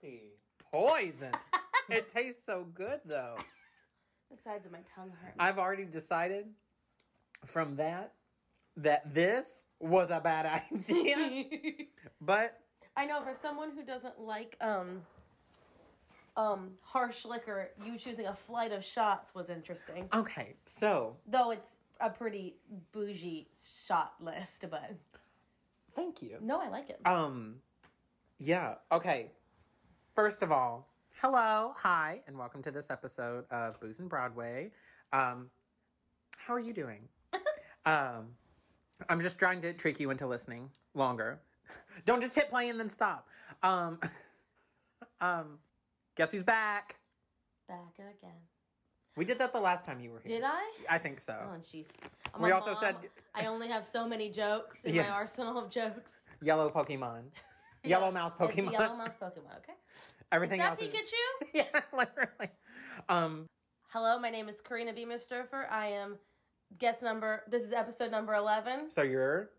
tasty. Poison. it tastes so good though. The sides of my tongue hurt. I've already decided from that that this was a bad idea. but I know for someone who doesn't like um um harsh liquor, you choosing a flight of shots was interesting. okay, so Though it's a pretty bougie shot list, but thank you. no, I like it. Um, yeah. Okay. First of all, hello, hi, and welcome to this episode of Booze and Broadway. Um, how are you doing? um, I'm just trying to trick you into listening longer. Don't just hit play and then stop. Um, um, guess who's back? Back again. We did that the last time you were here. Did I? I think so. Oh, jeez. We also said- I only have so many jokes in my Yeah. arsenal of jokes. Yellow Pokemon, yellow mouse It's Pokemon, Yellow mouse Pokemon. Okay. everything Is else. that Is, Pikachu? yeah, literally. Um, Hello, my name is Karina B. Misdorfer. I am guest number. This is episode number eleven. so you're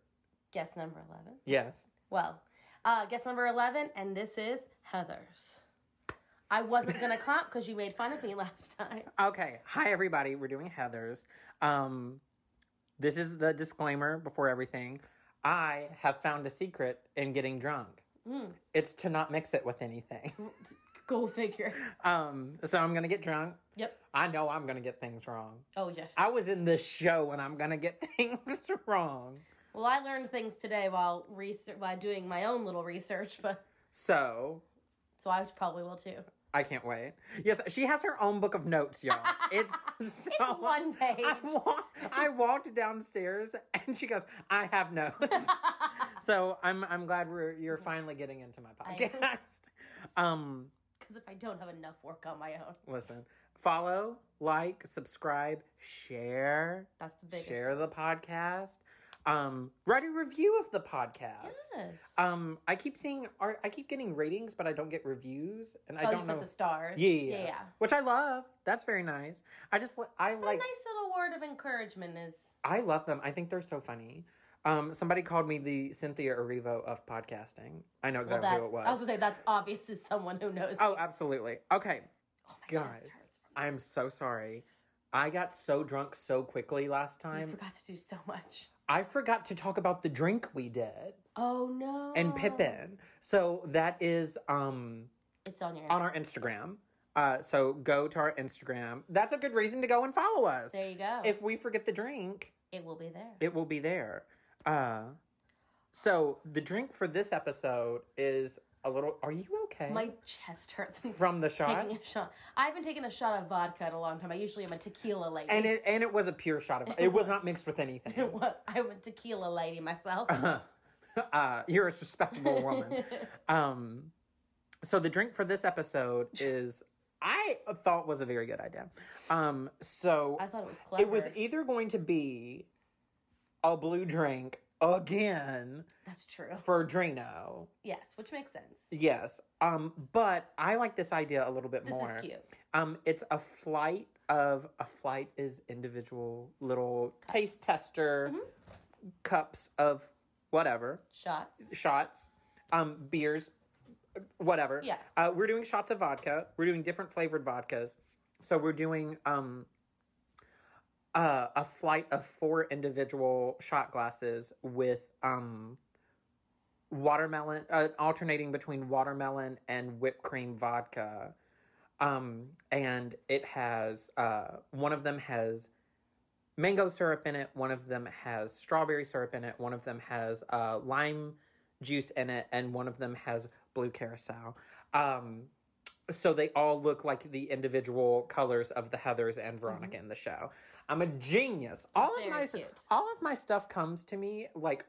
Guest number eleven. yes. Well, uh, guest number 11, and this is Heather's. I wasn't going to clap because you made fun of me last time. Okay. Hi, everybody. We're doing Heather's. Um, this is the disclaimer before everything. I have found a secret in getting drunk. It's to not mix it with anything. Hmm. Go figure. um, so I'm going to get drunk. Yep. I know I'm going to get things wrong. Oh, yes. I was in this show and I'm going to get things wrong. well, I learned things today while research, while doing my own little research, but So so I probably will too. I can't wait. Yes, she has her own book of notes, y'all. It's so It's one page. I, wa- I walked downstairs and she goes, "I have notes." so I'm I'm glad we're you're finally getting into my podcast. um, Because if I don't have enough work on my own, listen, follow, like, subscribe, share, that's the biggest. share the podcast. Um, write a review of the podcast. Yes. Um, I keep seeing, or I keep getting ratings, but I don't get reviews, and I oh, you don't said know. the stars. Yeah, yeah, yeah. yeah. Which I love. That's very nice. I just li- I A like nice little word of encouragement is I love them. I think they're so funny. Um, somebody called me the Cynthia Erivo of podcasting. I know exactly that's. who it was. I was gonna say that's obvious to someone who knows. oh, absolutely. Okay, my chest guys, hurts. I'm so sorry. I got so drunk so quickly last I time. forgot to do so much. I forgot to talk about the drink we did Oh no. and Pippin. So that is um It's on your. on our Instagram. Uh, so go to our Instagram. That's a good reason to go and follow us. There you go. If we forget the drink, it will be there. it will be there. Uh, so the drink for this episode is a little. Are you okay? My chest hurts. from From the shot, Taking a shot. I haven't taken a shot of vodka in a long time. I usually am a tequila lady. and it and it was a pure shot of. It, was. not mixed with anything. was. I'm a tequila lady myself. Uh, you're a respectable woman. um, so the drink for this episode is. I thought was a very good idea. Um, so I thought it was clever. it was either going to be a blue drink again That's true. for Drano. Yes, which makes sense. Yes. Um, but I like this idea a little bit is more. cute. Um, it's a flight of a flight is individual little taste tester Mm-hmm. cups of whatever Shots. shots, um, beers, whatever. Yeah. Uh, we're doing shots of vodka. We're doing different flavored vodkas. So we're doing um, uh, a flight of four individual shot glasses with um, watermelon, uh, alternating between watermelon and whipped cream vodka. Um, and it has, uh, one of them has mango syrup in it. One of them has strawberry syrup in it. One of them has uh, lime juice in it, and one of them has blue carousel. Um, so they all look like the individual colors of the Heather's and Veronica in the show. I'm a genius. All Mm-hmm. Very of my cute. all of my stuff comes to me like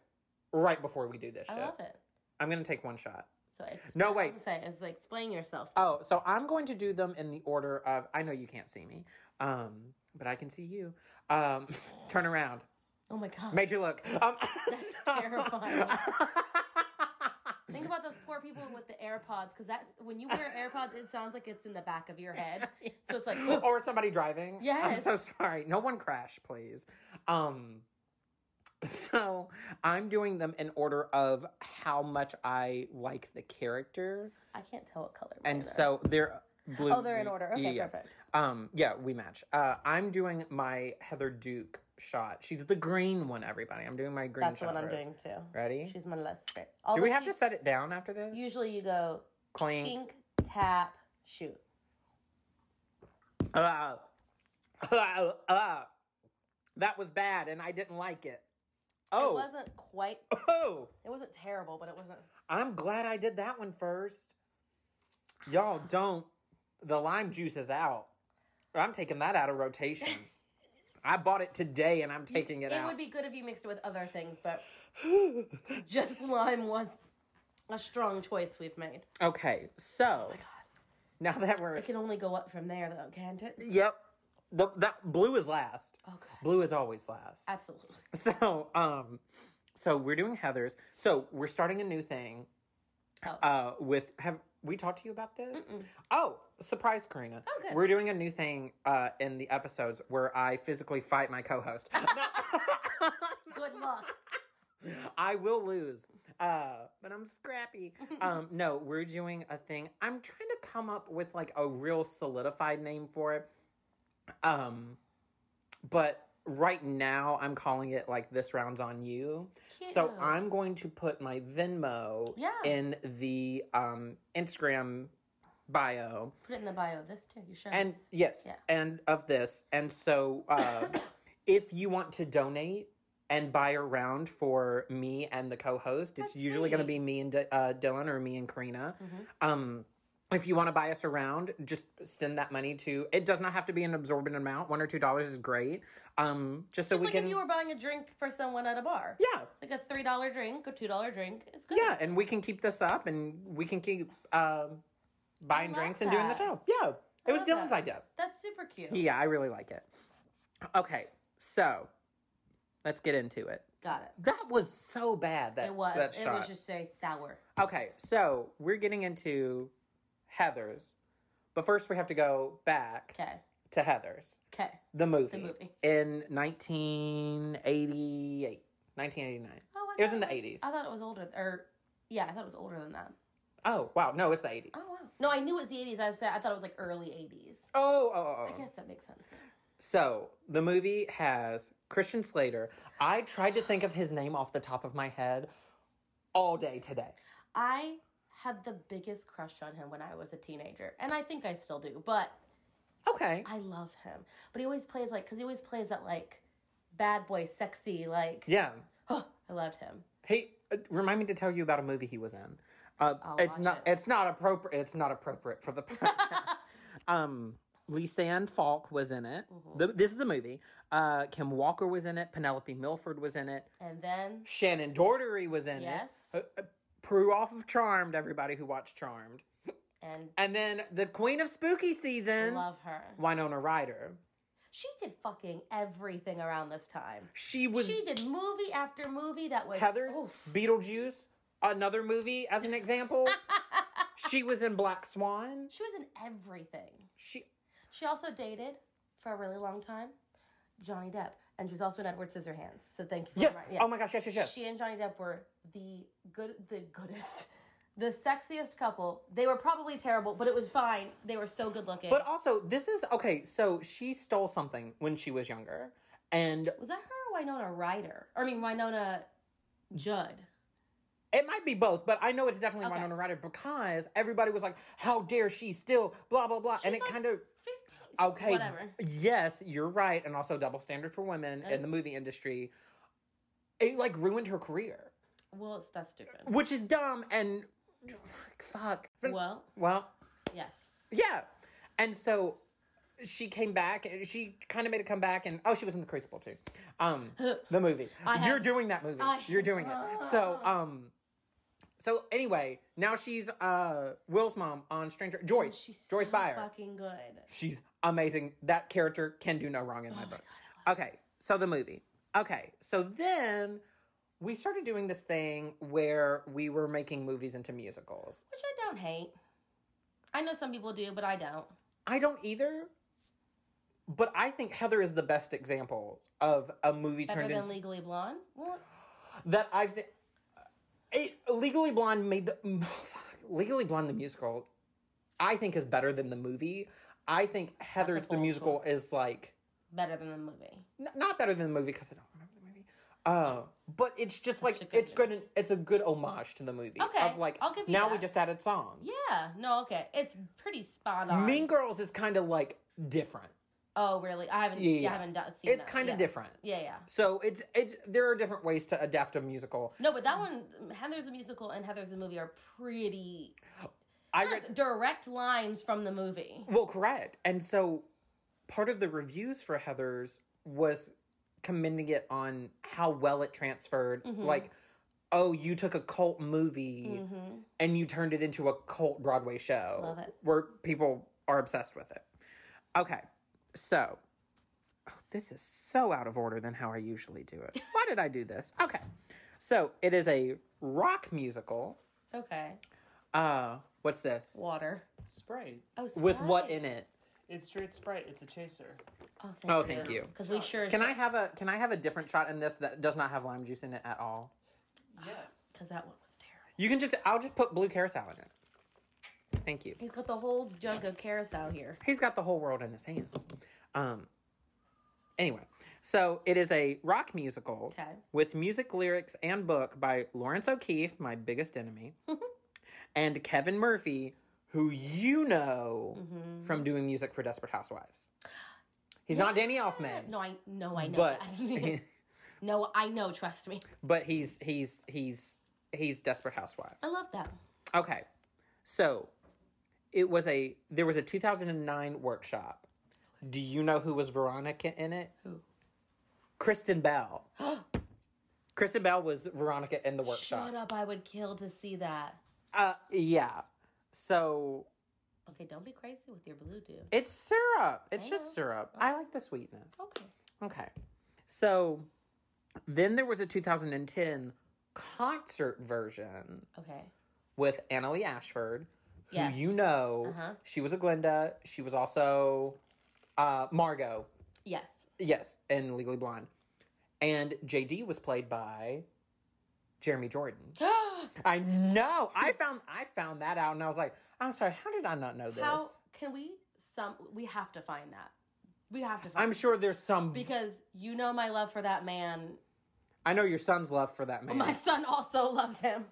right before we do this shit. I love it. I'm gonna take one shot. So it's No, I wait. was gonna say it's like explain yourself. Oh, so I'm going to do them in the order of I know you can't see me, um, but I can see you. Um, turn around. oh my god, Made you look. Um, terrifying. Think about those poor people with the AirPods, because that's when you wear AirPods, it sounds like it's in the back of your head. So it's like, oh. or somebody driving. I'm Yes. so sorry. No one crash, please. Um, So I'm doing them in order of how much I like the character, I can't tell what color. mine and are. so they're blue. oh, they're in green- order. Okay, yeah. perfect. Um, yeah, we match. Uh, I'm doing my Heather Duke shot. She's the green one, everybody. I'm doing my green. That's the shot one I'm rose. doing too. Ready? She's my less favorite. Do we Although have she- to set it down after this? Usually you go clink. chink, tap, shoot. Ah. Ah, ah. That was bad, and I didn't like it. It Oh, wasn't quite. oh! It wasn't terrible, but it wasn't. I'm glad I did that one first. Y'all don't. The lime juice is out. I'm taking that out of rotation. I bought it today, and I'm taking it, it out. would be good if you mixed it with other things, but just lime was a strong choice we've made. okay, so Oh God, now that we're it can only go up from there, though, can't it? Yep. The, that blue is last. Okay, Blue is always last. absolutely. So, um, so we're doing Heather's. So we're starting a new thing. Oh. Uh, with have we talked to you about this? Mm-mm. Oh, surprise, Karina. Oh, good. We're doing a new thing uh in the episodes where I physically fight my co-host. No. Good luck. I will lose. Uh, but I'm scrappy. Um, no, we're doing a thing. I'm trying to come up with like a real solidified name for it. Um, but right now I'm calling it like this round's on you. So Cute. I'm going to put my Venmo Yeah. in the um Instagram bio. Put it in the bio of this too. You sure? And yes, Yeah. and of this. And so uh, if you want to donate and buy a round for me and the co host, it's That's usually going to sweet. be me and D- uh, Dylan or me and Karina. Mhm. Um, if you want to buy us a round, just send that money to. It does not have to be an absorbent amount. One or two dollars is great. Um, just so Just we like can. if you were buying a drink for someone at a bar. yeah, Like a three dollar drink, a two dollar drink. It's good. yeah, and we can keep this up, and we can keep uh, buying love drinks and doing the that. show. Yeah, it I was love Dylan's that. idea. That's super cute. Yeah, I really like it. Okay, so let's get into it. Got it. That was so bad. That It was. That it shot. was just very sour. Okay, so we're getting into Heather's, but first we have to go back Okay. to Heather's, Okay. the movie, movie. in 1988, 1989. Oh, I It was thought in the 80s. I thought it was older, or yeah, I thought it was older than that. Oh wow, no, it's the 80s. Oh wow. No, I knew it was the 80s. I was I thought it was like early 80s. Oh, oh, oh, I oh. guess that makes sense. So the movie has Christian Slater. I tried to think of his name off the top of my head all day today. I had the biggest crush on him when I was a teenager, and I think I still do. But Okay. I love him. But he always plays like, cause he always plays that like bad boy, sexy like. Yeah. Oh, I loved him. Hey, uh, remind me to tell you about a movie he was in. Uh, I'll it's watch not. it. It's not appropriate. It's not appropriate for the. podcast. um, Lisanne Falk was in it. Mm-hmm. The, this is the movie. Uh, Kim Walker was in it. Penelope Milford was in it. And then Shannon Doherty was in Yes. it. Uh, uh, Prue off of Charmed. Everybody who watched Charmed, and and then the Queen of Spooky Season, love her. Winona Ryder. She did fucking everything around this time. She was she did movie after movie that was Heather's Oof. Beetlejuice. Another movie, as an example. she was in Black Swan. She was in everything. She She also dated for a really long time Johnny Depp, and she was also in Edward Scissorhands. So thank you. For Yes. reminding- Oh my gosh. Yes. Yes. Yes. She and Johnny Depp were the good, the goodest, the sexiest couple. They were probably terrible, but it was fine. They were so good looking. but also, this is okay. So she stole something when she was younger, and was that her or Winona Ryder? Or, I mean Winona Judd. it might be both. But I know it's definitely Okay. Winona Ryder because everybody was like, "How dare she still?" Blah blah blah, and it She's like- kind of Fifteen. okay. Whatever. Yes, you're right, and also double standard for women in Mm. the movie industry. It like ruined her career, Well, it's that's stupid. which is dumb and fuck. fuck. Well, Well, yes. Yeah. And so she came back and she kind of made a comeback and oh she was in the crucible too um the movie I you're have- doing that movie I- uh, you're doing it so um so anyway now she's uh will's mom on stranger joyce Oh, She's joyce so Byer. Fucking good. she's amazing that character can do no wrong Oh in my book okay so the movie okay so then we started doing this thing where we were making movies into musicals Which I don't hate. I know some people do, but I don't. I don't either. But I think Heather is the best example of a movie Better turned than in Legally Blonde. Well, that I've seen. It, Legally Blonde made the fuck, Legally Blonde the musical. I think is better than the movie. I think Heather's the bold musical is like better than the movie. n- not better than the movie because I don't remember the movie. Uh, but it's just like a good it's good. It's a good homage to the movie. Okay, of like I'll give you now we that. just added songs. Yeah. No. Okay. It's pretty spot on. Mean Girls is kind of like different. oh, really? I haven't. Yeah, Yeah. yeah. I haven't done, seen. It's that. kind of Yeah. different. Yeah. Yeah. So it's it's there are different ways to adapt a musical. No, but that one, Heather's a musical and Heather's a movie are pretty I has read direct lines from the movie. well correct, and so part of the reviews for Heather's was commending it on how well it transferred. Mhm. Like, oh, you took a cult movie Mm-hmm. and you turned it into a cult Broadway show. Love it. Where people are obsessed with it. Okay, so oh, this is so out of order than how I usually do it. Why did I do this? Okay, so it is a rock musical. Okay. Uh, what's this? Water. Sprite. Oh, With what Sprite. in it? It's straight Sprite. It's a chaser. Oh, thank Oh, thank you. Because we sure Can I have a Can I have a different shot in this that does not have lime juice in it at all? Yes. Because that one was terrible. You can just I'll just put blue carousel in it. Thank you. He's got the whole junk of carousel here. He's got the whole world in his hands. Um. Anyway, so it is a rock musical. Okay. with music, lyrics, and book by Lawrence O'Keefe, my biggest enemy, and Kevin Murphy, who you know Mm-hmm. from doing music for Desperate Housewives. He's not Danny Elfman, No, I no, I know. but that. no, I know. Trust me. but he's he's he's he's Desperate Housewives. I love that. Okay, so it was a there was a 2009 workshop. Do you know who was Veronica in it? Who? Kristen Bell. Kristen Bell was Veronica in the workshop. Shut up! I would kill to see that. Uh, yeah. So Okay, don't be crazy with your blue dude. It's syrup. It's I just know. syrup. I like the sweetness. Okay. Okay. So then there was a 2010 concert version Okay. with Annalie Ashford, who Yes. you know. Uh-huh. She was a Glinda. She was also uh, Margot. Yes. Yes, in Legally Blonde. And JD was played by Jeremy Jordan. I know. I found I found that out and I was like, I'm sorry, how did I not know this? How can we? Some we have to find that. We have to find I'm sure there's some because you know my love for that man. I know your son's love for that man. Oh My son also loves him.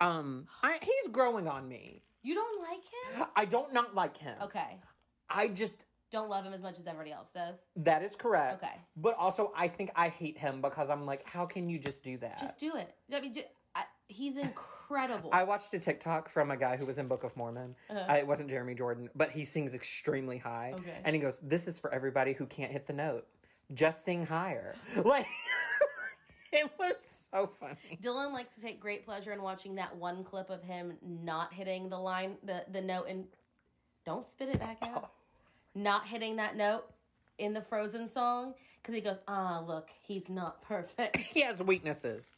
Um, I, he's growing on me. You don't like him? I don't not like him. Okay. I just Don't love him as much as everybody else does. that is correct. Okay. But also, I think I hate him because I'm like, how can you just do that? Just do it. I mean, ju- I, he's incredible. I watched a TikTok from a guy who was in Book of Mormon. Uh-huh. Uh, it wasn't Jeremy Jordan, but he sings extremely high. Okay. And he goes, "This is for everybody who can't hit the note. Just sing higher." Like it was so funny. Dylan likes to take great pleasure in watching that one clip of him not hitting the line, the, the note, and don't spit it back out. Not hitting that note in the Frozen song because he goes, ah, look, he's not perfect. He has weaknesses.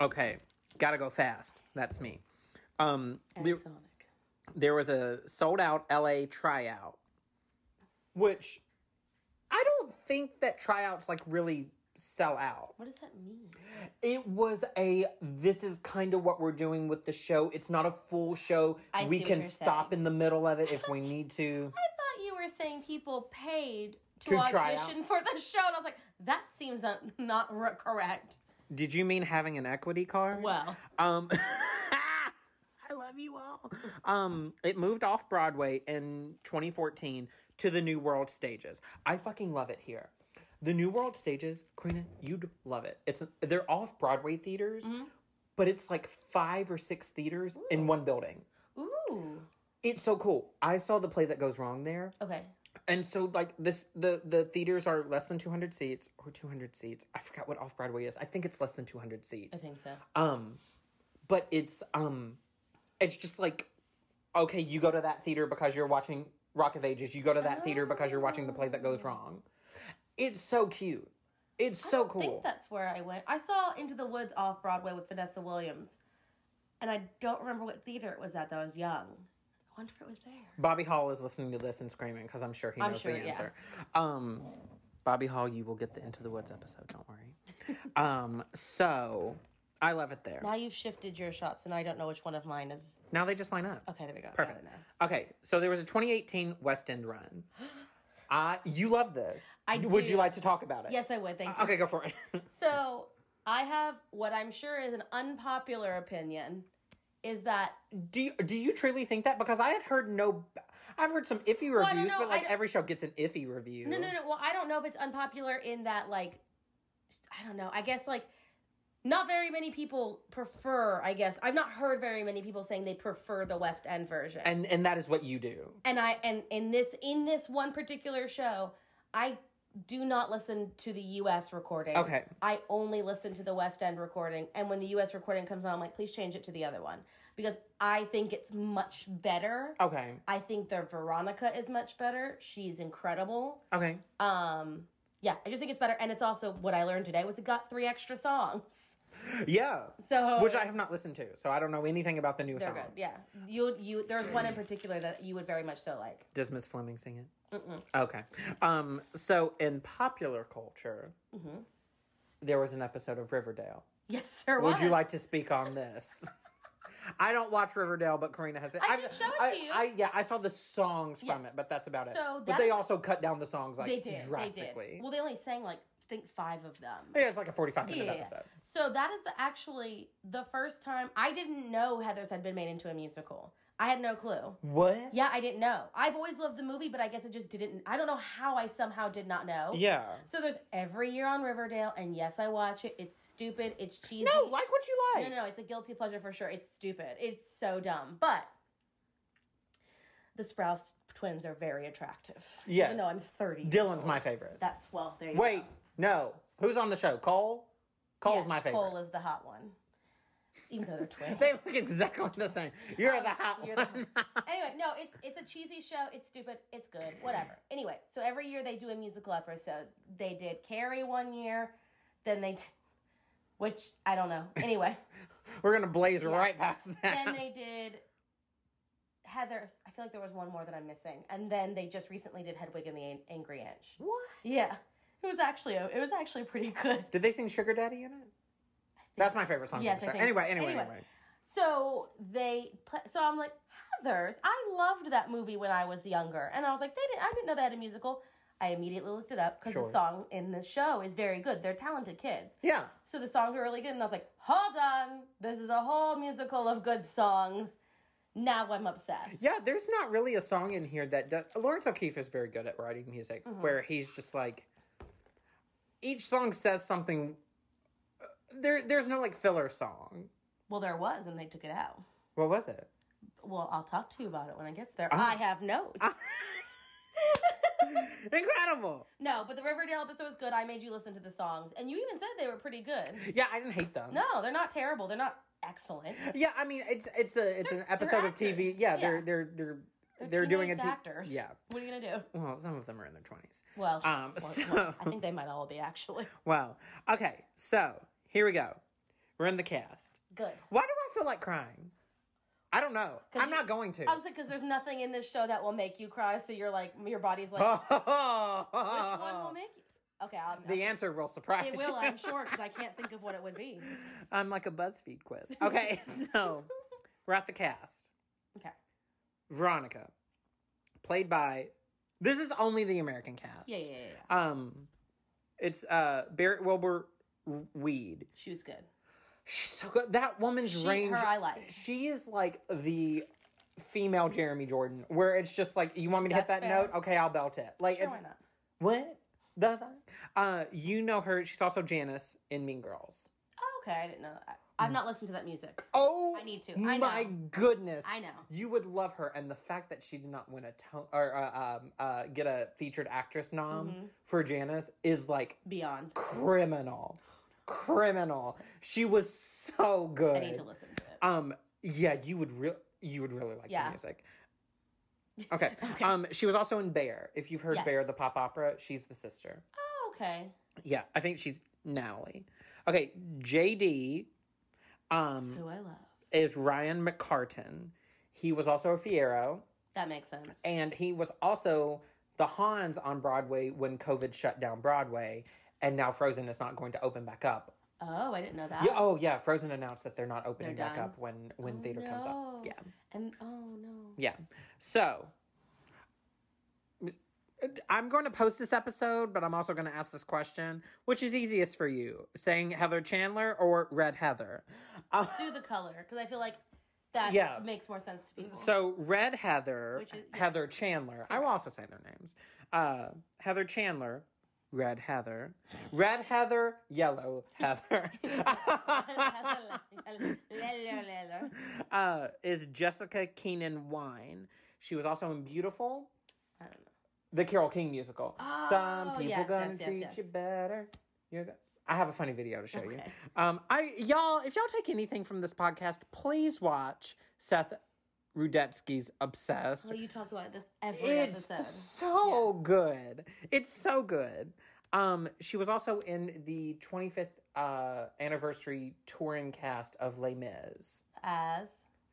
Okay, gotta go fast. That's me. Um, And ly- Sonic. there was a sold out LA tryout, which I don't think that tryouts like really sell out. What does that mean? It was a this is kind of what we're doing with the show. It's not a full show. I see we what can you're stop saying. in the middle of it if we need to. I thought you were saying people paid to, To try out. audition for the show, and I was like, that seems uh, not r- correct. Did you mean having an equity card? Well, Um I love you all. Um it moved off Broadway in 2014 to the New World Stages. I fucking love it here. The New World Stages, Karina, you'd love it. It's they're off Broadway theaters, Mhm. but it's like 5 or 6 theaters in Ooh. one building. ooh, It's so cool. I saw the play that goes wrong there. okay. And so like this the the theaters are less than 200 seats or 200 seats. I forgot what off Broadway is. I think it's less than 200 seats. I think so. Um, but it's um, it's just like, okay, you go to that theater because you're watching Rock of Ages. You go to that theater because you're watching the play that goes wrong. It's so cute. It's so Oh. I think cool. that's where I went. I saw Into the Woods off Broadway with Vanessa Williams, and I don't remember what theater it was at. Though I was young. wonder if it was there. Bobby Hall is listening to this and screaming because I'm sure he I'm knows sure, the yeah. answer. Um, Bobby Hall, you will get the Into the Woods episode. Don't worry. um, so I love it there. Now you've shifted your shots, and I don't know which one of mine is. Now they just line up. Okay, there we go. Perfect. Got it now. Okay, so there was a 2018 West End run. I you love this. I would do. you like to talk about it? Yes, I would. Thank you. Okay, go for it. So I have what I'm sure is an unpopular opinion is that do you, do you truly think that? Because I have heard no, I've heard some iffy I don't reviews, know. but I like don't- every show gets an iffy review. no, no, no. Well, I don't know if it's unpopular in that like I don't know. I guess like not very many people prefer. I guess I've not heard very many people saying they prefer the West End version. And and that is what you do. and I and in this in this one particular show, I do not listen to the US recording. Okay. I only listen to the West End recording and when the US recording comes on I'm like please change it to the other one because I think it's much better. Okay. I think their Veronica is much better. She's incredible. Okay. Um yeah, I just think it's better and it's also what I learned today was it got 3 extra songs. Yeah. So Which I have not listened to, so I don't know anything about the new they're songs. good. Yeah. You you there's one in particular that you would very much so like. Does Miss Fleming sing it? Okay. Um. So in popular culture, Mhm. there was an episode of Riverdale. Yes, there Would was. you like to speak on this? I don't watch Riverdale, but Karina has it. I did show it I- to you. I- yeah, I saw the songs from Yes. it, but that's about it. So but that's- they also cut down the songs like they did drastically. They did. Well, they only sang like I think five of them. yeah, it's like a forty-five minute Yeah. episode. So that is the actually the first time I didn't know Heather's had been made into a musical. I had no clue. What? Yeah, I didn't know. I've always loved the movie, but I guess I just didn't. I don't know how I somehow did not know. Yeah. So there's every year on Riverdale, and yes, I watch it. It's stupid. It's cheesy. No, like what you like. No, no, it's a guilty pleasure for sure. It's stupid. It's so dumb. But the Sprouse twins are very attractive. Yes. Even though I'm 30. years Dylan's old. my favorite. That's well, there you Wait, go. no. Who's on the show? Cole. Cole's Yes, my favorite. Cole is the hot one. Even though they're twins. They look exactly the same. You're the hot Oh, You're the one. anyway, no, it's it's a cheesy show. It's stupid. It's good. Whatever. Anyway, so every year they do a musical episode. They did Carrie one year, then they, did, which I don't know. Anyway, We're gonna blaze right past then that. they did Heather's. I feel like there was one more that I'm missing, and then they just recently did Hedwig and the An- Angry Inch. What? Yeah, it was actually it was actually pretty good. Did they sing Sugar Daddy in it? That's my favorite song. Yes, from I the show. think Anyway, so. anyway, Anyway. anyway, So they, pla so I'm like, Heather's. I loved that movie when I was younger, and I was like, they didn't. I didn't know they had a musical. I immediately looked it up because the Sure. song in the show is very good. They're talented kids, Yeah. so the songs are really good. And I was like, hold on, this is a whole musical of good songs. Now I'm obsessed. Yeah, there's not really a song in here that does. Lawrence O'Keefe is very good at writing music, Mm-hmm. where he's just like each song says something. uh, There, there's no like filler song. Well, there was, and they took it out. What was it? Well, I'll talk to you about it when it gets there. Ah. I have notes. Incredible. no, but the Riverdale episode was good. I made you listen to the songs, and you even said they were pretty good. Yeah, I didn't hate them. No, they're not terrible. They're not excellent. Yeah, I mean it's it's a it's an episode of actors. TV. Yeah, Yeah. they're they're they're they're, doing a teenage t- actors. Yeah. What are you gonna do? Well, some of them are in their twenties. Well, Um, well, so- well, I think they might all be actually Wow. Okay, so here we go. We're in the cast. good. Why do I feel like crying? I don't know. 'Cause I'm you- not going to. I was like, because there's nothing in this show that will make you cry, so you're like, your body's like, which one will make you? Okay, I'll, the answer will surprise it will, you. I'm sure, because I can't think of what it would be. I'm like a BuzzFeed quiz. Okay, so we're at the cast. Okay, Veronica, played by. This is only the American cast. yeah, yeah, yeah. yeah. Um, it's uh Barrett Wilbur Weed. She was good. She's so good. That woman's She, range. her, I like. She is like the female Jeremy Jordan, where it's just like, you want me to hit That's that fair. note? Okay, I'll belt it. Like Sure, it's why not? what the fuck? Uh, you know her. She's also Janice in Mean Girls. Oh, okay, I didn't know. That. I've not listened to that music. Oh, I need to. I Mm. my know. goodness. I know. you would love her, and the fact that she did not win a tone or uh, um, uh, get a featured actress nom Mhm. for Janice is like Beyond. criminal, criminal. She was so good. I need to listen to it. Um, yeah, you would real you would really like Yeah. the music. Okay. Okay. Um, she was also in Bear. If you've heard Bear, Yes. the pop opera, she's the sister. Oh, okay. Yeah, I think she's Natalie. Okay, JD um Who I love. is Ryan McCartan. He was also a Fiero, That makes sense. and he was also the Hans on Broadway when COVID shut down Broadway, and now Frozen is not going to open back up. Oh, I didn't know that. Yeah, oh yeah, Frozen announced that they're not opening They're back done. up when when Oh, theater comes up. no. Yeah, And oh no. yeah. So. I'm going to post this episode, but I'm also going to ask this question, which is easiest for you, saying Heather Chandler or Red Heather. Uh, Do the color because I feel like that Yeah. makes more sense to people. So Red Heather, Which is- yeah. Heather Chandler. I will also say their names. Uh, Heather Chandler, Red Heather, Red Heather, Yellow Heather. uh, is Jessica Keenan Wine. She was also in Beautiful, I don't know. the Carol King musical. Oh, Some people yes, gonna yes, yes, treat yes. you better. You're go- I have a funny video to show you. Okay. Um, I y'all, if y'all take anything from this podcast, please watch Seth Rudetsky's Obsessed. Oh, you talked about this every It's episode. so good. It's so good. Um, she was also in the 25th uh, anniversary touring cast of Les Mis. As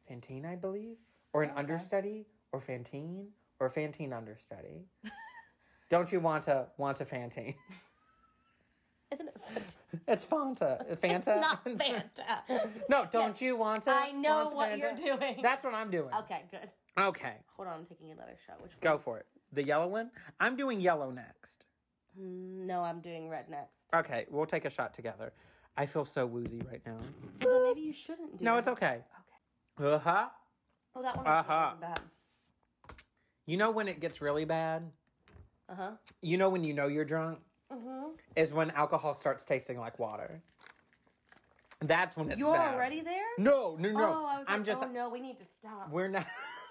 Fantine, I believe, or an Okay. understudy, or Fantine, or Fantine understudy. Don't you want to want a Fantine? isn't it? Fanta? It's Fanta. Fanta. Not Fanta. no, don't you want to? I know want a what Fanta? you're doing. That's what I'm doing. Okay. okay. Good. Hold on, I'm taking another shot. Which Go for it. The yellow one. I'm doing yellow next. Mm, No, I'm doing red next. Okay, we'll take a shot together. I feel so woozy right now. Then maybe you shouldn't do. No, it. it's okay. Uh huh. Oh, that one actually Uh-huh. wasn't bad. You know when it gets really bad? Uh huh. You know when you know you're drunk? Mm-hmm. Is when alcohol starts tasting like water. That's when it's You're bad. already there? No, no, no. Oh, I was I'm like, just. oh no, we need to stop. We're not.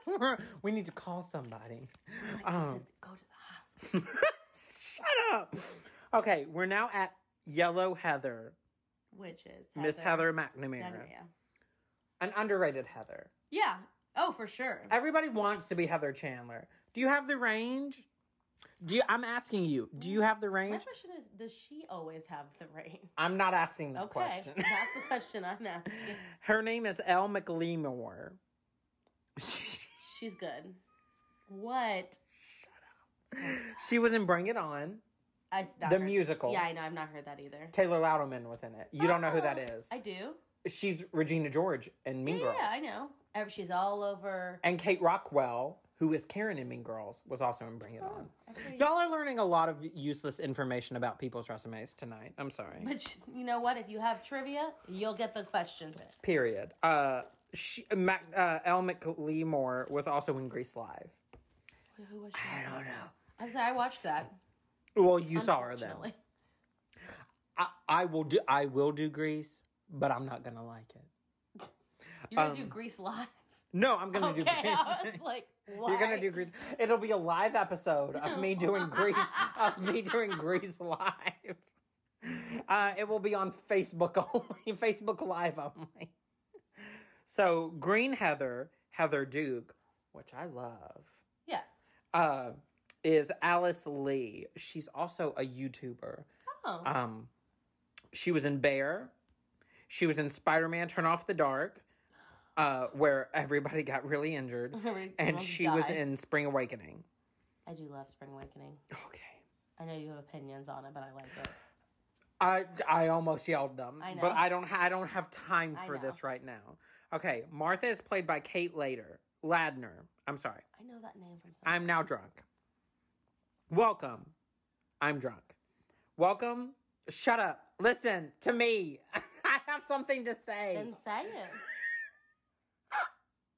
we need to call somebody. I need to Um, go to the hospital. Shut up. Okay, we're now at Yellow Heather, Which is Miss Heather McNamara, Magnolia. an underrated Heather. Yeah. Oh, for sure. Everybody wants to be Heather Chandler. Do you have the range? Do you, I'm asking you. Do you have the My range? question is, does she always have the rain? I'm not asking that Okay, question. that's the question I'm asking. Her name is Elle McLemore. She's good. What? she was in Bring It On. I s- not The heard- musical. Yeah, I know. I've not heard that either. Taylor Louderman was in it. You don't know who that Oh, is. I do. She's Regina George in Mean yeah, Girls. yeah, I know. Ev- She's all over. And Kate Rockwell, who is Karen in Mean Girls, was also in Bring It Oh, On. Every- Y'all are learning a lot of useless information about people's resumes tonight. I'm sorry. But sh- you know what? If you have trivia, you'll get the questions. Period. Uh, she, Mac, uh, Elle McLemore was also in Grease Live. Wait, Who was she? I don't know. I, said, I watched that. Well, you saw her then. unfortunately. I, I will do. I will do Grease, but I'm not gonna like it. You're gonna Um, do Grease live. No, I'm gonna Okay, do Grease. I was like, what? You're gonna do Grease. It'll be a live episode of me doing Grease. of me doing Grease live. Uh, it will be on Facebook only. Facebook Live only. So Green Heather, Heather Duke, which I love, Yeah. uh, is Alice Lee. She's also a YouTuber. Oh, Um, she was in Bear. She was in Spider Man Turn Off the Dark, uh, where everybody got really injured. Everybody And almost she was died. in Spring Awakening. Oh, I do love Spring Awakening. Okay. I know you have opinions on it, but I like it. I, I almost yelled them, I but know. I don't ha- I don't have time I for know. this right now. Okay, Martha is played by Kate Later Ladner. I'm sorry, I know that name from somewhere. I'm now drunk. Welcome, I'm drunk. Welcome. Shut up. Listen to me. I have something to say. Then say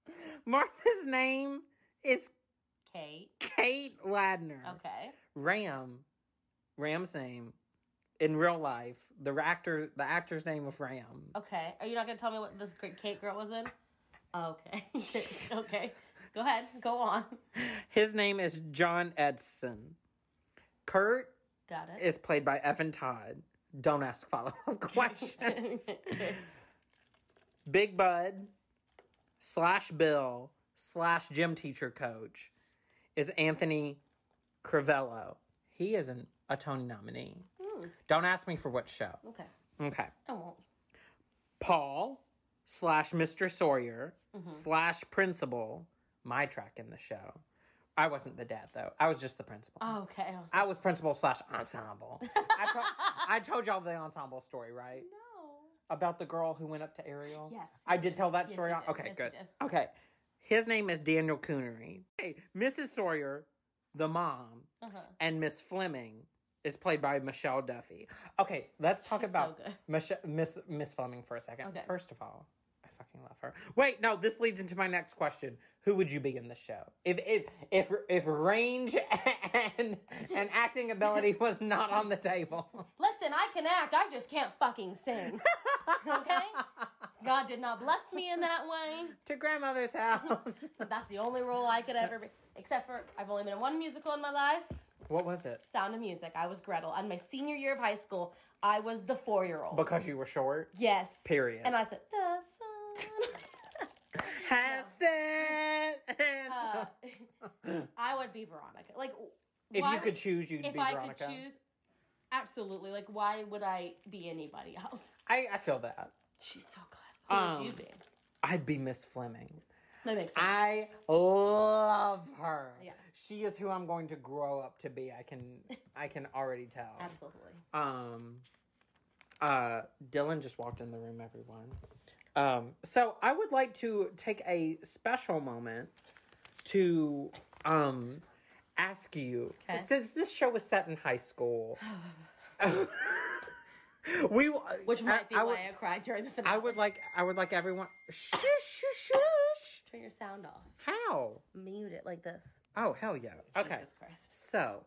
it. Martha's name is Kate. Kate Ladner. Okay. Ram, Ram's name in real life, the actor, the actor's name of Ram. Okay. Are you not gonna tell me what this great Kate girl was in? Okay. okay. Go ahead. Go on. His name is John Edson. Kurt Got it. is played by Evan Todd. Don't ask follow up questions. Big Bud slash Bill slash gym teacher coach is Anthony Crivello. He is an, a Tony nominee. Hmm. Don't ask me for what show. Okay. Okay. I won't. Paul slash Mr. Sawyer Mm-hmm. slash principal, my track in the show. I wasn't the dad though. I was just the principal. Oh, okay. I was like, I was principal slash ensemble. I, to- I told y'all the ensemble story, right? no. About the girl who went up to Ariel. Yes, you I did tell that story. you on- did. Okay, Yes, you good. did. Okay, his name is Daniel Coonery. Hey, Mrs. Sawyer, the mom, Uh-huh. and Miss Fleming is played by Michelle Duffy. Okay, let's talk She's so about good. Michelle, Miss Miss Fleming for a second. Okay. First of all, I fucking love her. Wait, no, this leads into my next question. Who would you be in this show? If if if if range and and acting ability was not on the table. Listen, I can act. I just can't fucking sing. okay? God did not bless me in that way. to grandmother's house. That's the only role I could ever be. Except for I've only been in one musical in my life. what was it? Sound of Music. I was Gretel. On my senior year of high school, I was the four year old. Because you were short. Yes. Period. And I said, the sun. Have said. Uh, I would be Veronica. Like, if why you could would- choose, you'd if be I Veronica. could choose, absolutely. Like, why would I be anybody else? I, I feel that. She's so good. Who would you Um, be? I'd be Miss Fleming. That makes sense. I love her. Yeah. She is who I'm going to grow up to be. I can I can already tell. Absolutely. Um uh Dylan just walked in the room, everyone. Um so I would like to take a special moment to um ask you 'Kay. since this show was set in high school. we Which might be I, I why would, I cried during the finale. I would like I would like everyone shush shush shush. turn your sound off. How? Mute it like this. Oh hell yeah. Okay. Jesus Christ. So,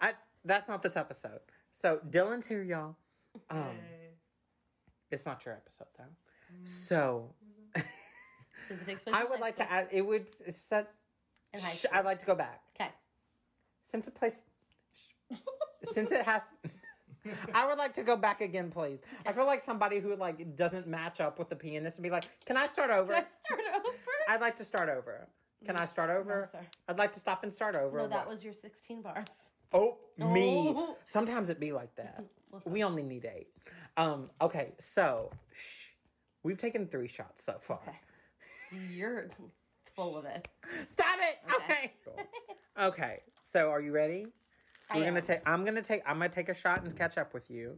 I that's not this episode. So Dylan's here, y'all. Um, it's not your episode though. Mm. So Since it takes place I in would high like to add. It would set. In high Sh- I'd like to go back Okay. since it place. since it has. I would like to go back again, please. I feel like somebody who like doesn't match up with the pianist and be like, "Can I start over? Let's start over. I'd like to start over. Can I start over? Mm. sir. I'd like to stop and start over." No, or that what? was your 16 bars. Oh, me. Oh. Sometimes it be like that. we only need eight. Um, okay, so shh. We've taken three shots so far. You're full of it. Stop it! Okay. Okay. Okay. So are you ready? I We're gonna am. take I'm gonna take I'm gonna take a shot and catch up with you.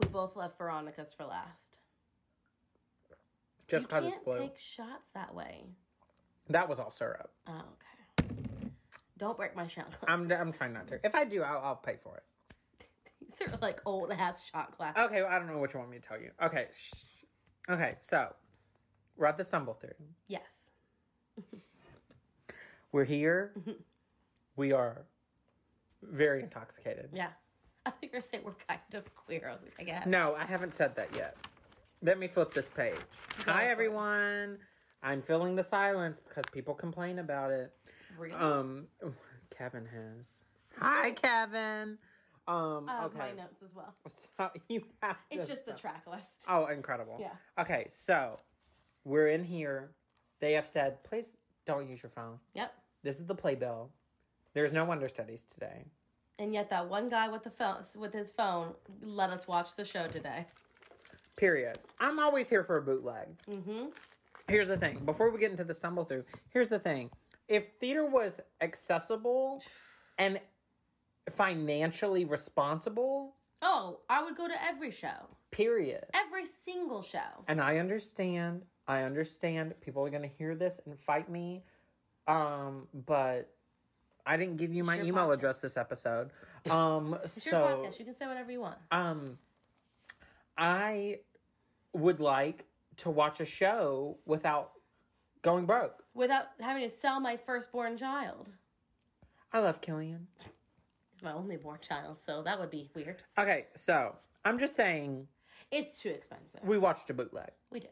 We both left Veronica's for last. Just You because it's can't blue. take shots that way. That was all syrup. Oh, okay. Don't break my shot glass. I'm I'm trying not to. If I do, I'll, I'll pay for it. These are like old ass shot glass. Okay, well, I don't know what you want me to tell you. Okay. shh. Okay, so we're at the stumble through. Yes. We're here. Mm-hmm. we are very intoxicated. Yeah. I think you're saying we're kind of queer. I was like, I guess. No, I haven't said that yet. Let me flip this page. Hi, everyone. I'm filling the silence because people complain about it. Really? Um, Kevin has. Hi, Kevin. Um, I have okay. Uh, my notes as well. So you have It's to just the stop. track list. Oh, incredible. Yeah. Okay, so we're in here. They have said, please don't use your phone. Yep. This is the playbill. There's no understudies today. And yet that one guy with the phone with his phone let us watch the show today. Period. I'm always here for a bootleg. Mm-hmm. Here's the thing. Before we get into the stumble through, here's the thing. If theater was accessible and financially responsible, Oh, I would go to every show. period. Every single show. And I understand. I understand. People are gonna hear this and fight me. Um, but I didn't give you my your email podcast. address this episode. Um, It's your so podcast. You can say whatever you want. Um, I would like to watch a show without going broke. Without having to sell my firstborn child. I love Killian. He's my only born child, so that would be weird. Okay, so I'm just saying It's too expensive. we watched a bootleg. We did.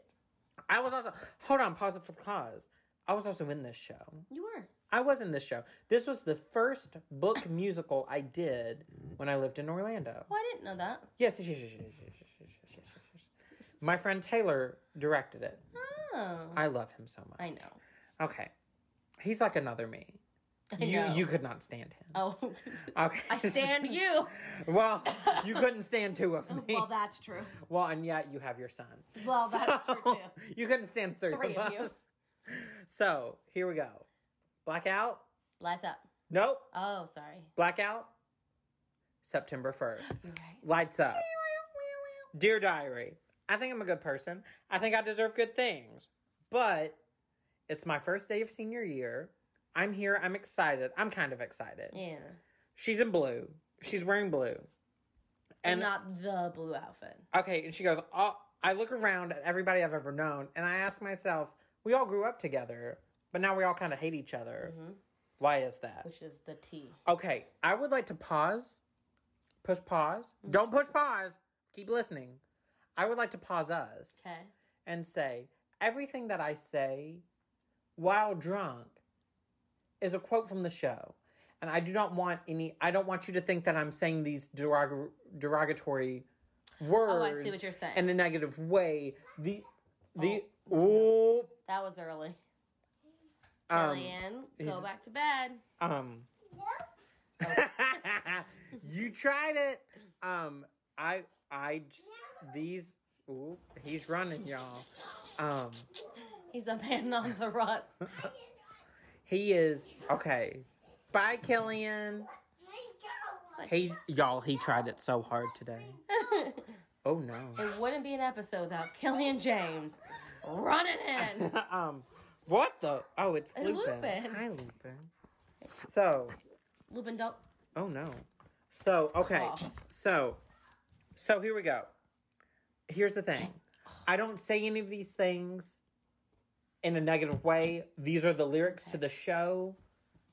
I was also hold on, pause it for the cause. I was also in this show. You were. I was in this show. This was the first book musical I did when I lived in Orlando. Oh, I didn't know that. Yes, yes, yes, yes, yes, yes, yes, yes, yes, yes, yes. My friend Taylor directed it. Oh, I love him so much. I know. Okay. He's like another me. You know. you could not stand him. Oh, Okay. I stand you. well, you couldn't stand two of me. Well, that's true. Well, and yet you have your son. Well, that's true too. You couldn't stand three, Three of, of you. us. So here we go. Blackout. Lights up. Nope. Oh, sorry. Blackout. September first. You're right. Lights up. Dear diary, I think I'm a good person. I think I deserve good things. But it's my first day of senior year. I'm here. I'm excited. I'm kind of excited. Yeah. She's in blue. She's wearing blue. And And not the blue outfit. Okay, and she goes, oh, I look around at everybody I've ever known and I ask myself, we all grew up together, but now we all kind of hate each other. Mhm. Why is that? Which is the T. Okay, I would like to pause. Push pause. Mm. Don't push pause. Keep listening. I would like to pause us Okay. and say, everything that I say while drunk is a quote from the show. And I do not want any, I don't want you to think that I'm saying these derog- derogatory words Oh, I see what you're saying. in a negative way. The the oh, that was early. um, Kellyanne, go he's- back to bed. um. you tried it. Um, I I just these. Ooh, he's running, y'all. Um, He's a man on the run. he is okay. Bye, Killian. Hey, y'all. He tried it so hard today. Oh no. it wouldn't be an episode without Killian James running in. um, what the? Oh, it's It's Lupin. Lupin. Hi, Lupin. So, Lupin, don't. oh no. So okay. Oh. So, so here we go. Here's the thing. I don't say any of these things in a negative way. These are the lyrics to the show,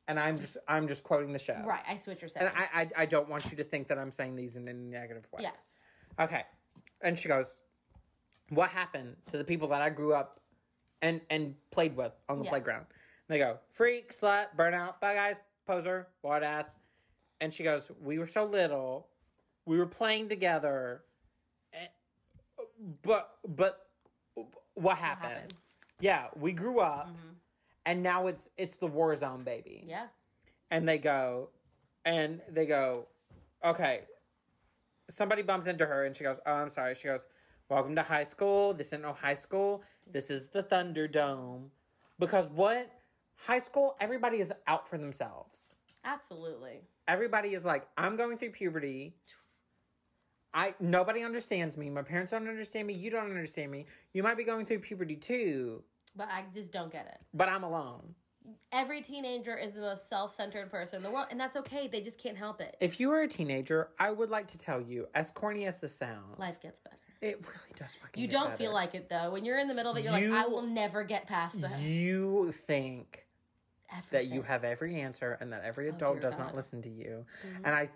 and I'm just I'm just quoting the show. Right, I see what you're saying. And I, I I don't want you to think that I'm saying these in any negative way. yes. Okay. And she goes, What happened to the people that I grew up and and played with on the Yeah. playground? And they go, Freak, slut, burnout, bug eyes, poser, wide ass. And she goes, We were so little. We were playing together. eh, But but what happened? happened? Mm-hmm. Yeah, we grew up and now it's it's the war zone baby Yeah. and they go and they go okay somebody bumps into her and she goes oh i'm sorry she goes welcome to high school this isn't no high school this is the thunderdome because what high school everybody is out for themselves Absolutely. everybody is like i'm going through puberty i nobody understands me my parents don't understand me you don't understand me you might be going through puberty too But I just don't get it. but i'm alone Every teenager is the most self centered person in the world, and that's okay. They just can't help it. if you are a teenager i would like to tell you as corny as this sounds Life gets better. It really does fucking. You get don't better. feel like it though. When you're in the middle of it, you're You- like, I will never get past this. you think that Everything. you have every answer and that every adult dear does God. not listen to you. Mm-hmm. And I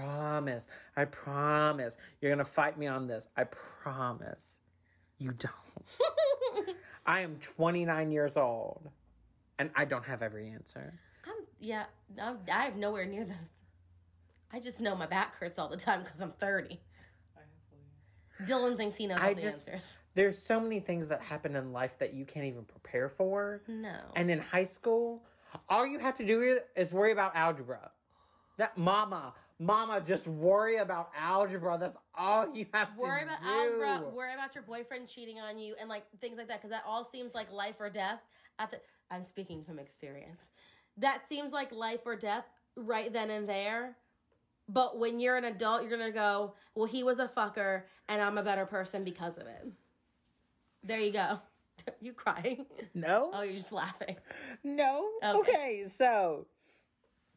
promise, I promise, you're gonna fight me on this. I promise, you don't. I am 29 years old, and I don't have every answer. I'm, yeah, I'm, I have nowhere near this. I just know my back hurts all the time because I'm 30. Dylan thinks he knows I all the just- answers. There's so many things that happen in life that you can't even prepare for. No. And in high school, all you have to do is worry about algebra. That mama, mama, just worry about algebra. That's all you have worry to about do. algebra, worry about your boyfriend cheating on you, and like things like that, because that all seems like life or death. At the, I'm speaking from experience. That seems like life or death right then and there. But when you're an adult, you're gonna go, well, he was a fucker, and I'm a better person because of it. There you go. you crying? No, Oh, you're just laughing. no. Okay. Okay. so,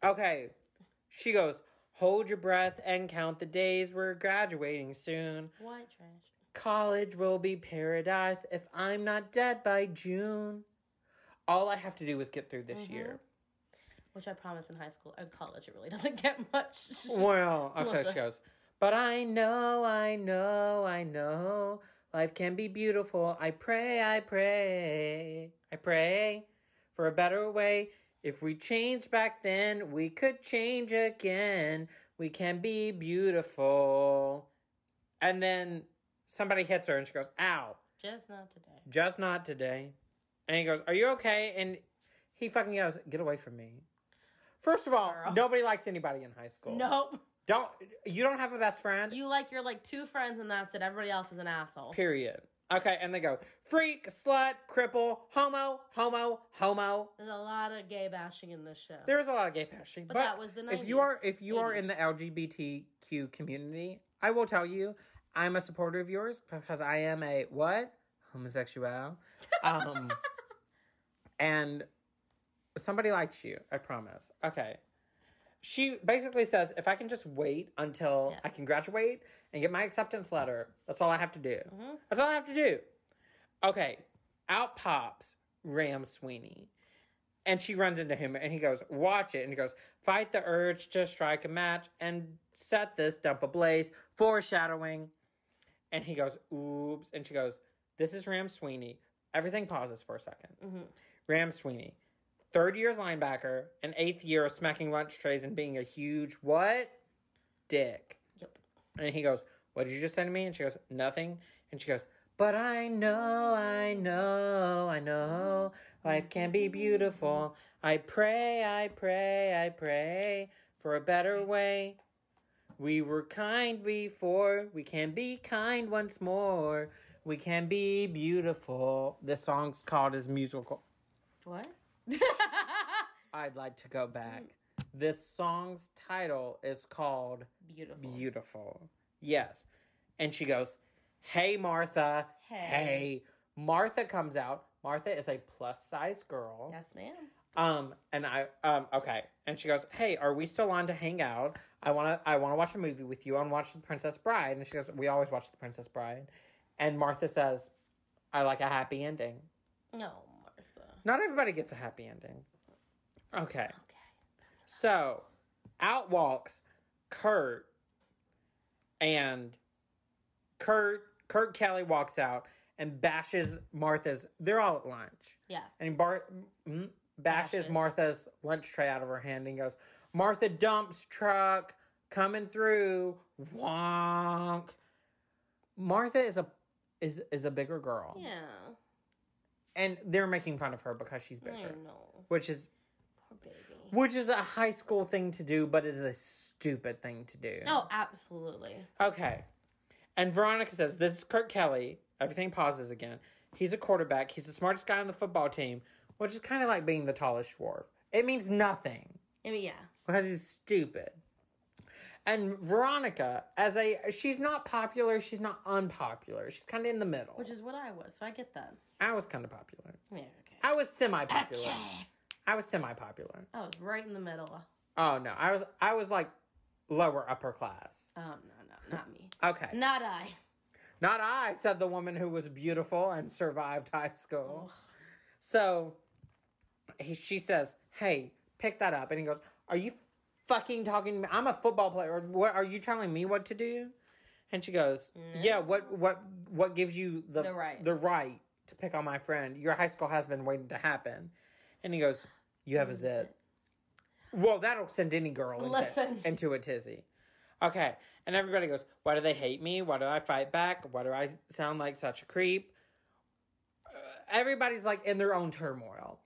okay. She goes, hold your breath and count the days. We're graduating soon. White trash. College will be paradise if I'm not dead by June. All I have to do is get through Mm-hmm. this year. Which I promise in high school and college, it really doesn't get much. Well, okay, Melissa. she goes, but I know, I know, I know life can be beautiful. I pray, I pray, I pray for a better way. If we change back then, we could change again. We can be beautiful. And then somebody hits her and she goes, ow, just not today. just not today. And he goes, are you okay? And he fucking goes, get away from me. First of all, Girl. nobody likes anybody in high school. Nope. Don't you don't have a best friend? You like your like two friends and that's it. Everybody else is an asshole. Period. Okay, and they go freak, slut, cripple, homo, homo, homo. There's a lot of gay bashing in this show. There is a lot of gay bashing, but, but, that was the 90s. if you are if you are in the 80s. LGBTQ community, I will tell you, I'm a supporter of yours because I am a what homosexual, um, and somebody likes you. I promise. Okay. She basically says, if I can just wait until Yeah. I can graduate and get my acceptance letter, that's all I have to do. Mhm. That's all I have to do. Okay, out pops Ram Sweeney. And she runs into him and he goes, Watch it. And he goes, Fight the urge to strike a match and set this dump ablaze, foreshadowing. And he goes, Oops. And she goes, This is Ram Sweeney. Everything pauses for a 2nd Mhm. Ram Sweeney, third year's linebacker, and eighth year of smacking lunch trays and being a huge what? Dick. Yep. And he goes, What did you just say to me? And she goes, Nothing. And she goes, But I know, I know, I know life can be beautiful. I pray, I pray, I pray for a better way. We were kind before, we can be kind once more. We can be beautiful. This song's called his musical. What? I'd like to go back. This song's title is called Beautiful. Beautiful. Yes. And she goes, Hey, Martha. Hey. Hey. Martha comes out. Martha is a plus size girl. Yes, ma'am. Um, and I, um, okay. And she goes, Hey, are we still on to hang out? I wanna, I wanna watch a movie with you. I wanna watch The Princess Bride. And she goes, We always watch The Princess Bride. And Martha says, I like a happy ending. No, Martha. Not everybody gets a happy ending. Okay. Okay. So out walks Kurt and Kurt Kurt Kelly walks out and bashes Martha's they're all at lunch. Yeah. And he bar, mm, bashes, Bashes. Martha's lunch tray out of her hand and he goes, Martha dumps truck coming through. Wonk. Martha is a is is a bigger girl. Yeah. And they're making fun of her because she's I bigger. know. Which is Poor baby. which is a high school thing to do, but it is a stupid thing to do. No, absolutely. Okay. And Veronica says, This is Kurt Kelly. Everything pauses again. He's a quarterback. He's the smartest guy on the football team, which is kind of like being the tallest dwarf. It means nothing I mean, yeah. because he's stupid. And Veronica, as a, she's not popular, she's not unpopular. She's kind of in the middle. Which is what I was, so I get that. I was kind of popular. Yeah, I was semi okay. popular. Okay. I was semi popular. I was right in the middle. Oh no, I was I was like lower upper class. Oh, no, no, not me. Okay. Not I. Not I, said the woman who was beautiful and survived high school. So he, she says, Hey, pick that up. And he goes, Are you fucking talking to me? I'm a football player. What are you telling me what to do? And she goes, Yeah, what what what gives you the, Mm. The right. the right to pick on my friend? Your high school has been waiting to happen. And he goes, You have a zit. Well, that'll send any girl into, Listen. into a tizzy. Okay. And everybody goes, Why do they hate me? Why do I fight back? Why do I sound like such a creep? Uh, everybody's like in their own turmoil.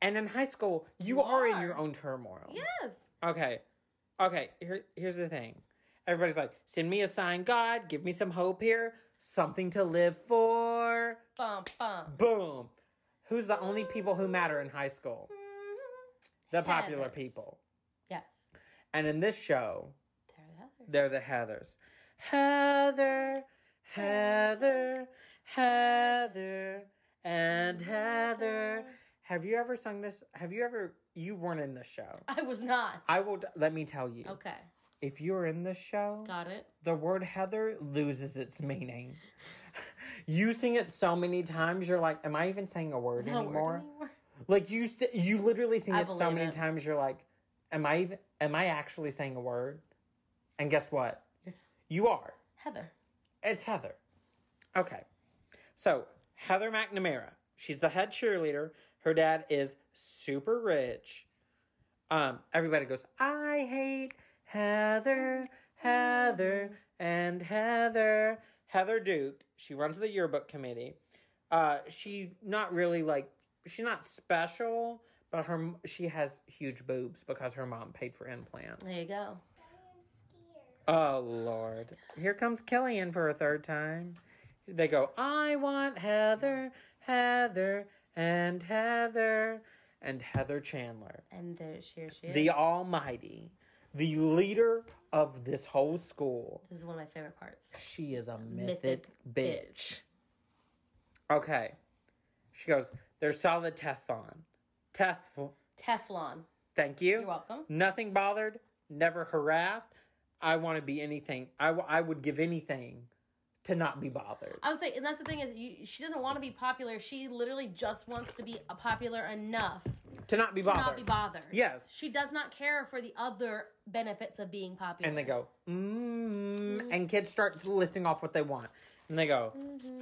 And in high school, you, You are. in are. your own turmoil. Yes. Okay. Okay. Here, here's the thing everybody's like, Send me a sign, God. Give me some hope here. Something to live for. Bum, bum. Boom. Who's the only people who matter in high school? Mm-hmm. The popular Heathers. people. Yes. And in this show, They're There they are. the Heathers. Heather, Heather, Heather, and Heather. Have you ever sung this? Have you ever? You weren't in this show. I was not. I will. Let me tell you. Okay. If you're in this show, Got it. the word Heather loses its meaning. you sing it so many times, you're like, "Am I even saying a word Is that a word anymore?" Like you, si- you literally sing I it so believe many it. times. You're like, "Am I even? Am I actually saying a word?" And guess what? You are. Heather. It's Heather. Okay. So, Heather McNamara. She's the head cheerleader. Her dad is super rich. Um, everybody goes, I hate Heather, Heather, and Heather. Heather Duke. She runs the yearbook committee. Uh, she's not really like, she's not special, But her m- she has huge boobs because her mom paid for implants. There you go. Oh Lord. Here comes Kellyanne for a third time. They go, I want Heather, Heather, and Heather, and Heather Chandler. And there she, here she is. The Almighty, the leader of this whole school. this is one of my favorite parts. She is a mythic, Mythic bitch. Okay. She goes, They're solid Teflon. Tef Teflon. thank you. You're welcome. Nothing bothered, never harassed. I want to be anything. I, w- I would give anything to not be bothered. I would say, and that's the thing is, you, she doesn't want to be popular. She literally just wants to be popular enough To not be to bothered. not be bothered. Yes. She does not care for the other benefits of being popular. And they go, mm, and kids start listing off what they want. And they go,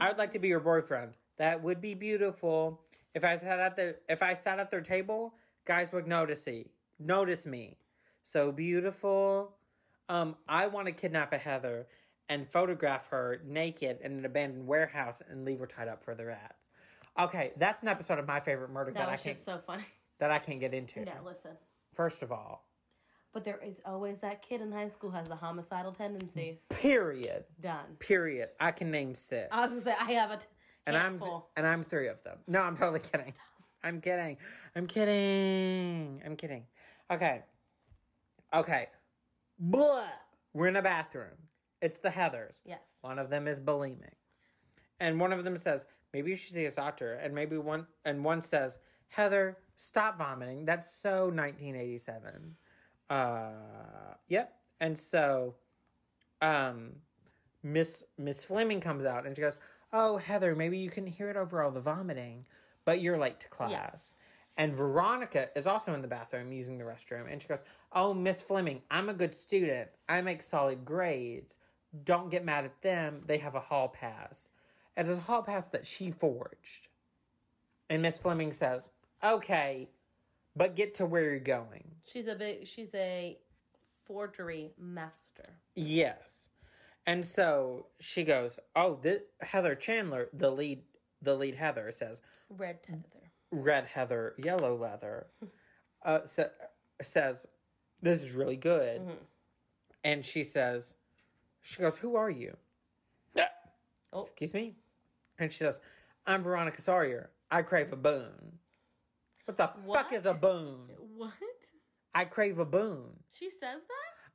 I would like to be your boyfriend. That would be beautiful. If I sat at the if I sat at their table, guys would notice me. Notice me. So beautiful. Um, I want to kidnap a Heather and photograph her naked in an abandoned warehouse and leave her tied up for the rats. Okay, that's an episode of my favorite murder that, that I was can't just so funny. that I can't get into. No, listen. First of all, But there is always that kid in high school has the homicidal tendencies. period. Done. Period. I can name six. I was gonna say I have a t- and I'm handful. and I'm three of them. No, I'm totally kidding. I'm kidding. I'm kidding. I'm kidding. Okay. Okay. Blah. We're in a bathroom. It's the Heathers. Yes. One of them is bulimic. And one of them says, maybe you should see a doctor. And maybe one and one says, Heather, stop vomiting. That's so 1987. Uh yep. And so um Miss Miss Fleming comes out and she goes, "Oh, Heather, maybe you can hear it over all the vomiting, but you're late to class." And Veronica is also in the bathroom using the restroom and she goes, "Oh, Miss Fleming, I'm a good student. I make solid grades. Don't get mad at them. They have a hall pass." And it's a hall pass that she forged. And Miss Fleming says, "Okay, but get to where you're going." She's a big. She's a forgery master. Yes. And so she goes, "Oh, this Heather Chandler, the lead the lead Heather says, Red tether. red heather, yellow leather." Uh sa- says, "This is really good." Mm-hmm. And she says, she goes, "Who are you?" Oh. Excuse me. And she says, "I'm Veronica Sawyer. I crave a boon." What the fuck What? is a boon? What? I crave a boon. She says that?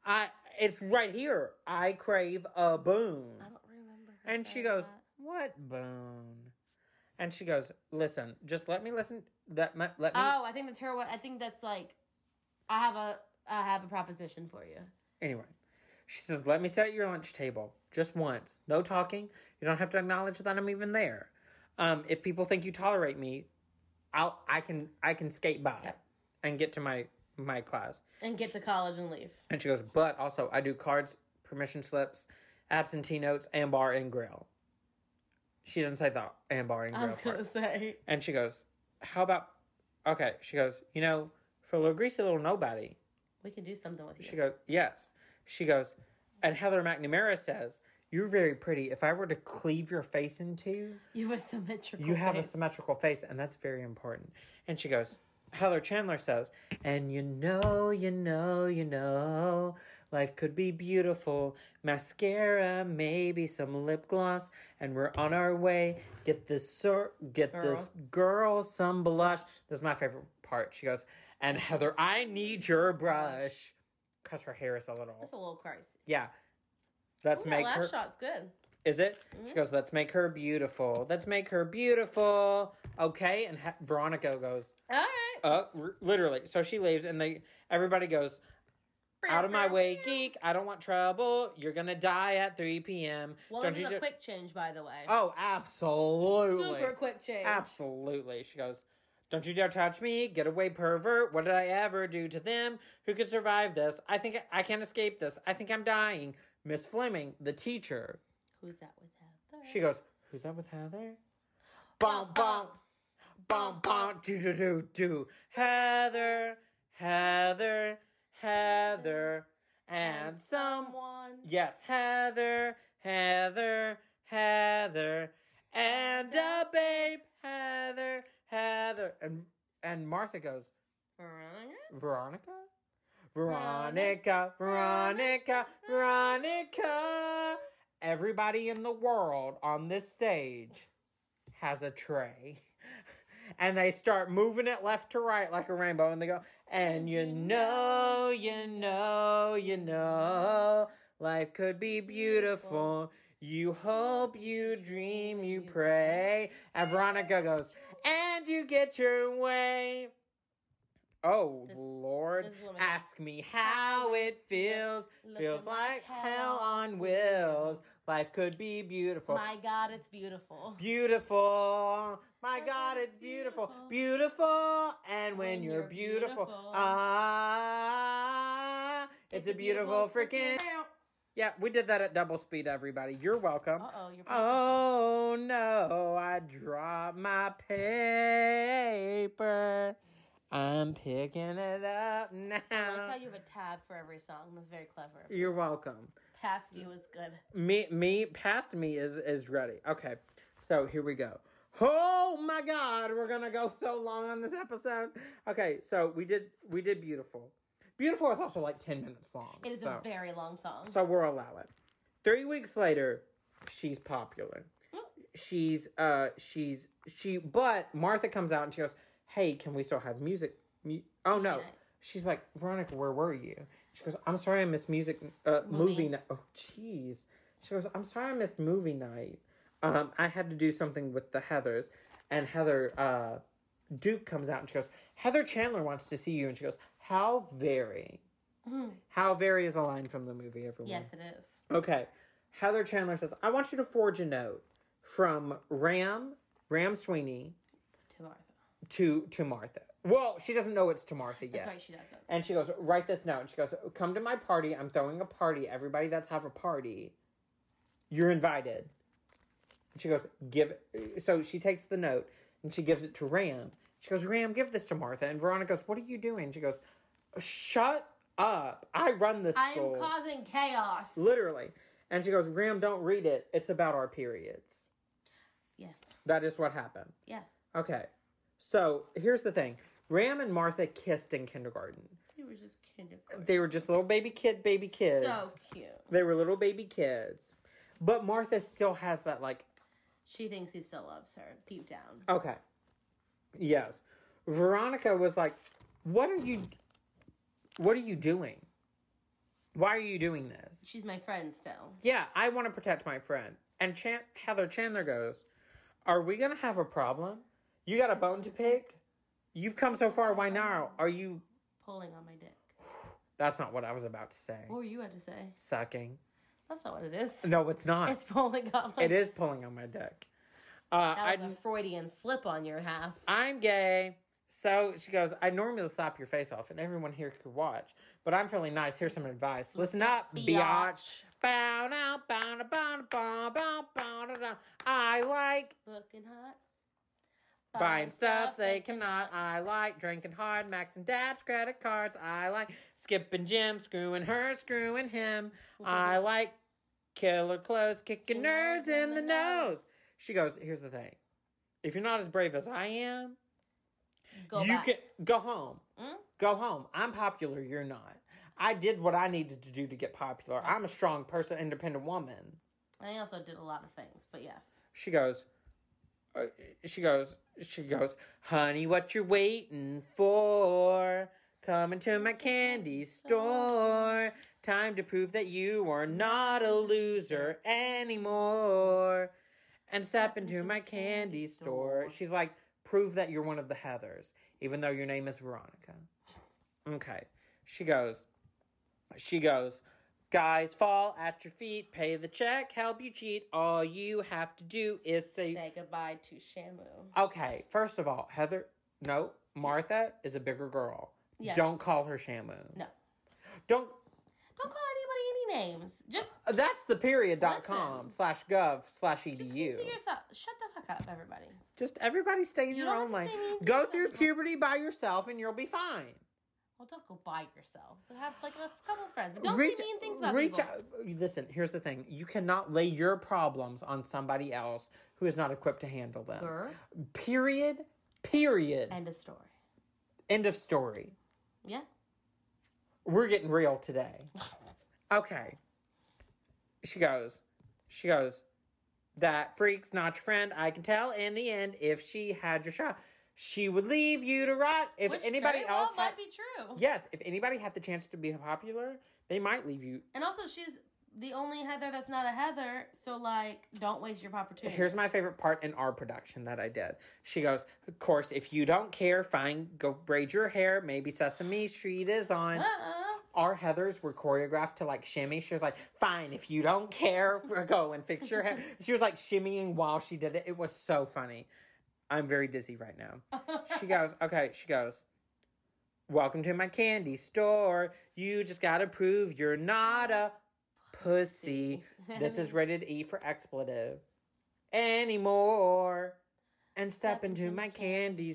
I it's right here. I crave a boon. I don't remember. Her And she saying goes, that. "What boon?" And she goes, "Listen, just let me listen. That let me. "Oh, I think that's her. wa- I think that's like, I have a, I have a proposition for you." Anyway, she says, "Let me sit at your lunch table just once. No talking. You don't have to acknowledge that I'm even there. Um, if people think you tolerate me, I'll I can I can skate by and get to my my class." And get to college and leave. And she goes, "But also, I do cards, permission slips, absentee notes, and bar and grill." She doesn't say the and bar and I grill. was part. gonna say. And she goes, How about okay, she goes, you know, for little greasy little nobody. We can do something with you. She goes, Yes. She goes, and Heather McNamara says, You're very pretty. If I were to cleave your face into, you have a symmetrical. you have a face. symmetrical face, and that's very important. And she goes, Heather Chandler says, and you know, you know, you know, life could be beautiful. Mascara, maybe some lip gloss, and we're on our way. Get this, sir, get this girl some blush. This is my favorite part. She goes, and Heather, I need your brush, cause her hair is a little, That's a little Christ. yeah. Let's Ooh, that make last her. shot's good. Is it? Mm-hmm. She goes, let's make her beautiful. Let's make her beautiful. Okay. And ha- Veronica goes, All right. uh, r- literally. So she leaves and they, everybody goes, out of my way, geek. I don't want trouble. You're going to die at 3 p.m. Well, don't this is do- a quick change, by the way. Oh, absolutely. Super quick change. Absolutely. She goes, Don't you dare touch me. Get away, pervert. What did I ever do to them? Who could survive this? I think I, I can't escape this. I think I'm dying. Miss Fleming, the teacher, Who's that with that? she goes, Who's that with Heather? Bom, bom, bom, bom, do, do, do, do. Heather, Heather, Heather, and someone. Yes, Heather, Heather, Heather, and a babe, Heather, Heather. And And Martha goes, Veronica? Veronica? Veronica, Veronica, Veronica. Everybody in the world on this stage has a tray. And they start moving it left to right like a rainbow. And they go, and you know, you know, you know, life could be beautiful. You hope, you dream, you pray. And Veronica goes, and you get your way. Oh Lord, this is what I'm gonna- ask me how it feels. Feels like hell on wheels. Life could be beautiful. My God, it's beautiful. Beautiful. My God, it's beautiful. Beautiful. And when you're beautiful, ah, it's a beautiful freaking. Yeah, we did that at double speed, everybody. You're welcome. Uh oh, you're Oh no, I dropped my paper. I'm picking it up I like how now. you have a tab for every song. That's very clever. You're welcome. Past you is good. Me me past me is is ready. Okay. So here we go. Oh my god, we're gonna go so long on this episode. Okay, so we did we did beautiful. Beautiful is also like ten minutes long. It is so. a very long song. So we'll allow it. Three weeks later, she's popular. She's uh she's she but Martha comes out and she goes, Hey, can we still have music? Mu- oh no. night. She's like, Veronica, where were you? She goes, I'm sorry I missed music uh movie night. Oh jeez. She goes, I'm sorry I missed movie night. Um I had to do something with the Heathers and Heather uh Duke comes out and she goes, Heather Chandler wants to see you and she goes, How very how very is a line from the movie, everyone. Mm-hmm. yes, it is. Okay. Heather Chandler says, I want you to forge a note from Ram, Ram Sweeney To Martha. to, to Martha. Well, she doesn't know it's to Martha yet. That's right, she doesn't. And she goes, write this note. And she goes, come to my party. I'm throwing a party. Everybody that's have a party, you're invited. And she goes, give it. So she takes the note and she gives it to Ram. She goes, Ram, give this to Martha. And Veronica goes, what are you doing? She goes, shut up. I run this I school. am causing chaos. Literally. And she goes, Ram, don't read it. It's about our periods. Yes, That is what happened. yes. Okay. So here's the thing Ram and Martha kissed in kindergarten. He was just kindergarten. They were just little baby kid, baby kids. So cute. They were little baby kids. But Martha still has that, like, She thinks he still loves her deep down. okay. Yes. Veronica was like, What are you. What are you doing? Why are you doing this? She's my friend still. yeah, I want to protect my friend. And Chan- Heather Chandler goes, Are we going to have a problem? You got a bone to pick? You've come so far. Why now? Are you. Pulling on my dick. That's not what I was about to say. What were you about to say? Sucking. That's not what it is. No, it's not. It's pulling on my It is pulling on my dick. Uh, That I, was a Freudian slip on your half. I'm gay. So she goes, I normally slap your face off, and everyone here could watch, but I'm feeling nice. Here's some advice. Listen up, biatch. Biatch. Bow down, bow down, bow down, bow down, bow down, down. I like Looking hot. Buying stuff they cannot. I like drinking hard, max and dabs, credit cards. I like skipping gym, screwing her, screwing him. I like killer clothes, kicking nerds in the nose. She goes, Here's the thing. If you're not as brave as I am, Go you back. Hmm? can go home. Go home. I'm popular, you're not. I did what I needed to do to get popular. I'm a strong person, independent woman. I also did a lot of things, but yes. She goes, uh, she goes, she goes, honey, what you waiting for? Come into my candy store. Time to prove that you are not a loser anymore. And step into my candy store. She's like, prove that you're one of the Heathers, even though your name is Veronica. Okay. She goes, she goes, Guys fall at your feet, pay the check, help you cheat. All you have to do is say. Say goodbye to Shamu. Okay, first of all, Heather, no, Martha is a bigger girl. Yes. Don't call her Shamu. No. Don't. Don't call anybody any names. Just That's the period.com Listen. slash gov slash just edu. keep to yourself. Shut the fuck up, everybody. Just everybody stay in your don't own have lane. to say anything Go to through people. puberty by yourself and you'll be fine. Well, don't go by yourself. Have like a couple friends, but don't say mean things about reach people. out. Listen, here's the thing. You cannot lay your problems on somebody else who is not equipped to handle them. Sir. Period. Period. End of story. End of story. Yeah. We're getting real today. Okay. She goes, she goes, that freak's not your friend. I can tell in the end if she had your shot, she would leave you to rot. If Which anybody very well else might had- be true. Yes, if anybody had the chance to be popular, they might leave you. And also, she's the only Heather that's not a Heather. So, like, don't waste your opportunity. Here's my favorite part in our production that I did. She goes, Of course, if you don't care, fine, go braid your hair. Maybe Sesame Street is on. uh-uh. Our Heathers were choreographed to like shimmy. She was like, Fine, if you don't care, go and fix your hair. She was like shimmying while she did it. It was so funny. I'm very dizzy right now. Uh-uh. she goes, okay, she goes, Welcome to my candy store. You just gotta prove you're not a pussy. This is rated E for expletive. Anymore. And step into my candy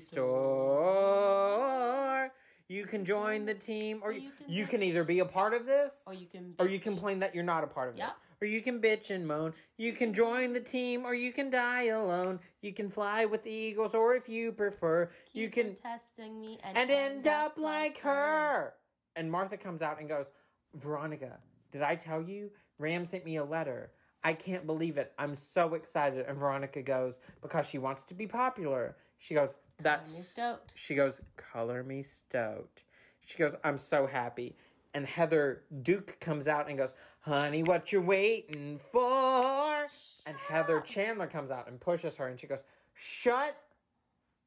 store. You can join the team, or you, you can either be a part of this, Or you can. or you complain that you're not a part of Yeah. this. Or you can bitch and moan. You can join the team or you can die alone. You can fly with the eagles or if you prefer, you keep can testing me and, and end up like her. And Martha comes out and goes, "Veronica, did I tell you Ram sent me a letter? I can't believe it. I'm so excited." And Veronica goes, "Because she wants to be popular." She goes, I'm "That's stoked. she goes, Color me stoked. She goes, I'm so happy. And Heather Duke comes out and goes, Honey, what you waiting for? And Heather Chandler comes out and pushes her and she goes, Shut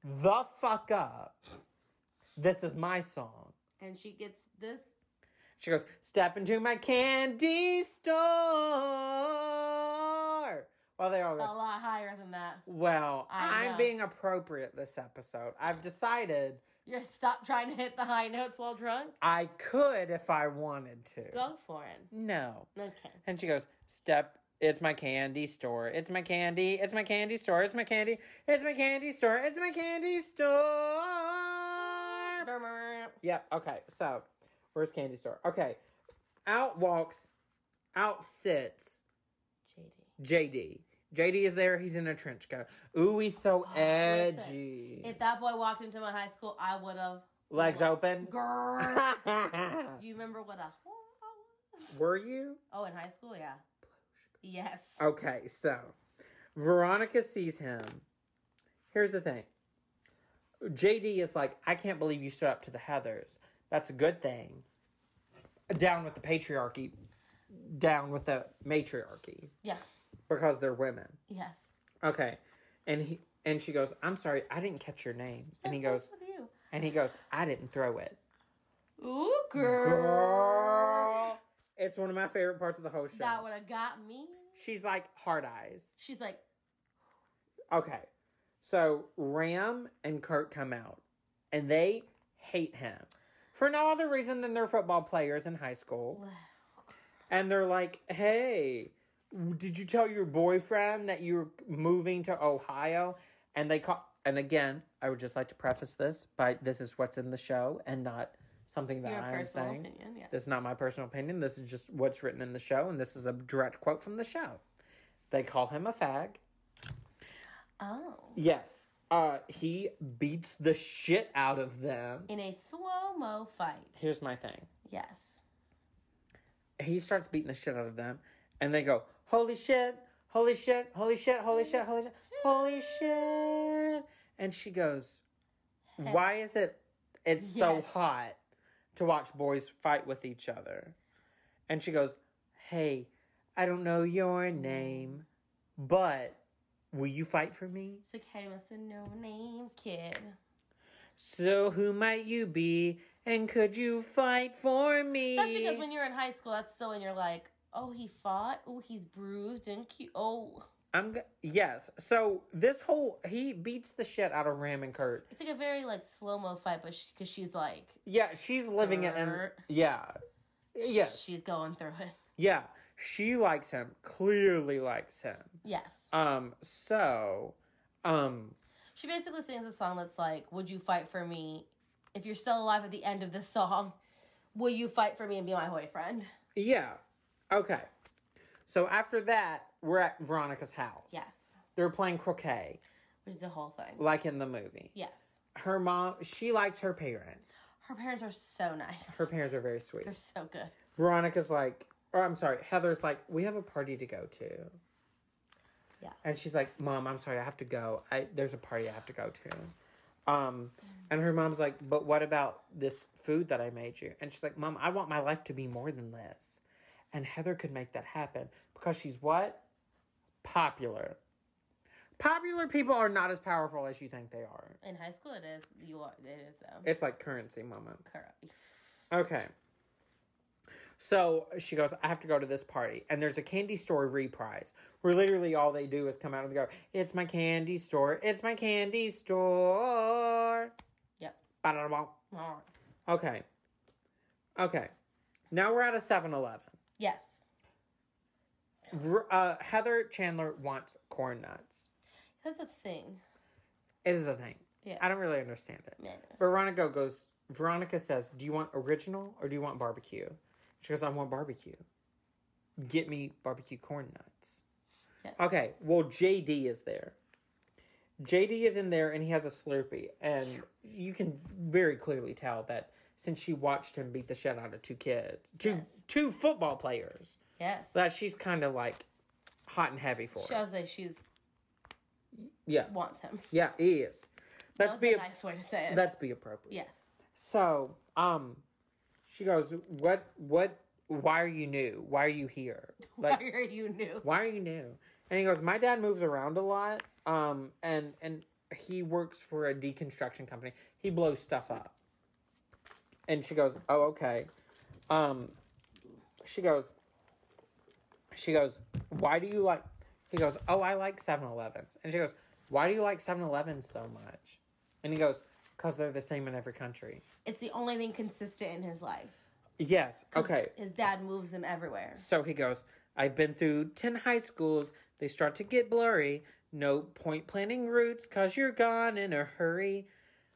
the fuck up. This is my song. And she gets this. She goes, Step into my candy store. Well, they all A go, lot higher than that. Well, Oh. I I'm know. being appropriate this episode. I've decided You're stop trying to hit the high notes while drunk. I could if I wanted to. Go for it. No. Okay. And she goes, Step, it's my candy store. It's my candy. It's my candy store. It's my candy. It's my candy store. It's my candy store. Yep. Okay. So, where's candy store? Okay. Out walks, out sits JD. JD. JD is there. He's in a trench coat. Ooh, he's so edgy. Oh, If that boy walked into my high school, I would have. Legs open. Girl. you remember what a whore I was? Were you? Oh, in high school, yeah. Yes. Okay, so Veronica sees him. Here's the thing. JD is like, I can't believe you stood up to the Heathers. That's a good thing. Down with the patriarchy. Down with the matriarchy. Yeah. Because they're women. Yes. Okay. And he and she goes, I'm sorry, I didn't catch your name. And he goes, What's with you? and he goes, I didn't throw it. Ooh, girl. Girl. It's one of my favorite parts of the whole show. That would have got me. She's like hard eyes. She's like, Okay. So Ram and Kurt come out and they hate him for no other reason than they're football players in high school. And they're like, hey, did you tell your boyfriend that you're moving to Ohio? And they call, and again, I would just like to preface this by this is what's in the show and not something that your I'm personal saying. opinion. Yeah. This is not my personal opinion. This is just what's written in the show, and this is a direct quote from the show. They call him a fag. Oh. Yes. Uh, he beats the shit out of them. In a slow mo fight. Here's my thing. Yes. He starts beating the shit out of them, and they go, "Holy shit! Holy shit! Holy shit! Holy shit! Holy shit! Holy shit!" And she goes, "Why is it? It's so Yes. hot to watch boys fight with each other." And she goes, "Hey, I don't know your name, but will you fight for me?" It's like, hey, Mr. No Name Kid. So who might you be, and could you fight for me? That's because when you're in high school, that's still when you're like, oh, he fought. Oh, he's bruised and cute. Oh. I'm g- yes. So this whole he beats the shit out of Ram and Kurt. It's like a very like slow mo fight, but because she's like, Yeah, she's living it, and Kurt. yeah, yes, she's going through it. yeah. She likes him. Clearly likes him. Yes. Um. So, um. She basically sings a song that's like, Would you fight for me? If you're still alive at the end of this song, will you fight for me and be my boyfriend? Yeah. Okay. So after that, we're at Veronica's house. Yes. They're playing croquet, Which is the whole thing. like in the movie. Yes. her mom she likes her parents. Her parents are so nice. Her parents are very sweet. They're so good. Veronica's like, or I'm sorry, Heather's like, we have a party to go to. Yeah. And she's like, Mom, I'm sorry, I have to go. I there's a party I have to go to. Um, and her mom's like, But what about this food that I made you? And she's like, Mom, I want my life to be more than this. And Heather could make that happen because she's what? Popular. Popular people are not as powerful as you think they are. In high school, it is. You are. It is though. It's like currency moment. Correct. Okay. So she goes, I have to go to this party. And there's a candy store reprise where literally all they do is come out and go, It's my candy store. It's my candy store. Yep. Ba-da-da-bum. Alright. Okay. Okay. Now we're at a 7 Eleven. Yes. Uh, Heather Chandler wants corn nuts. That's a thing. It is a thing. Yeah. I don't really understand it. Man. Veronica goes, Veronica says, Do you want original or do you want barbecue? She goes, I want barbecue. Get me barbecue corn nuts. Yes. Okay, well, JD is there. JD is in there and he has a Slurpee. And you can very clearly tell that since she watched him beat the shit out of two kids, two, Yes. two football players, Yes. that she's kind of like hot and heavy for it. Shows that she's Yeah, wants him. yeah, he is. That Let's was be, a a, nice way to say it. let's be appropriate. yes. So, um, she goes, "What? What? Why are you new? Why are you here? Like, Why are you new? why are you new?" And he goes, "My dad moves around a lot, um, and and he works for a deconstruction company. He blows stuff up." And she goes, "Oh, okay." Um, she goes, she goes, "Why do you like?" He goes, "Oh, I like 7-Elevens." And she goes, "Why do you like 7-Elevens so much?" And he goes, "Cause they're the same in every country." It's the only thing consistent in his life. Yes. Okay. His dad moves him everywhere. So he goes, I've been through 10 high schools. They start to get blurry. No point planning routes because you're gone in a hurry.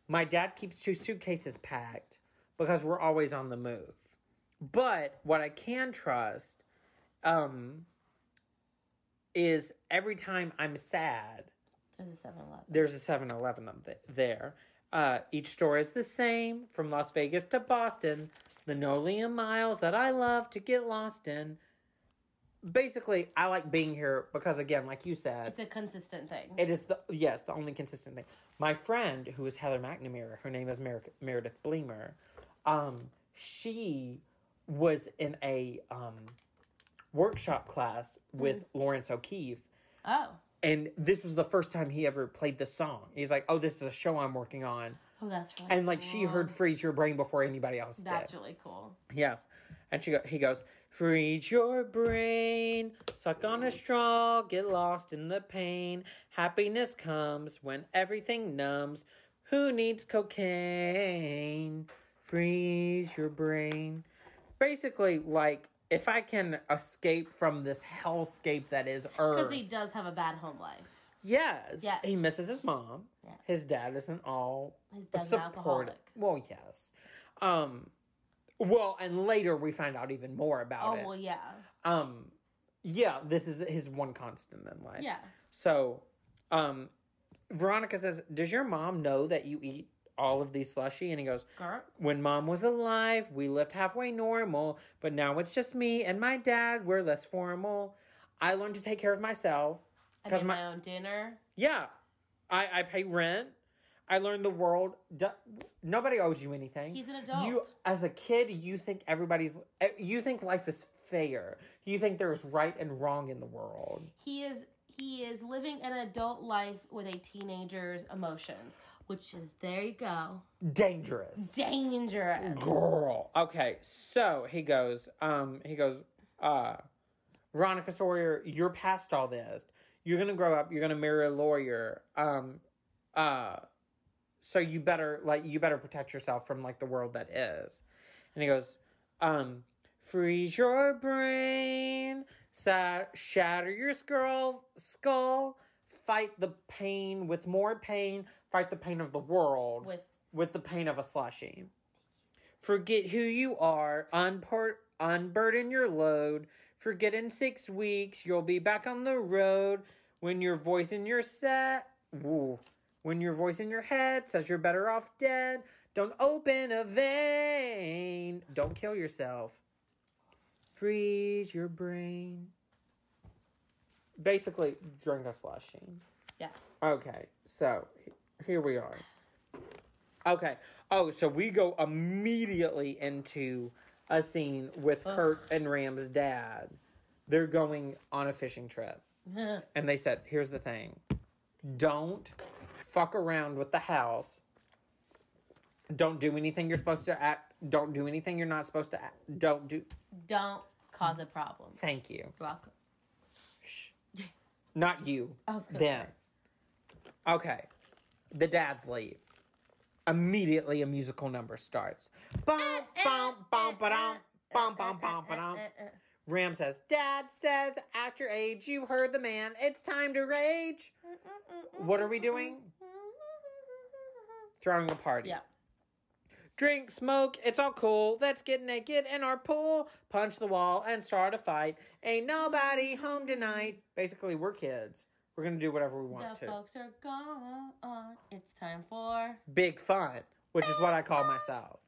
My dad keeps two suitcases packed because we're always on the move. But what I can trust um, is every time I'm sad, There's a 7 Eleven. there's a 7 Eleven there. Uh, each store is the same from Las Vegas to Boston, the Nolia miles that I love to get lost in. Basically, I like being here because, again, like you said, It's a consistent thing. it is the yes the only consistent thing. My friend, who is Heather McNamara, her name is Mer- Meredith Bleemer. Um, she was in a um, workshop class with Lawrence O'Keefe, oh. and this was the first time he ever played the song. He's like, "Oh, this is a show I'm working on," Oh, that's really and like she cool. heard "Freeze Your Brain" before anybody else That's did. really cool. Yes, and she go- he goes, "Freeze your brain, suck on a straw, get lost in the pain. Happiness comes when everything numbs. Who needs cocaine? Freeze your brain." Basically, like if I can escape from this hellscape that is Earth, Because he does have a bad home life. Yes. Yes. He misses his mom. Yeah. His dad isn't all His dad's an support. alcoholic. Well, yes. Um well, and later we find out even more about Oh, it. well, yeah. Um yeah, this is his one constant in life. Yeah. So, um Veronica says, "Does your mom know that you eat all of these slushy?" And he goes, Girl. when mom was alive, we lived halfway normal, but now it's just me and my dad. We're less formal. I learned to take care of myself. I 'Cause make my- my own dinner. Yeah, I I pay rent. I learned the world. Do, nobody owes you anything. He's an adult. You as a kid, you think everybody's. eh, You think life is fair. You think there's right and wrong in the world. he is he is living an adult life with a teenager's emotions which is there you go Dangerous. dangerous Girl. Okay, so he goes. Um, he goes. Uh, Veronica Sawyer, you're past all this. You're gonna grow up. You're gonna marry a lawyer. Um, uh, so you better like you better protect yourself from like the world that is. And he goes, um, freeze your brain, sa- shatter your skull, skull, fight the pain with more pain, fight the pain of the world with with the pain of a slushy. Forget who you are, unpar- unburden your load. Forget in six weeks, you'll be back on the road when your voice and your set. Ooh. When your voice in your head says you're better off dead, don't open a vein. Don't kill yourself. Freeze your brain. Basically, drink a slushie. Yes. Okay, so h- here we are. Okay. Oh, so we go immediately into a scene with Kurt and Ram's dad. They're going on a fishing trip. and they said, here's the thing don't fuck around with the house. Don't do anything you're supposed to act. Don't do anything you're not supposed to act. Don't do. Don't cause a problem. Thank you. You're welcome. Not you. I was gonna Them. say. Okay. The dads leave. Immediately a musical number starts. Bum, bum, bum, ba-dum, bum, bum, bum, ba-dum. Ram says, Dad says, at your age, you heard the man. It's time to rage. What are we doing? Throwing a party. Yeah. Drink, smoke, it's all cool. Let's get naked in our pool, punch the wall, and start a fight. Ain't nobody home tonight. Basically, we're kids. We're gonna do whatever we want The to. folks are gone. It's time for Big fun, which is what I call myself.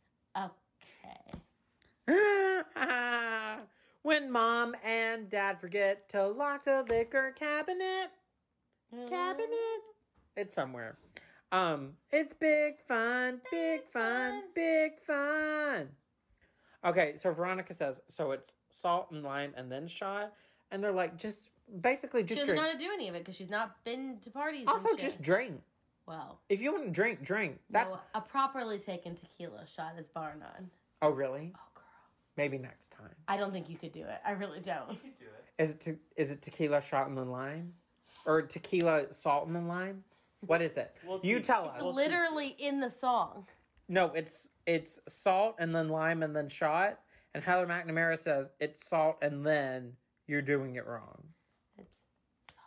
okay. when mom and dad forget to lock the liquor cabinet, cabinet, Mm-hmm. it's somewhere. Um, it's big fun, big fun, big fun. Okay, so Veronica says, so it's salt and lime and then shot, and they're like, just basically She just doesn't know drink. how to do any of it because she's not been to parties. and Also, shit. just drink. well, If you want to drink, drink. That's no, a properly taken tequila shot is bar none. oh really? Oh girl, Maybe next time. I don't think you could do it. I really don't. You do it. Is it te- is it tequila shot in the lime, or tequila salt in the lime? What is it? We'll you teach- tell we'll us. teach you. Literally in the song. No, it's it's salt and then lime and then shot. And Heather McNamara says it's salt and then you're doing it wrong. It's salt,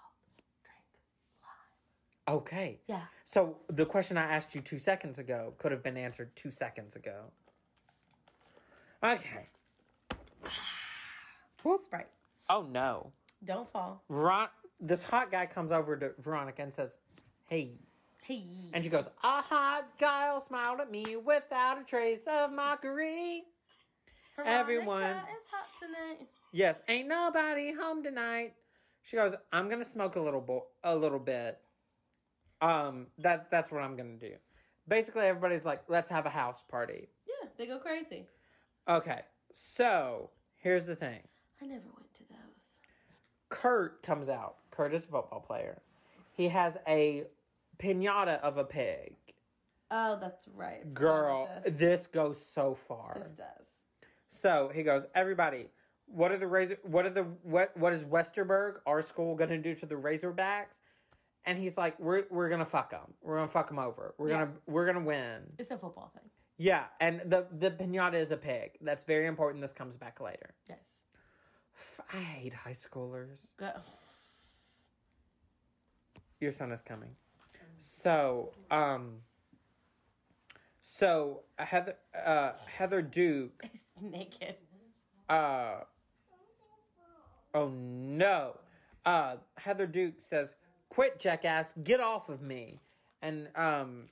drink. Okay. Yeah. So the question I asked you two seconds ago could have been answered two seconds ago. Okay. Sprite. Oh no. Don't fall. Veron- this hot guy comes over to Veronica and says, "Hey, Hey. And she goes, A hot guile smiled at me without a trace of mockery. everyone- Veronica is hot tonight. Yes, ain't nobody home tonight. She goes, I'm gonna smoke a little bo- a little bit. Um, that that's what I'm gonna do. Basically, everybody's like, let's have a house party. Yeah, they go crazy. Okay, so here's the thing. I never went to those. Kurt comes out. Kurt is a football player. He has a pinata of a pig. Oh, that's right. Girl, Forgot this. about this. goes so far. This does. So he goes, everybody, what are the razor? What are the what? What is Westerberg, our school, going to do to the Razorbacks? And he's like, we're we're gonna fuck them. We're gonna fuck them over. We're Yeah. gonna we're gonna win. It's a football thing. Yeah. And the the pinata is a pig. That's very important. This comes back later. Yes. F- I hate high schoolers. Go. Your son is coming. So um. So Heather uh, Heather Duke He's naked. uh oh no uh heather duke says quit jackass get off of me and um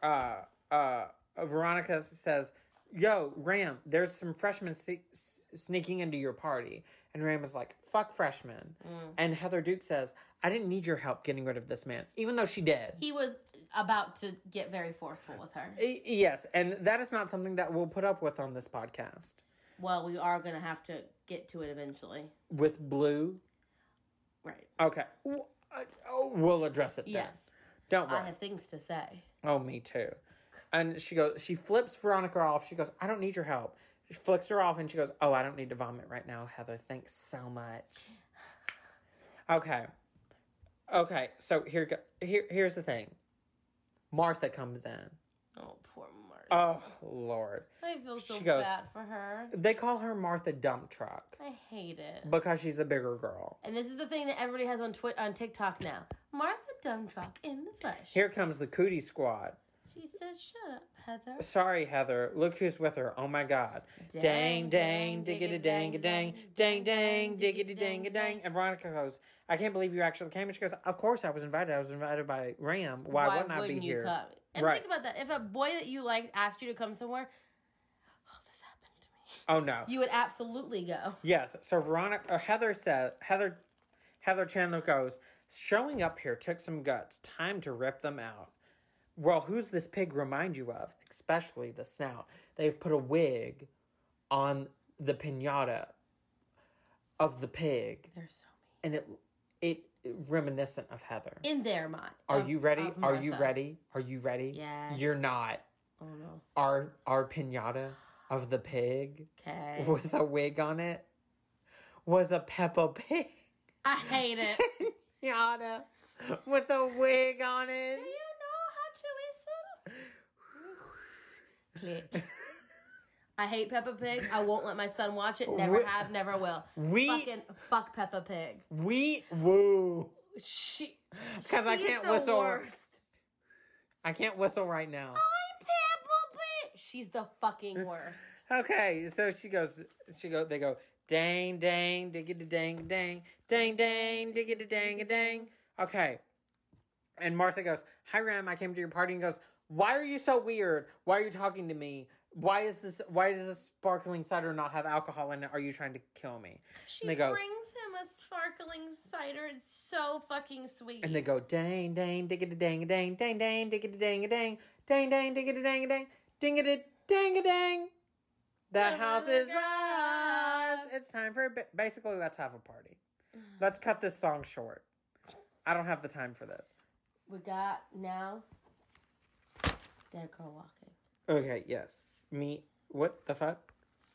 uh uh veronica says yo ram there's some freshmen se- s- sneaking into your party and ram is like fuck freshmen and heather duke says i didn't need your help getting rid of this man even though she did He was about to get very forceful with her. Y- yes and that is not something that we'll put up with on this podcast Well, we are going to have to get to it eventually. with blue Right. Okay. W- uh, oh, we'll address it then. Yes. Don't I worry. have things to say. Oh, me too. And she goes, she flips Veronica off. She goes, I don't need your help. She flicks her off and she goes, Oh, I don't need to vomit right now, Heather. Thanks so much. Okay. Okay. So here, go- here here's the thing Martha comes in. Oh, poor Marty. Oh, Lord. I feel so she goes- bad for her. They call her Martha Dump Truck I hate it. because she's a bigger girl. And this is the thing that everybody has on Twitter, on TikTok now. Martha Dumtruck in the flesh. Here comes the Cootie Squad. She says, "Shut up, Heather? Sorry, Heather. Look who's with her. Oh my God. Dang, dang, diggity, dang, dang, dang, dang, diggity, dang, dang. And Veronica goes, "I can't believe you actually came." And she goes, "Of course I was invited. I was invited by Ram. Why, wouldn't I be wouldn't you here?" come? And Right. think about that. If a boy that you liked asked you to come somewhere, oh, this happened to me. Oh no. You would absolutely go. Yes. So Veronica, or Heather said, Heather, Heather Chandler goes, showing up here took some guts. Time to rip them out. Well, who's this pig remind you of? Especially the snout. They've put a wig on the pinata of the pig, They're so and it it reminiscent of Heather. mean. In their mind. Are of- you ready? of Are you Martha. ready? Are you ready? Yes. You're not. Oh, no. Our our pinata of the pig Okay. with a wig on it was a Peppa Pig I hate it. pinata with a wig on it. Do you know how to whistle? Click. I hate Peppa Pig. I won't let my son watch it. Never Wh- have, never will. We Fucking fuck Peppa Pig. we woo She. because I she's can't the whistle. worst. I can't whistle right now. I'm Peppa Pig. She's the fucking worst. Okay, so she goes. She go. They go. Dang, dang, diggity, dang, dang, dang, dang, diggity, dang, dang. Okay, and Martha goes. Hi, Ram. I came to your party and goes. Why are you so weird? Why are you talking to me? Why is this? Why does this sparkling cider not have alcohol in it? Are you trying to kill me? She They go- brings him a sparkling cider. It's so fucking sweet. And they go dang dang diggity dang dang dang dang diggity dang dang dang dang diggity dang dang dingity dang dang. The house is ours. It's time for ba- basically let's have a party. Let's cut this song short. I don't have the time for this. we got now. Dead girl walking. Okay, yes. Me what the fuck?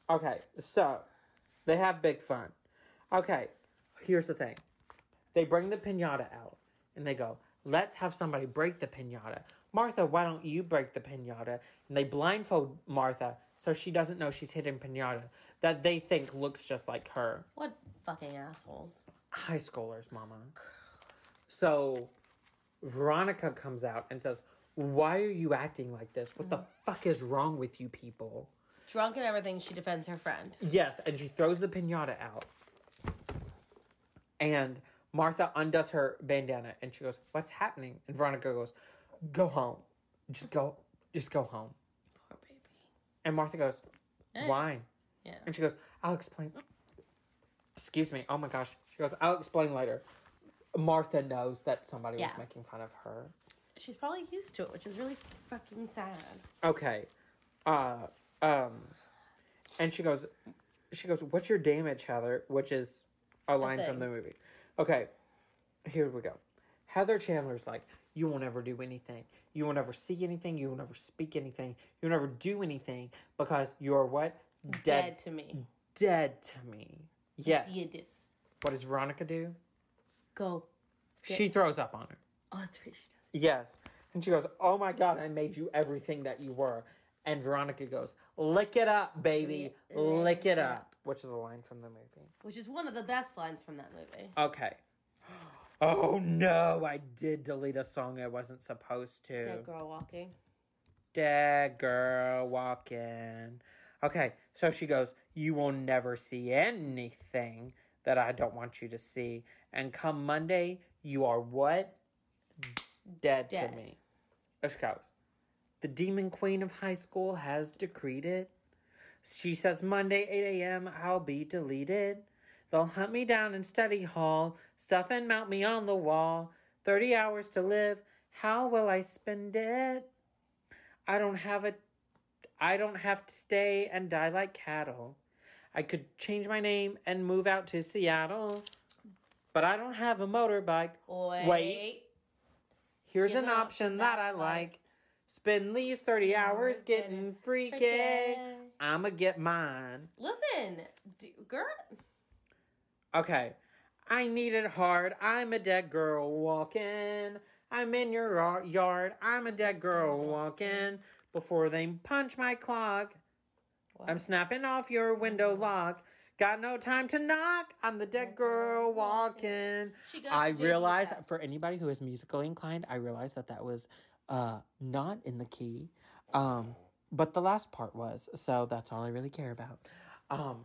Okay, so they have big fun. Okay, here's the thing. They bring the pinata out and they go, let's have somebody break the pinata. Martha, why don't you break the pinata? And they blindfold Martha so she doesn't know she's hitting pinata that they think looks just like her. What fucking assholes? High schoolers, mama. So Veronica comes out and says, why are you acting like this? What the fuck is wrong with you people? Drunk and everything, she defends her friend. Yes, and she throws the pinata out. And Martha undoes her bandana and she goes, What's happening? And Veronica goes, Go home. Just go just go home. Poor baby. And Martha goes, Why? Eh. Yeah. And she goes, I'll explain. Excuse me. Oh my gosh. She goes, I'll explain later. Martha knows that somebody Yeah. was making fun of her. She's probably used to it, which is really fucking sad. Okay. Uh um and she goes she goes, What's your damage, Heather? Which is a line from thing. the movie. Okay. Here we go. Heather Chandler's like, You won't ever do anything. You won't ever see anything. You won't ever speak anything. You'll never do anything because you're what? Dead Dead, dead, to me. to me. Yes. You did. What does Veronica do? Go. She throws up on her. Oh, that's right. She does. Yes. And she goes, Oh my God, I made you everything that you were. And Veronica goes, Lick it up, baby. Lick it up. Which is a line from the movie. Which is one of the best lines from that movie. Okay. Oh no, I did delete a song I wasn't supposed to. Dead girl walking. Dead girl walking. Okay, so she goes, You will never see anything that I don't want you to see. And come Monday, you are what? Dead, Dead. to me. Let's go. The demon queen of high school has decreed it. She says, Monday, 8 a.m., I'll be deleted. They'll hunt me down in study hall, stuff and mount me on the wall. 30 hours to live. How will I spend it? I don't have a I don't have to stay and die like cattle. I could change my name and move out to Seattle. But I don't have a motorbike. Wait. Wait. Here's Give an up option that I like. Spend these 30 hours getting freaky. Forget. I'ma get mine. Listen, do, girl. Okay. I need it hard. I'm a dead girl walking. I'm in your ar- yard. I'm a dead girl walking. Before they punch my clock, What? I'm snapping off your window lock. Got no time to knock. I'm the dead girl walking. She goes I to Disney realize Fest. for anybody who is musically inclined, I realize that that was uh, not in the key. Um, But the last part was, so that's all I really care about. Um,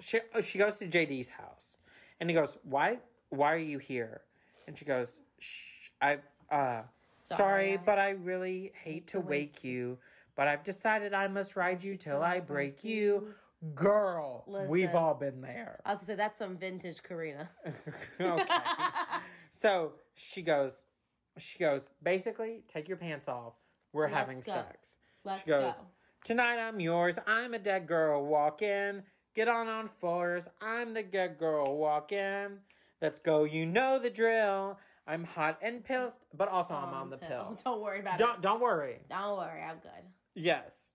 she oh, she goes to JD's house, and he goes, "Why? Why are you here?" And she goes, Shh, "I uh, sorry, I- but I really hate to wake you, but I've decided I must ride you till I break you." Girl, we've Listen. all been there. I was gonna say that's some vintage Karina. okay. So she goes, she goes, basically, take your pants off. We're Let's having go. sex. Let's she goes, go. tonight I'm yours. I'm a dead girl walking. Get on on fours. I'm the dead girl walking. Let's go. You know the drill. I'm hot and pissed, but also I'm on the pill. Don't worry about it. Don't don't worry. Don't worry, I'm good. Yes.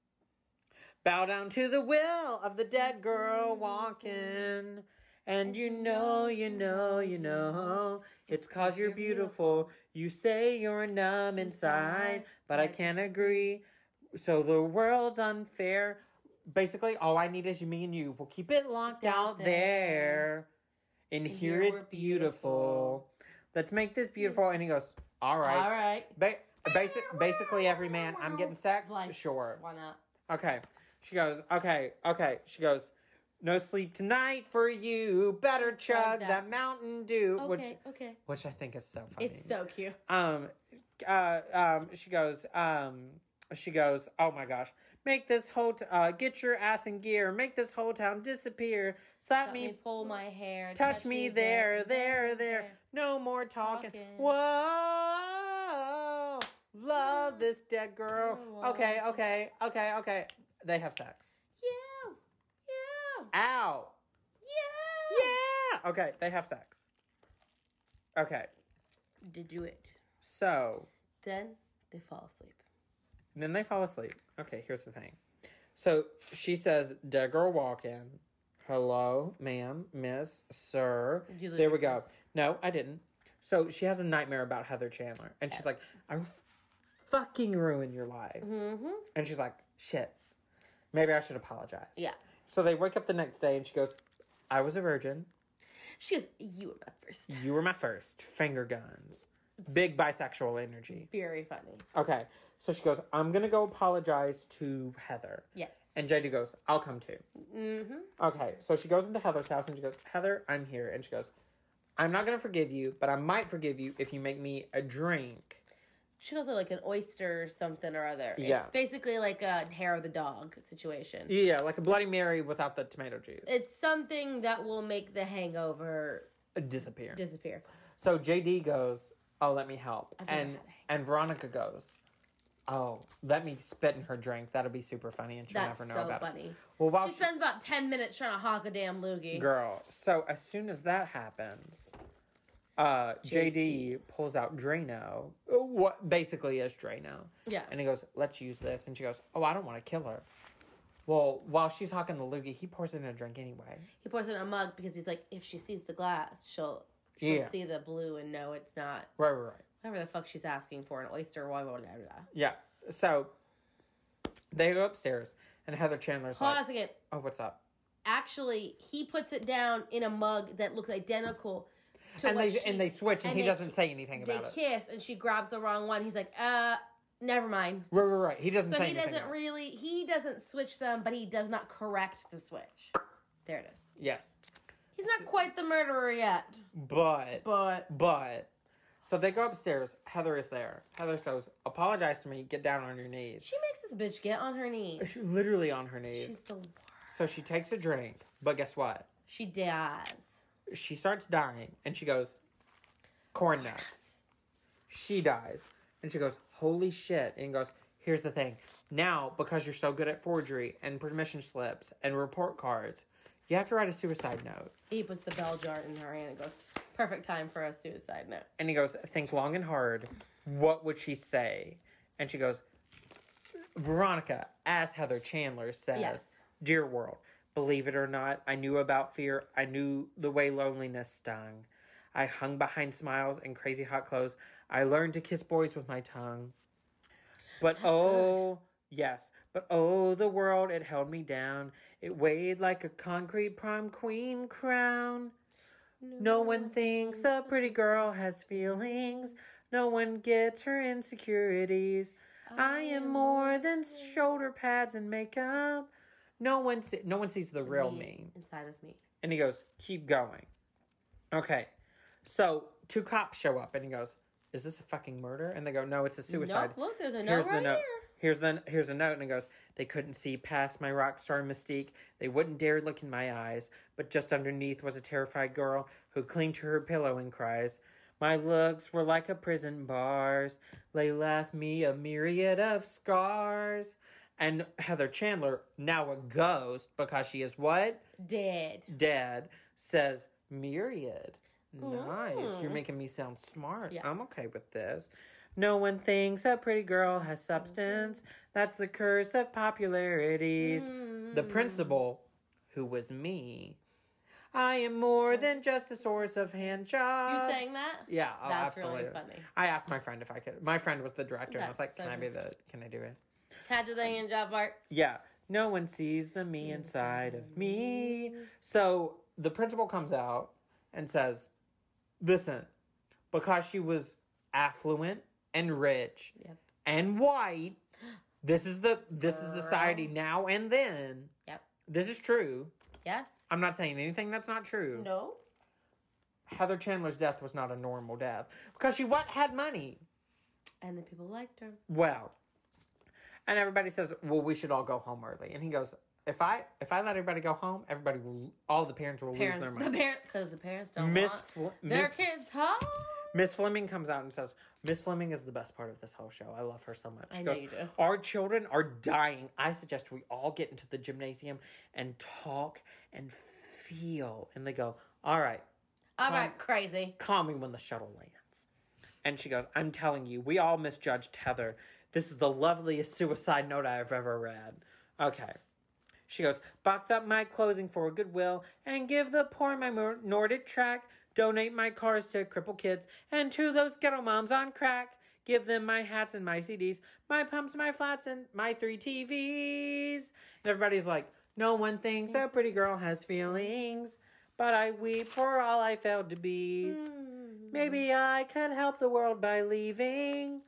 Bow down to the will of the dead girl walking. And you know, you know, you know, it's cause you're beautiful. You say you're numb inside, but I can't agree. So the world's unfair. Basically, all I need is me and you. We'll keep it locked out there. And here Here it's beautiful. we're beautiful. Let's make this beautiful. And he goes, All right. All right. Ba- basic, basically every man. I'm getting sex. Like- sure. Why not? Okay. She goes. Okay. Okay. She goes. No sleep tonight for you. Better chug Chug that, that. Mountain Dew, Okay, which okay. which I think is so funny. It's so cute. um, uh, um. She goes. Um. She goes. Oh my gosh. Make this whole t- uh, get your ass in gear. Make this whole town disappear. Slap Let me me pull my hair. Touch, me, there, there, there, No more talking. Talking. Whoa. Love this dead girl. Whoa. Okay, okay, okay, okay. They have sex. Yeah, yeah, Ow. yeah. Yeah. Okay, they have sex. Okay, Did you it? so Then they fall asleep. then they fall asleep. Okay, here's the thing. So she says, Dead girl walking. Hello, ma'am, miss, sir. Did you lose There your we go. place? No, I didn't. So she has a nightmare about Heather Chandler, and she's Yes. like, "I fucking ruined your life." Mm-hmm. And she's like, "Shit, maybe I should apologize." Yeah. So they wake up the next day, and she goes, "I was a virgin. She goes, you were my first. You were my first. Finger guns. Big bisexual energy." Very funny. Okay. So she goes, "I'm gonna go apologize to Heather," Yes. and JD goes, "I'll come too." Mm-hmm. Okay, so she goes into Heather's house and she goes, Heather, I'm here. And she goes, I'm not going to forgive you, but I might forgive you if you make me a drink. She goes to like an oyster or something or other. Yeah. It's basically like a hair of the dog situation. Yeah, like a Bloody Mary without the tomato juice. It's something that will make the hangover disappear. disappear. so JD goes, Oh, let me help. I've And never had a hangover. and Veronica goes, Oh, let me spit in her drink. That'll be super funny and she'll That's never know so about it. funny. Well, while She she, spends about 10 minutes trying to hawk a damn loogie. girl, so as soon as that happens, uh, JD, pulls out Drano, uh, what basically is Drano. Yeah. And he goes, let's use this. And she goes, oh, I don't want to kill her. Well, while she's hawking the loogie, he pours it in a drink anyway. He pours it in a mug because he's like, if she sees the glass, she'll, she'll Yeah. see the blue and know it's not Right, right, right. whatever the fuck she's asking for an oyster. Why won't I? Yeah. So they go upstairs, and Heather Chandler's Hold on like, a second. oh, what's up? Actually, he puts it down in a mug that looks identical to And what they she- and they switch, and, and he they- doesn't say anything they about it. kiss, and she grabs the wrong one. He's like, uh, never mind. Right, right, right. He doesn't So say he anything. doesn't about it. really he doesn't switch them, but he does not correct the switch. There it is. Yes, He's not quite the murderer yet, but but but so they go upstairs. Heather is there. Heather says, apologize to me. Get down on your knees. she makes this bitch get on her knees. She's literally on her knees. She's the worst. So she takes a drink, but guess what? She dies. She starts dying and she goes, corn nuts. She dies. And she goes, holy shit. And he goes, here's the thing. Now, because you're so good at forgery and permission slips and report cards, you have to write a suicide note. He puts the bell jar in her hand and goes, "Perfect time for a suicide note." And he goes, think long and hard. What would she say? And she goes, Veronica, as Heather Chandler says, Yes. Dear world, believe it or not, I knew about fear. I knew the way loneliness stung. I hung behind smiles and crazy hot clothes. I learned to kiss boys with my tongue. But oh, yes, but oh, the world, it held me down. It weighed like a concrete prom queen crown. No one thinks a pretty girl has feelings. No one gets her insecurities. I am more than shoulder pads and makeup. No one, see- no one sees the real me. Inside of me. And he goes, keep going. Okay. So two cops show up and he goes, is this a fucking murder? And they go, no, it's a suicide. Nope, look, there's a note Here's the right note. here. Here's the here's a note, and it goes. They couldn't see past my rock star mystique. They wouldn't dare look in my eyes. But just underneath was a terrified girl who clinged to her pillow and cries. My looks were like a prison bars. They left me a myriad of scars. And Heather Chandler, now a ghost because she is what Dead. dead, says myriad. Nice. You're Mm. making me sound smart. Yeah. I'm okay with this. No one thinks a pretty girl has substance. That's the curse of popularities. The Mm. Hmm. principal, who was me, I am more than just a source of hand You jobs. sang that? Yeah, oh, That's absolutely. really funny. I asked my friend if I could. My friend was the director, and I was like, That's so "Can I be the? Can I do it?" Had to thing and job part. Yeah. No one sees the me inside of me. So the principal comes out and says, Listen, because she was affluent and rich Yep. and white, this is the this is the society Girl. now and then. Yep. This is true. Yes. I'm not saying anything that's not true. No. Heather Chandler's death was not a normal death because she what had money. And the people liked her. well and everybody says well we should all go home early and he goes if i if i let everybody go home everybody will all the parents will lose their Parents, the money parents, because the parents don't miss, want Fle- their miss, kids home. miss fleming comes out and says miss fleming is the best part of this whole show i love her so much I she know goes you do. our children are dying i suggest we all get into the gymnasium and talk and feel and they go all right All right, crazy. call me when the shuttle lands. And she goes, I'm telling you, we all misjudged Heather. This is the loveliest suicide note I've ever read. Okay. She goes, box up my closing for Goodwill and give the poor my Nordic track. Donate my cars to cripple kids and to those ghetto moms on crack. Give them my hats and my CDs, my pumps, my flats, and my three TVs. And everybody's like, no one thinks a pretty girl has feelings, but I weep for all I failed to be. Maybe Mm-hmm. I could help the world by leaving.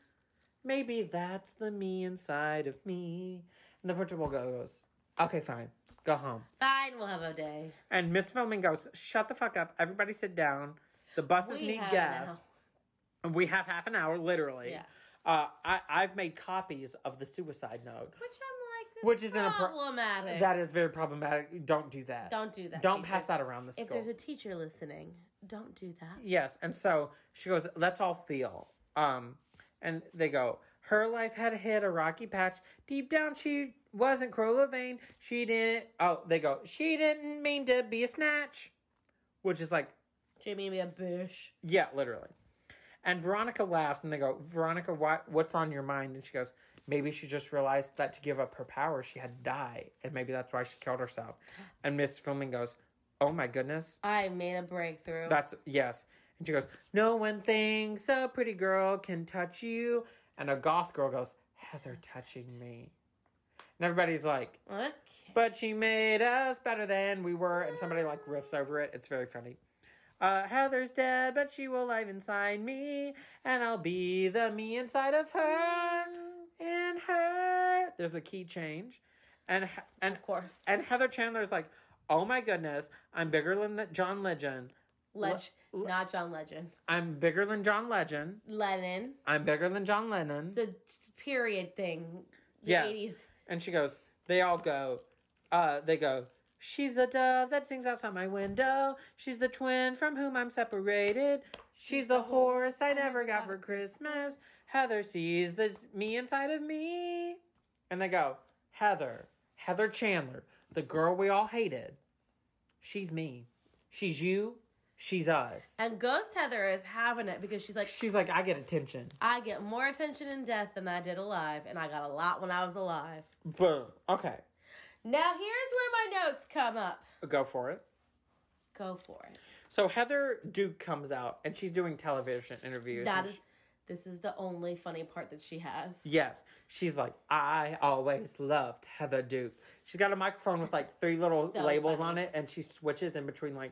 Maybe that's the me inside of me. And the principal goes, Okay, fine. Go home. Fine, we'll have a day. And Miss Filming goes, Shut the fuck up. Everybody sit down. The buses We need have gas. now. And we have half an hour, literally. Yeah. Uh, I, I've made copies of the suicide note. Which I'm like, Which which is is inappro- problematic. That is very problematic. Don't do that. don't do that. Don't teacher. pass that around the If school. there's a teacher listening, don't do that. Yes, and so she goes, "Let's all feel." Um, and they go, "Her life had hit a rocky patch. Deep down, she wasn't cruel or vain. She didn't." Oh, they go, "She didn't mean to be a snatch," which is like, Do you mean to be a bush? yeah, literally. And Veronica laughs, and they go, "Veronica, why, what's on your mind?" And she goes, "Maybe she just realized that to give up her power, she had to die, and maybe that's why she killed herself." And Miss Fleming goes, "Oh my goodness, I made a breakthrough. that's yes. And she goes, No one thinks a pretty girl can touch you. And a goth girl goes, Heather touching me. And everybody's like, okay. But she made us better than we were. And somebody like riffs over it. It's very funny. Uh, Heather's dead, but she will live inside me. And I'll be the me inside of her. In her. There's a key change. And, he- and Of course. and Heather Chandler's like, oh my goodness, I'm bigger than the- John Legend. Leg- Le- not John Legend. I'm bigger than John Legend. Lennon. I'm bigger than John Lennon. It's a period thing. The Yes. 80s. And she goes, they all go, uh, they go, she's the dove that sings outside my window. She's the twin from whom I'm separated. She's the horse I never got for Christmas. Heather sees this me inside of me. And they go, Heather, Heather Chandler, the girl we all hated. She's me. She's you. She's us. And Ghost Heather is having it because she's like, She's like, I get attention. I get more attention in death than I did alive, and I got a lot when I was alive. Boom. Okay. Now here's where my notes come up. Go for it. Go for it. So Heather Duke comes out and she's doing television interviews. That and is, she- this is the only funny part that she has. yes. She's like, I always loved Heather Duke. She's got a microphone with like three little So labels funny. on it and she switches in between like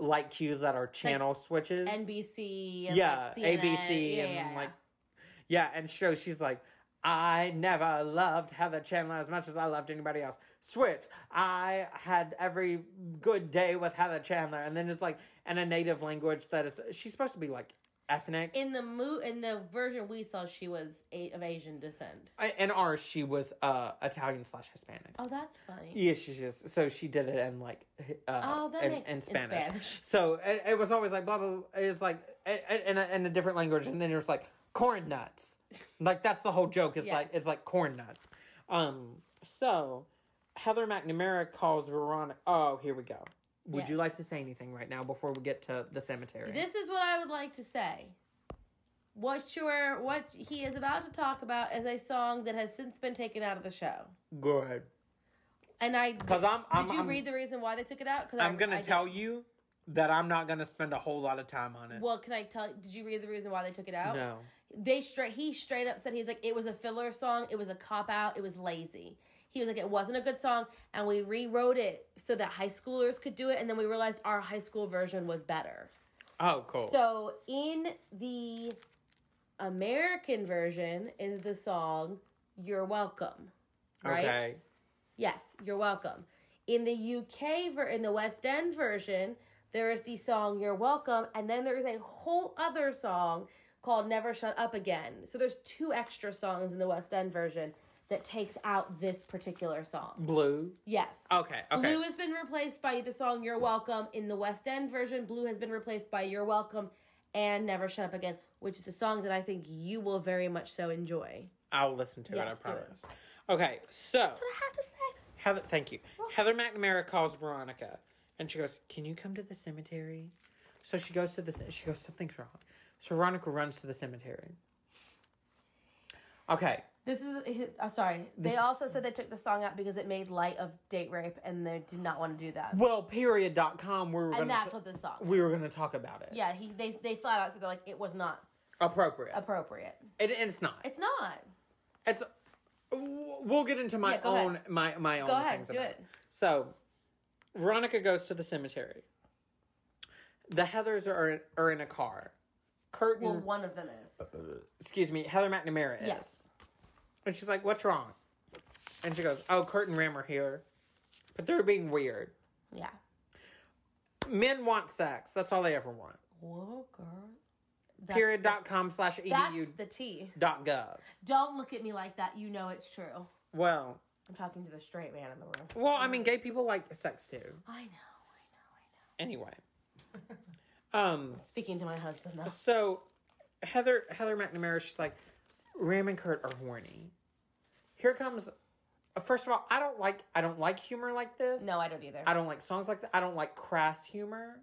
light cues that are channel switches. NBC, and yeah, like CNN. ABC yeah, and yeah, like yeah, and so she's like, I never loved Heather Chandler as much as I loved anybody else. Switch. I had every good day with Heather Chandler, and then it's like in a native language that is she's supposed to be like ethnic. In the mo- in the version we saw, she was a- of Asian descent. I- in ours, she was uh, Italian slash Hispanic. Oh, that's funny. Yeah, she's just so she did it in like hi- uh, Oh, that in, makes- in in Spanish. Spanish. So it, it was always like blah blah. blah. It's like i- i- in a, in a different language, and then it was like corn nuts. Like that's the whole joke. Is like Yes. it's like corn nuts. Um. So Heather McNamara calls Veronica. Oh, here we go. Would you Yes. like to say anything right now before we get to the cemetery? This is what I would like to say. What your what he is about to talk about is a song that has since been taken out of the show. Go ahead. And I Because I'm. I'm did you I'm, read the reason why they took it out? Because I'm gonna tell you that I'm not gonna spend a whole lot of time on it. Well, can I tell? Did you read the reason why they took it out? no. They straight he straight up said he was like it was a filler song. It was a cop out. It was lazy. He was like it wasn't a good song, and we rewrote it so that high schoolers could do it. And then we realized our high school version was better. Oh, cool. So in the American version is the song "You're Welcome," right? Okay. Yes, "You're Welcome." In the UK ver- in the West End version, there is the song "You're Welcome," and then there is a whole other song called "Never Shut Up Again." So there's two extra songs in the West End version that takes out this particular song. Blue. Yes. Okay. Okay. Blue has been replaced by the song You're Welcome. In the West End version, Blue has been replaced by You're Welcome and Never Shut Up Again, which is a song that I think you will very much so enjoy. I'll listen to it. I Yes, do it. promise. Okay, so That's what I have to say. Heather, thank you. Heather McNamara calls Veronica, and she goes, "Can you come to the cemetery?" So she goes to the. ce- She goes, "Something's wrong." So Veronica runs to the cemetery. Okay, This is, oh, sorry. They also said they took the song out because it made light of date rape and they did not want to do that. well, period.com, we were going And that's to what this song we were is. going to talk about it. Yeah, he, they, they flat out said they're like, it was not Appropriate. appropriate. It, it's not. It's not. It's w- we'll get into my Yeah, go own ahead. my my own Go ahead, things do about it. So Veronica goes to the cemetery. The Heathers are are in a car. Curtain, Well, one of them is. excuse me, Heather McNamara is. Yes. And she's like, "What's wrong?" And she goes, "Oh, Curtin Rammer here." But they're being weird. Yeah. Men want sex. That's all they ever want. Whoa, girl. That's Period. dot com slash That's edu the T. dot gov. Don't look at me like that. You know it's true. Well, I'm talking to the straight man in the room. well, I mean, gay people like sex too. I know, I know, I Anyway, um, know. Speaking to my husband though. So Heather Heather McNamara, she's like, Ram and Kurt are horny. Here comes first of all, I don't like I don't like humor like this. No, I don't either. I don't like songs like that. I don't like crass humor.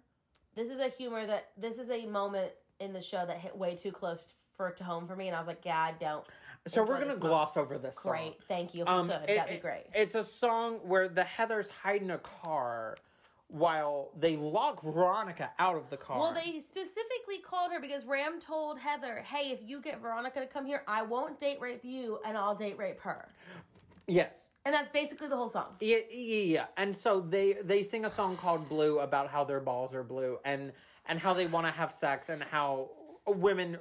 this is a humor that this is a moment in the show that hit way too close for to home for me, and I was like, yeah, I don't. So Enjoy we're gonna this gloss over this song. Great, thank you. If Um, you could, it- that'd be it- great. It's a song where the Heathers hide in a car while they lock Veronica out of the car. Well, they specifically called her because Ram told Heather, "Hey, if you get Veronica to come here, I won't date rape you, and I'll date rape her." yes. And that's basically the whole song. Yeah, yeah, yeah. And so they they sing a song called "Blue" about how their balls are blue and and how they want to have sex and how women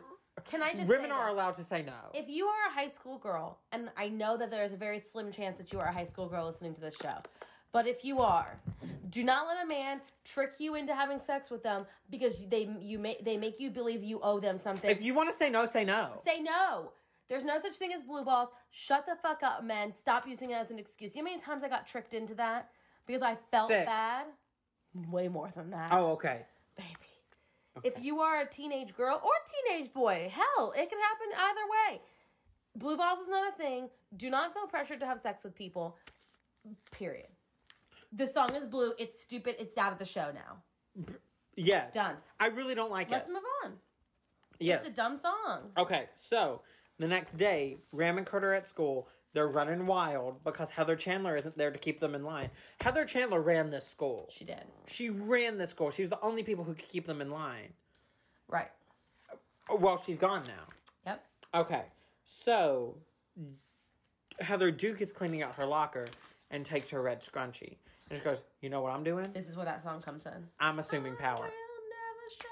Can I just women say are this? allowed to say no. If you are a high school girl, and I know that there is a very slim chance that you are a high school girl listening to this show, but if you are, do not let a man trick you into having sex with them because they you make they make you believe you owe them something. If you want to say no, say no. Say no. There's no such thing as blue balls. Shut the fuck up, men. Stop using it as an excuse. You know how many times I got tricked into that because I felt Six. bad? Way more than that Oh, okay. baby. If you are a teenage girl or teenage boy, hell, it can happen either way. Blue balls is not a thing. Do not feel pressured to have sex with people. Period. The song is blue. It's stupid. It's out of the show now. Yes. Done. I really don't like Let's it. move on. Yes. It's a dumb song. okay. So the next day, Ram and Kurt are at school. They're running wild because Heather Chandler isn't there to keep them in line. Heather Chandler ran this school. She did. She ran this school. She was the only people who could keep them in line. Right. Well, she's gone now. Yep. Okay, so Heather Duke is cleaning out her locker and takes her red scrunchie. And she goes, You know what I'm doing? This is where that song comes in. I'm assuming I will power. never shut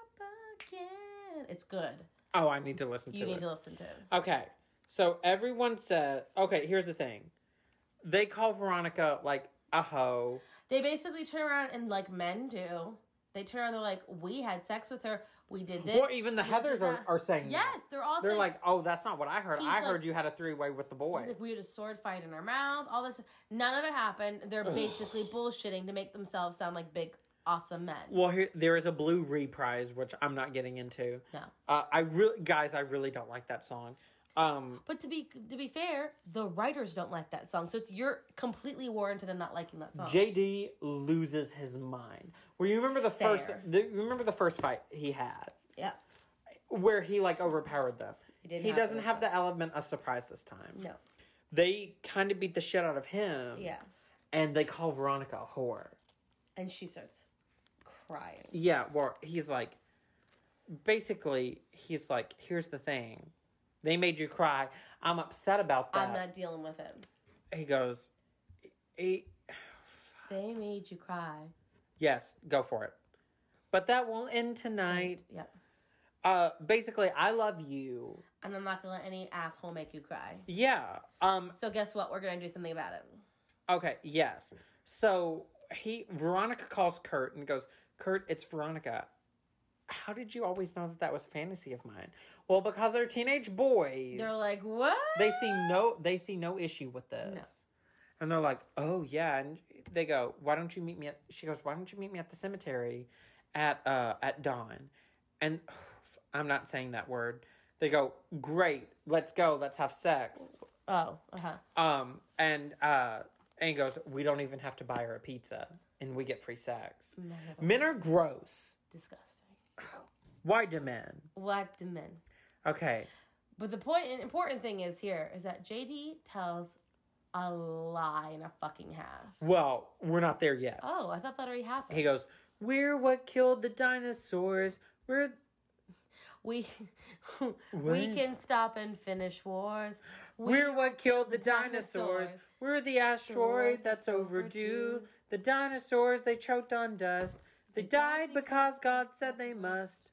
up again. It's good. Oh, I need to listen to You it. need to listen to it. Okay, So everyone said, okay, here's the thing. They call Veronica like a hoe. They basically turn around and like men do. They turn around. They're like, we had sex with her. We did this. or even the we did Heathers are, that." are saying that. Yes, they're all They're saying, like, oh, that's not what I heard. He's I like- heard you had a three way with the It's boys. like we had a sword fight in our mouth. All this, none of it happened. They're basically bullshitting to make themselves sound like big, awesome men. well, here, there is a blue reprise, which I'm not getting into. No, Uh, I really, guys, I really don't like that song. Um, but to be to be fair, the writers don't like that song, so it's, you're completely warranted in not liking that song. JD loses his mind. Well, you remember the first, Fair. the, you remember the first fight he had, yeah, where he like overpowered them. He didn't He have doesn't those have the element of surprise this time. no, They kind of beat the shit out of him. yeah, And they call Veronica a whore. and she starts crying. Yeah, well, he's like, basically, he's like, here's the thing. They made you cry. I'm upset about that. I'm not dealing with it. he goes, "E, he, They made you cry. yes, go for it. But that won't end tonight. Yep. Uh, basically, I love you. And I'm not gonna let any asshole make you cry. Yeah. Um. So guess what? We're gonna do something about it. Okay. Yes. So he Veronica calls Kurt and goes, "Kurt, it's Veronica. How did you always know that that was a fantasy of mine? Well, because they're teenage boys. They're like, what? they see no they see no issue with this and they're like oh yeah and they go why don't you meet me at she goes why don't you meet me at the cemetery at uh at dawn and i'm not saying that word they go great let's go let's have sex oh, uh huh. um and uh and he goes we don't even have to buy her a pizza and we get free sex Mm. men are gross Disgusting. why do men What do men? okay But the point and important thing is here is that JD tells a lie and a fucking half. well we're not there yet Oh, I thought that already happened. he goes we're what killed the dinosaurs we're We we can stop and finish wars. We, We're what killed the dinosaurs. dinosaurs. We're the asteroid that's overdue. The dinosaurs, they choked on dust. They died because God said they must.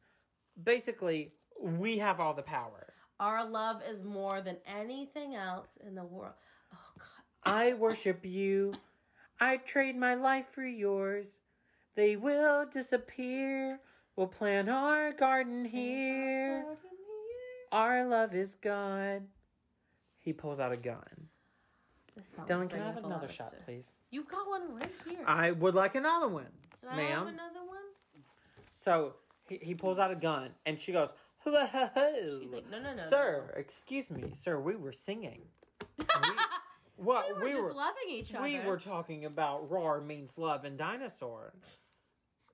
Basically, we have all the power. our love is more than anything else in the world. I worship you. I trade my life for yours. They will disappear. We'll plant our garden here. Our love is God. He pulls out a gun. This song's Dylan, can I bringing have another blood. shot, please? You've got one right here. I would like another one, can I have ma'am. another one? So he, he pulls out a gun and she goes, "Hello, She's like, no, no, no, no. Sir, excuse me, sir, we were singing. We, We what were we just were, loving each other. we were talking about roar means love and dinosaur.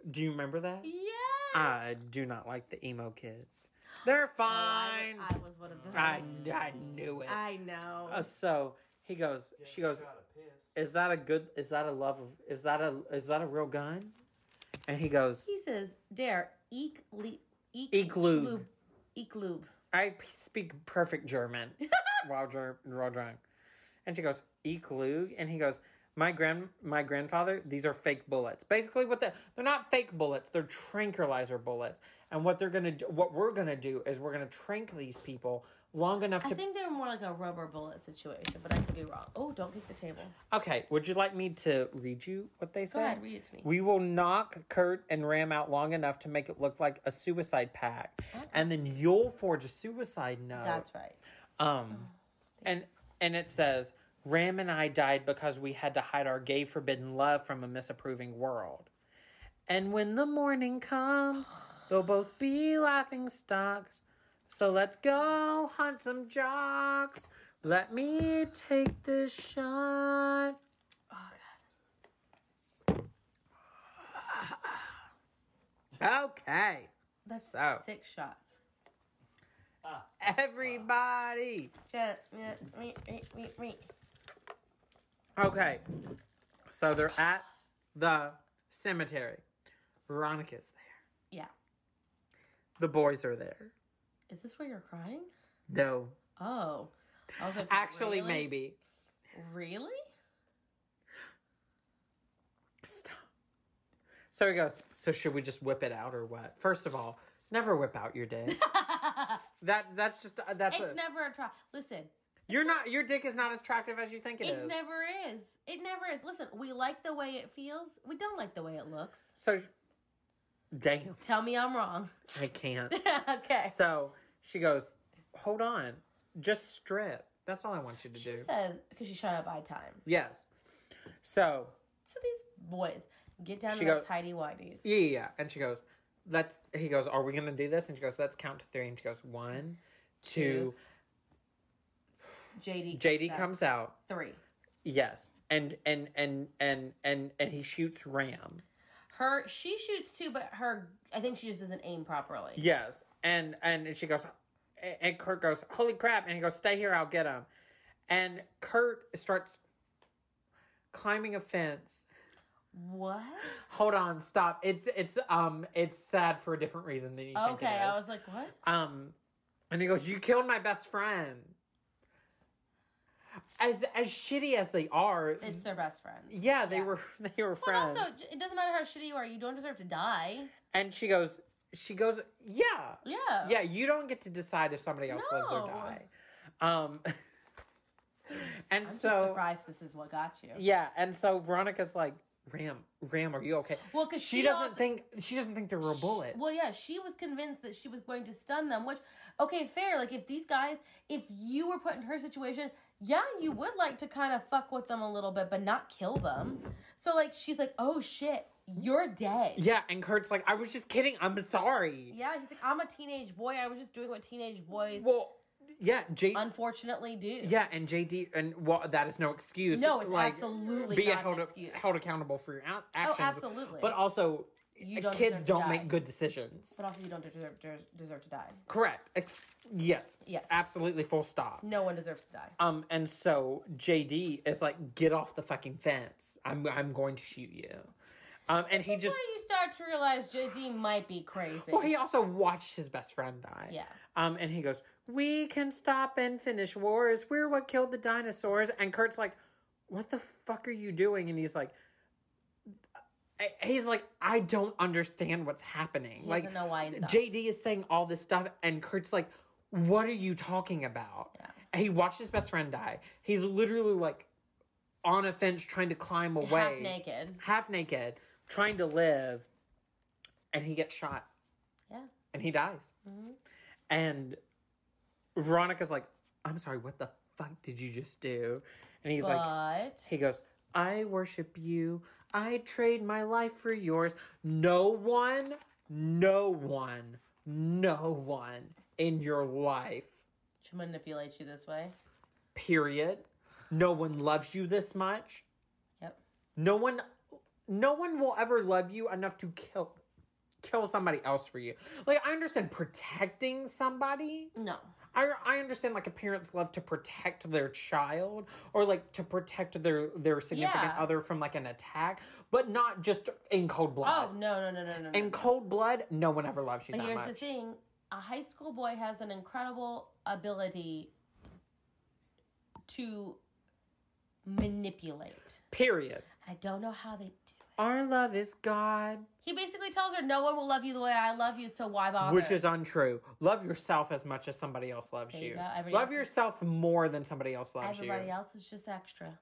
Do you remember that? Yeah. I do not like the emo kids. They're I, fine. Oh, I was one of those. I, I knew it. I know. Uh, so he goes. She goes. Is that a good? Is that a love? Of, is that a? Is that a real gun? And he goes. He says, "Dare eek le- eek Eklug. eek lube." I p- speak perfect German while, dr- while drunk. And she goes, Eklug? And he goes, my grand my grandfather, these are fake bullets. Basically what the they're not fake bullets, they're tranquilizer bullets. And what they're gonna do what we're gonna do is we're gonna trank these people long enough I to think they're more like a rubber bullet situation, but I could be wrong. Oh, don't kick the table. Okay, would you like me to read you what they Go said? ahead, read it to me. We will knock Kurt and Ram out long enough to make it look like a suicide pact. And then you'll forge a suicide note. That's right. Um, and and it says Ram and I died because we had to hide our gay forbidden love from a disapproving world. And when the morning comes, they'll both be laughing stocks. So let's go hunt some jocks. Let me take this shot. Oh God. Okay, That's So. six shots. everybody. Ja- yeah, me- me- me- me. Okay, so they're at the cemetery. Veronica's there. Yeah. The boys are there. Is this where you're crying? No. Oh. I was like, Actually, really? maybe. Really? Stop. So he goes, So should we just whip it out or what? First of all, never whip out your dick. That that's just uh, that's It's a, never a try. Listen, you're not your dick is not as attractive as you think it it is. never is. It never is. Listen, we like the way it feels. We don't like the way it looks. so, damn, Tell me I'm wrong. I can't. okay. So she goes, hold on, just strip. That's all I want you to do. She says because she showed up by time. yes. So So these boys get down She to their goes- tidy whities. yeah, yeah, yeah. and she goes, let's. He goes, are we gonna do this? And she goes, let's count to three. And she goes, one, two. JD JD out. comes out. three. Yes, and and and and and and he shoots Ram. Her she shoots too, but her I think she just doesn't aim properly. Yes, and and she goes, and Kurt goes, "Holy crap!" And he goes, "Stay here, I'll get him." And Kurt starts climbing a fence. What? Hold on, stop. It's it's um it's sad for a different reason than you think it Okay, I is. was like, what? um, and he goes, "You killed my best friend." As as shitty as they are, It's their best friend. yeah, they yeah. were they were But friends. also, it doesn't matter how shitty you are. You don't deserve to die. and she goes, she goes, yeah, Yeah. Yeah, you don't get to decide if somebody else lives or No. die. Um, and I'm just so surprised this is what got you. yeah, and so Veronica's like, "Ram, Ram, are you okay?" Well, because she, she doesn't also- think she doesn't think there were bullets. Well, yeah, she was convinced that she was going to stun them, which, okay, fair. Like, if these guys, if you were put in her situation, yeah, you would like to kind of fuck with them a little bit, but not kill them. So, like, she's like, oh shit, you're dead. yeah. And Kurt's like, "I was just kidding. I'm sorry." Yeah, he's like, I'm a teenage boy. I was just doing what teenage boys Well, yeah, J. unfortunately do. yeah, and JD, and well, that is no excuse. No, it's like, absolutely be not an held, excuse. Oh, held accountable for your a- actions. absolutely. But also, You don't kids deserve to don't die. make good decisions. But also, you don't deserve, deserve- deserve to die. Correct. Ex- yes. Yes. Absolutely. Full stop. No one deserves to die. Um, and so JD is like, get off the fucking fence. I'm I'm going to shoot you. Um, and he That's just where you start to realize JD might be crazy. well, he also watched his best friend die. Yeah. Um, and he goes, "We can stop and finish wars. We're what killed the dinosaurs." And Kurt's like, "What the fuck are you doing?" And he's like, I- "He's like, I don't understand what's happening. He like, doesn't know why he's done. JD is saying all this stuff, and Kurt's like, "What are you talking about?" And He watched his best friend die. He's literally like on a fence trying to climb away, half naked. half naked, trying to live, and he gets shot Yeah. and he dies. And Veronica's like, "I'm sorry, what the fuck did you just do?" And he's like, But he goes, "I worship you. I trade my life for yours. No one, no one, no one in your life she manipulates you this way. period. No one loves you this much. Yep. No one no one will ever love you enough to kill kill somebody else for you. Like I understand protecting somebody. No. I I understand like a parent's love to protect their child or like to protect their their significant Yeah. other from like an attack, but not just in cold blood. Oh no no no no no. no. In cold blood, no one ever loves you but that here's much. the thing: a high school boy has an incredible ability to manipulate. Period. I don't know how they do. it. Our love is God, He basically tells her, "No one will love you the way I love you, so why bother?" which is untrue. Love yourself as much as somebody else loves There you. you go. Everybody love else is- yourself more than somebody else loves everybody you. else is just extra.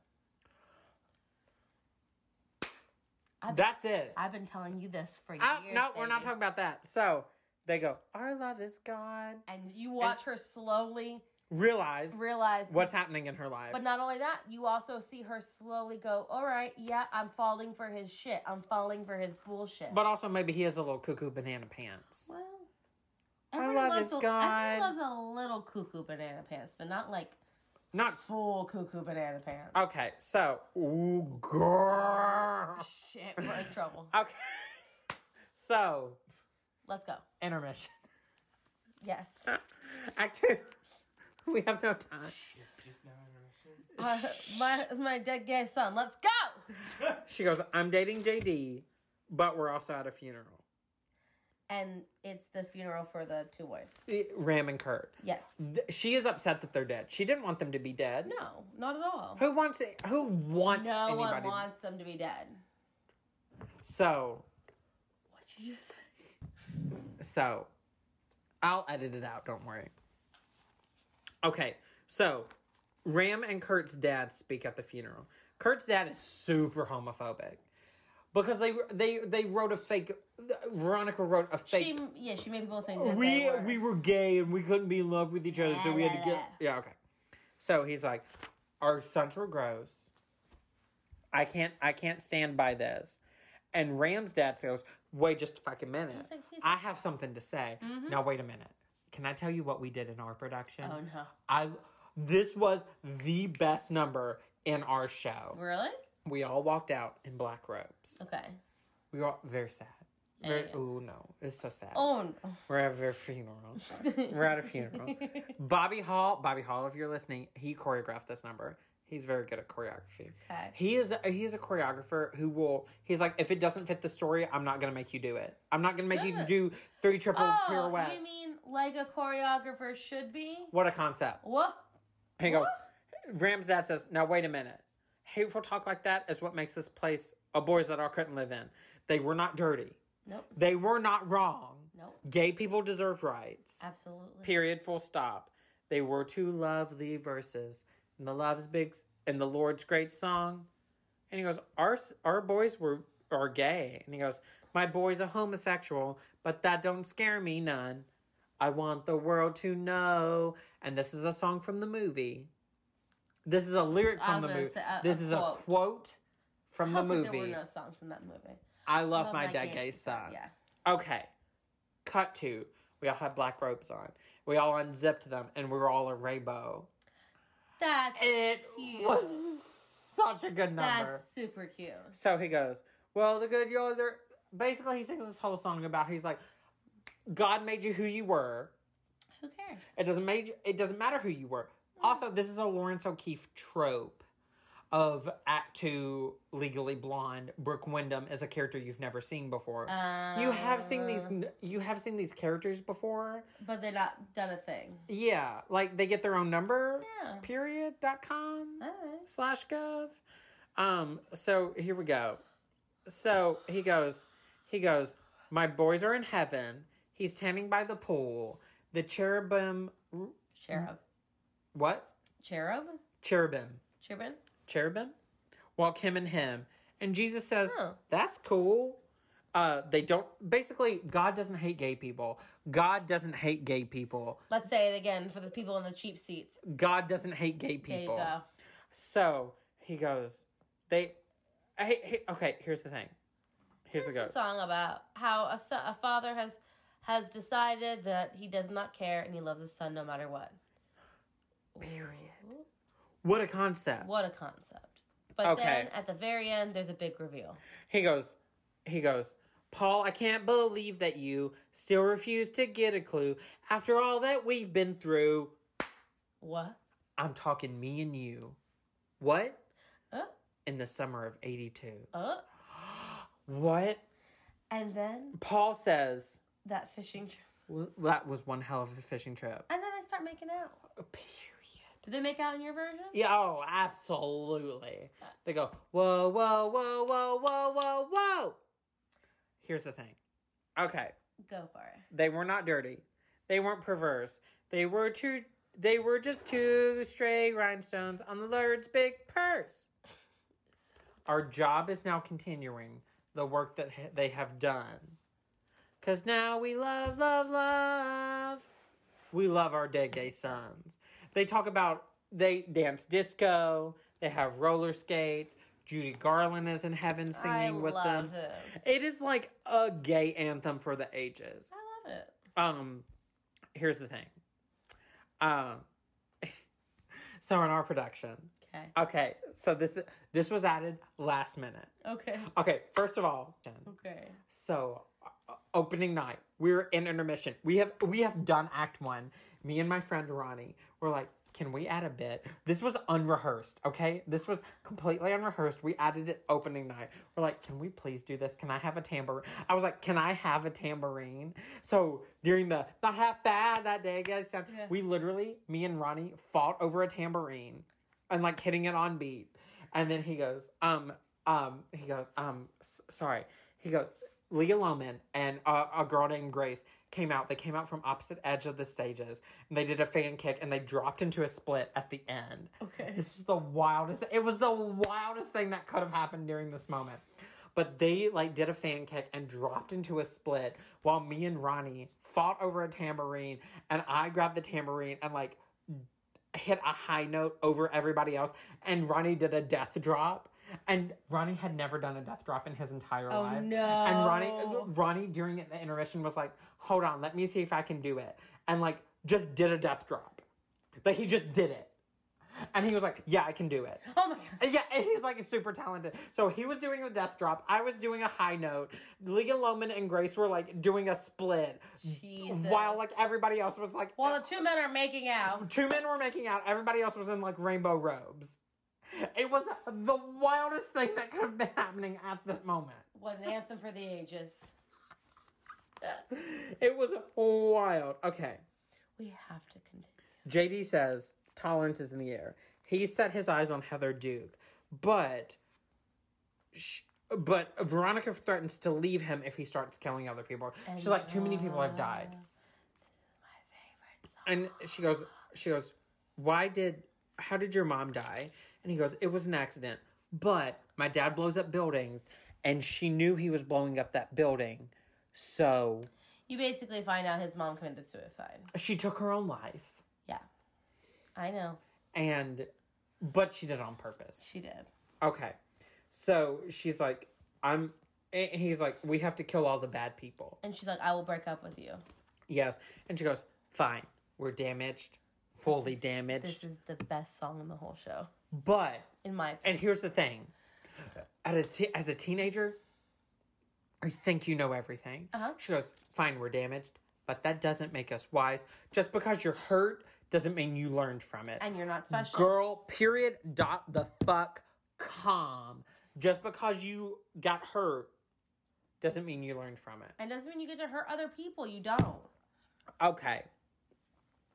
else- That's it. I've been telling you this for Oh, years. no, we're not baby. talking about that. So they go, Our love is God. And you watch her slowly Realize realize what's happening in her life. But not only that, you also see her slowly go, all right, yeah, I'm falling for his shit. I'm falling for his bullshit. But also, maybe he is a little cuckoo banana pants. well, I everyone love loves this a- guy. Everyone loves a little cuckoo banana pants, but not like Not. full cuckoo banana pants. Okay, so. Ooh, girl. shit, we're in trouble. Okay. So, Let's go. intermission. Yes. Act two. We have no time. Just now intermission. my, my, my dead gay son, let's go! She goes, I'm dating JD, but we're also at a funeral. And it's the funeral for the two boys. Ram and Kurt. Yes. Th- She is upset that they're dead. She didn't want them to be dead. No, not at all. Who wants Who wants No one anybody? wants them to be dead. so What did you say? so, I'll edit it out, don't worry. Okay, so Ram and Kurt's dad speak at the funeral. Kurt's dad is super homophobic because they they they wrote a fake Veronica wrote a fake She, yeah, she made people think that we they were. we were gay and we couldn't be in love with each other, so Yeah, we had yeah, to get yeah okay. So he's like, our sons were gross. I can't I can't stand by this. And Ram's dad goes, wait just a fucking minute. He's like, he's- Mm-hmm. I have something to say. Now wait a minute. Can I tell you what we did in our production? oh no, I this was the best number in our show. really? We all walked out in black robes. Okay. We were all very sad. Yeah, Very, yeah. oh no, it's so sad. Oh, We're at a funeral. no. We're at a funeral. Bobby Hall, Bobby Hall, if you're listening, he choreographed this number. He's very good at choreography. Okay. He is he is a choreographer who will he's like, if it doesn't fit the story, I'm not gonna make you do it. I'm not gonna make you Good. do three triple Oh, pirouettes. you mean like a choreographer should be? what a concept. What? He goes Ram's dad says, Now wait a minute. Hateful talk like that is what makes this place a boys that all couldn't live in. They were not dirty. Nope. They were not wrong. Nope. Gay people deserve rights. Absolutely. Period. Full stop. They were two lovely verses in the love's big in the Lord's great song. And he goes, our our boys were are gay. And he goes, my boy's a homosexual, but that don't scare me none. I want the world to know. And this is a song from the movie. This is a lyric I from was the gonna movie. say, a- this a is a quote. quote from I the was like, There were movie. no songs in that movie. I love, Love my, my dead gay gay son. Yeah. Okay. Cut to. We all had black robes on. We all unzipped them and we were all a rainbow. That's It Cute. was such a good number. that's super cute. So he goes, Well, the good y'all there basically he sings this whole song about he's like God made you who you were. Who cares? It doesn't made it doesn't matter who you were. Also, this is a Lawrence O'Keefe trope of Act Two Legally Blonde. Brooke Wyndham is a character you've never seen before. You have seen these. Um, You have seen these characters before. but they're not done a thing. Yeah, like they get their own number. Yeah. Period. Dot com All right. slash gov. Um. So here we go. So he goes. He goes. My boys are in heaven. He's standing by the pool. The cherubim. Cherub. What? Cherub? Cherubim. Cherubim? Cherubim. Walk him and him. And Jesus says, Oh. That's cool. Uh, they don't. Basically, God doesn't hate gay people. God doesn't hate gay people. Let's say it again for the people in the cheap seats. God doesn't hate gay There you people. go. So he goes, they. I, hate- hate- okay, here's the thing. Here's the It's a goes. song about how a, son, a father has has decided that he does not care and he loves his son no matter what. Period. Ooh, What a concept. What a concept. But Okay. then at the very end, there's a big reveal. He goes, he goes, Paul, I can't believe that you still refuse to get a clue after all that we've been through. What? I'm talking me and you. What? Oh, In the summer of 82. oh. What? And then Paul says, that fishing trip. well, that was one hell of a fishing trip. And then they start making out. Period. Did they make out in your version? Yeah, oh, absolutely. They go, whoa, whoa, whoa, whoa, whoa, whoa, whoa. Here's the thing. Okay, Go for it. they were not dirty. They weren't perverse. They were two. They were just two stray rhinestones on the Lord's big purse. Our job is now continuing the work that ha- they have done. Cause now we love, love, love. We love our dead gay sons. They talk about they dance disco. They have roller skates. Judy Garland is in heaven singing I with love them. it. It is like a gay anthem for the ages. I love it. Um, here's the thing. Um, so in our production, Okay. okay, so this this was added last minute. Okay. Okay, first of all, Okay. so uh, opening night, we're in intermission. We have we have done act one. Me and my friend Ronnie were like, can we add a bit? This was unrehearsed. Okay, this was completely unrehearsed. We added it opening night. We're like, can we please do this? Can I have a tambourine? I was like, can I have a tambourine? So during the not half bad that day, guys, sound- Yeah. we literally me and Ronnie fought over a tambourine and like hitting it on beat. And then he goes, um, um, he goes, um, s- sorry. He goes, Leah Loman and uh, a girl named Grace came out. They came out from opposite edge of the stages and they did a fan kick and they dropped into a split at the end. Okay. This was the wildest. It was the wildest thing that could have happened during this moment. But they like did a fan kick and dropped into a split while me and Ronnie fought over a tambourine and I grabbed the tambourine and like hit a high note over everybody else and Ronnie did a death drop and Ronnie had never done a death drop in his entire Oh, life. no. And Ronnie uh, Ronnie during the intermission was like, "Hold on, let me see if I can do it." And like just did a death drop. Like he just did it. And he was like, "Yeah, I can do it." Oh my god. And Yeah, and he's like super talented. So he was doing a death drop. I was doing a high note. Leah Loman and Grace were like doing a split Jesus. while like everybody else was like While the two men are making out. two men were making out. Everybody else was in like rainbow robes. It was the wildest thing that could have been happening at that moment. What an anthem for the ages. It was wild. Okay. We have to continue. JD says tolerance is in the air. He set his eyes on Heather Duke, but sh- but Veronica threatens to leave him if he starts killing other people. She's like, too many people have died, My favorite song. and she goes, she goes, why did, how did your mom die? And he goes, it was an accident, but my dad blows up buildings, and she knew he was blowing up that building, so You basically find out his mom committed suicide. she took her own life, Yeah. I know. and but she did it on purpose. She did. Okay. So she's like, I'm. and He's like, we have to kill all the bad people. And she's like, I will break up with you. Yes. And she goes, fine. We're damaged, fully This damaged. is the best song in the whole show. But, In my and here's the thing At a te- as a teenager, I think you know everything. Uh-huh. She goes, fine, we're damaged, but that doesn't make us wise. Just because you're hurt doesn't mean you learned from it. And you're not special. Girl, period, dot the fuck, calm. Just because you got hurt doesn't mean you learned from it. And doesn't mean you get to hurt other people. You don't. Okay.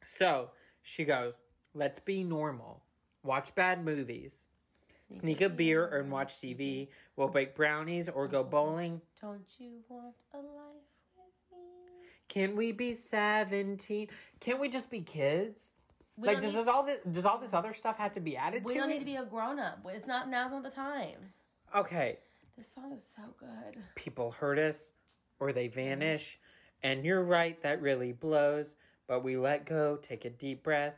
So she goes, let's be normal. Watch bad movies. Sneak a beer and watch TV. We'll bake brownies or go Mm-hmm. bowling. Don't you want a life with me? Can we be 17? Can't we just be kids? We like don't does need, this all this does all this other stuff have to be added we to don't it? need to be a grown up. It's not now's not the time. okay. This song is so good. people hurt us or they vanish. And you're right, that really blows. But we let go, take a deep breath.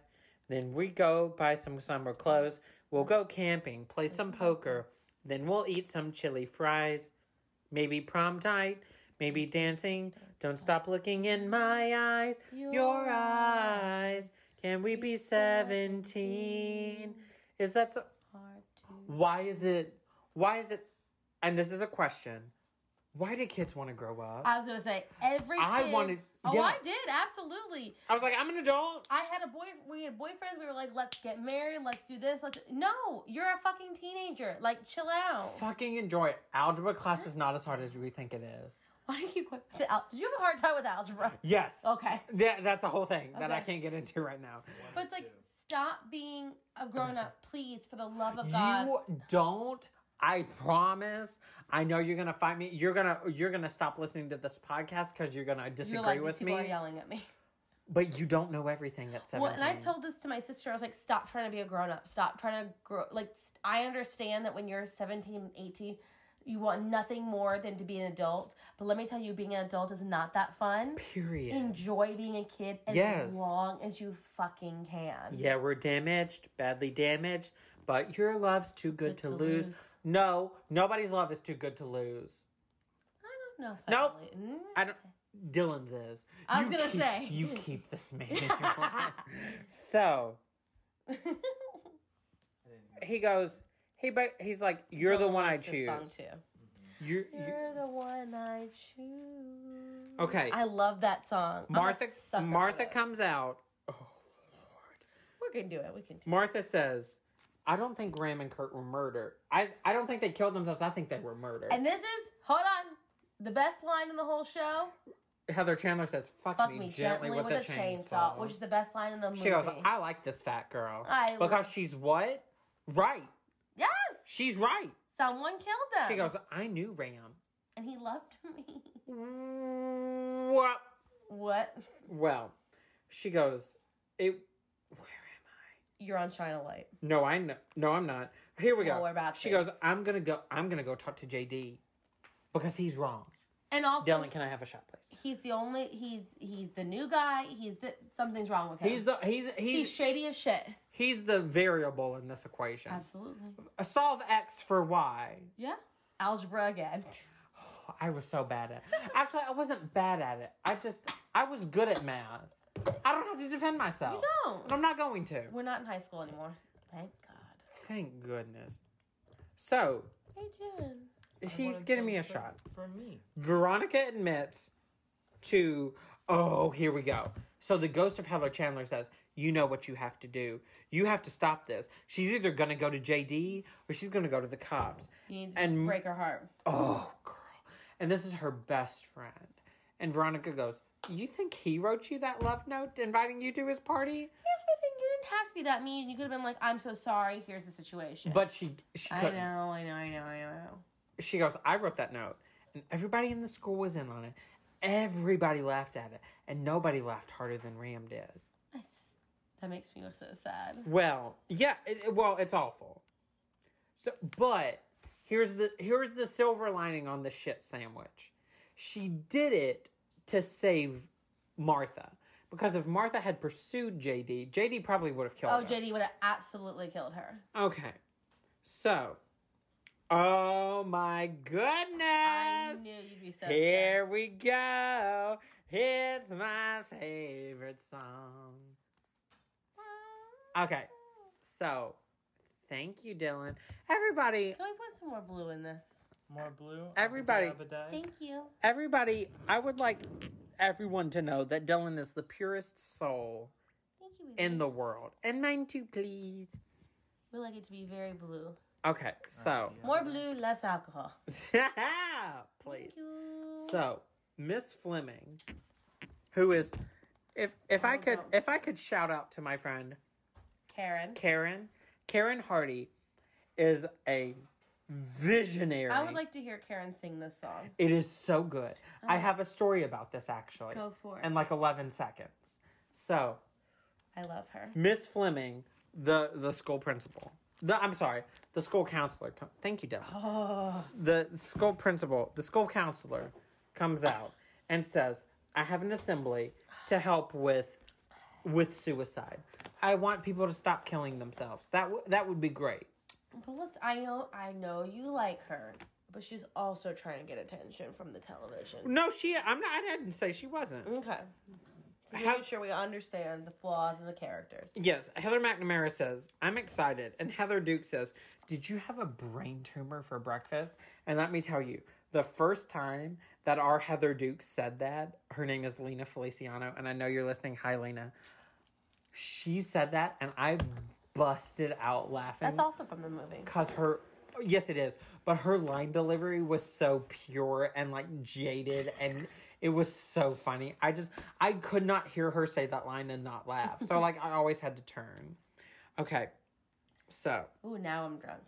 Then we go buy some summer clothes. We'll go camping, play some poker. Then we'll eat some chili fries. Maybe prom night, maybe dancing. Don't stop looking in my eyes, your eyes. Can we be 17? Is that so? Hard to why is it why is it and this is a question why do kids want to grow up i, I was gonna say every. I kid- wanted- Oh, yeah. I did absolutely. was like i'm an adult I had a boy. We had boyfriends. We were like, let's get married. Let's do this. Let's. No, you're a fucking teenager. Like, chill out. fucking enjoy it algebra class is not as hard as we think it is Why do you quit? Did al- did you have a hard time with algebra? yes Okay, Th- that's a whole thing that i Okay. can't get into right now but it's like, stop being a grown up, please, for the love of Oh, God. you don't i promise i know you're gonna find me you're gonna you're gonna stop listening to this podcast because you're gonna disagree You're like, these with people are me yelling at me. but you don't know everything at 17 Well, and I told this to my sister. I was like, stop trying to be a grown up. Stop trying to grow. Like, st- I understand that when you're 17 and 18, you want nothing more than to be an adult. But let me tell you, being an adult is not that fun. period Enjoy being a kid as Yes. long as you fucking can. Yeah, we're damaged, badly damaged, but your love's too good, to, to lose. lose. No, nobody's love is too good to lose. I don't know if Nope. I really- Mm. I don't. Dylan's is. I was You gonna keep- say. you keep this man. in your life. so he goes. He but he's like, you're the Dylan one I likes this choose. song, too. You're, you You're the one I choose. okay. I love that song. I'm a Martha. sucker for Martha this. comes out. Oh, We're gonna do it. We can do Martha says, "I don't think Graham and Kurt were murdered. I I don't think they killed themselves. I think they were murdered." it. And this is hold on. The best line in the whole show. Heather Chandler says, "Fuck, Fuck me, me gently, with, a, chainsaw,", which is the best line in the movie. she goes, "I like this fat girl I because love- she's what right. yes, She's right." someone killed them. She goes, "I knew Ram." and he loved me. Wha- What? Well, she goes, it. Where am You're on China Light. I? No, I know. No, I'm not. Here we go. Well, we're about she to. goes, I'm gonna go. I'm gonna go talk to JD because he's wrong. And also, Dylan, can I have a shot, please? he's the only he's he's the new guy. He's the something's wrong with him. He's the he's he's he's shady as shit. he's the variable in this equation. Absolutely. Solve X for Y. Yeah. Algebra again. I was so bad at. Actually, I wasn't bad at it. I just I was good at math. I don't have to defend myself. You don't. And I'm not going to. We're not in high school anymore. Thank God. Thank goodness. So Hey Jen. he's giving me a shot. For me. Veronica admits to, oh, here we go. So the ghost of Heather Chandler says, you know what you have to do. You have to stop this. She's either going to go to JD or she's going to go to the cops. You need to And- break her heart. Oh, girl. And this is her best friend. And Veronica goes, you think he wrote you that love note inviting you to his party? Here's my thing. You didn't have to be that mean. You could have been like, "I'm so sorry. Here's the situation." But she she I couldn't. know, I know, I know, I know. she goes, I wrote that note. And everybody in the school was in on it. Everybody laughed at it. And nobody laughed harder than Ram did. I s- that makes me so Oh, sad. Well, yeah, it, it- well, it's awful. So, but here's the here's the silver lining on the shit sandwich. She did it to save Martha because if Martha had pursued JD, JD probably would have killed Oh, her. JD would have absolutely killed her. Okay, so, oh my I goodness. knew you'd be so. upset. Here we go. It's my favorite song. Okay. So, thank you, Dylan. Everybody, Can we put some more blue in this? More blue. Everybody- Abba-dabba-dai. Thank you. everybody, I would like everyone to know that Dylan is the purest soul Thank you. in the world. And mine too, please. we like it to be very blue. Okay. So, More blue, less alcohol. please. Thank you. So, Miss Fleming, who is if if I could if I could shout out to my friend Karen. Karen. Karen Hardy is a visionary. I would like Oh. to hear Karen sing this song. it is so good. I have a story about this actually. Go for it. In like 11 seconds. So, I love her. Miss Fleming, the the school principal. The I'm sorry, the school counselor. com- Thank you, Deb. The school principal, the school counselor comes out and says, "I have an assembly to help with with suicide. I want people to stop killing themselves. That w- that would be great." But let's. I know. I know you like her, but she's also trying to get attention from the television. No, she. I'm not. I didn't say she wasn't. Okay. Just How- making sure we understand the flaws in the characters. Yes, Heather McNamara says, I'm excited. And Heather Duke says, Did you have a brain tumor for breakfast? And let me tell you, the first time that our Heather Duke said that, her name is Lena Feliciano, and I know you're listening. Hi, Lena. She said that, and I busted out laughing That's also from the movie. because her, yes, it is, but her line delivery was so pure and like jaded, and it was so funny. I just, I could not hear her say that line and not laugh. So, like, I always had to turn. Okay. So, Ooh, now I'm drunk.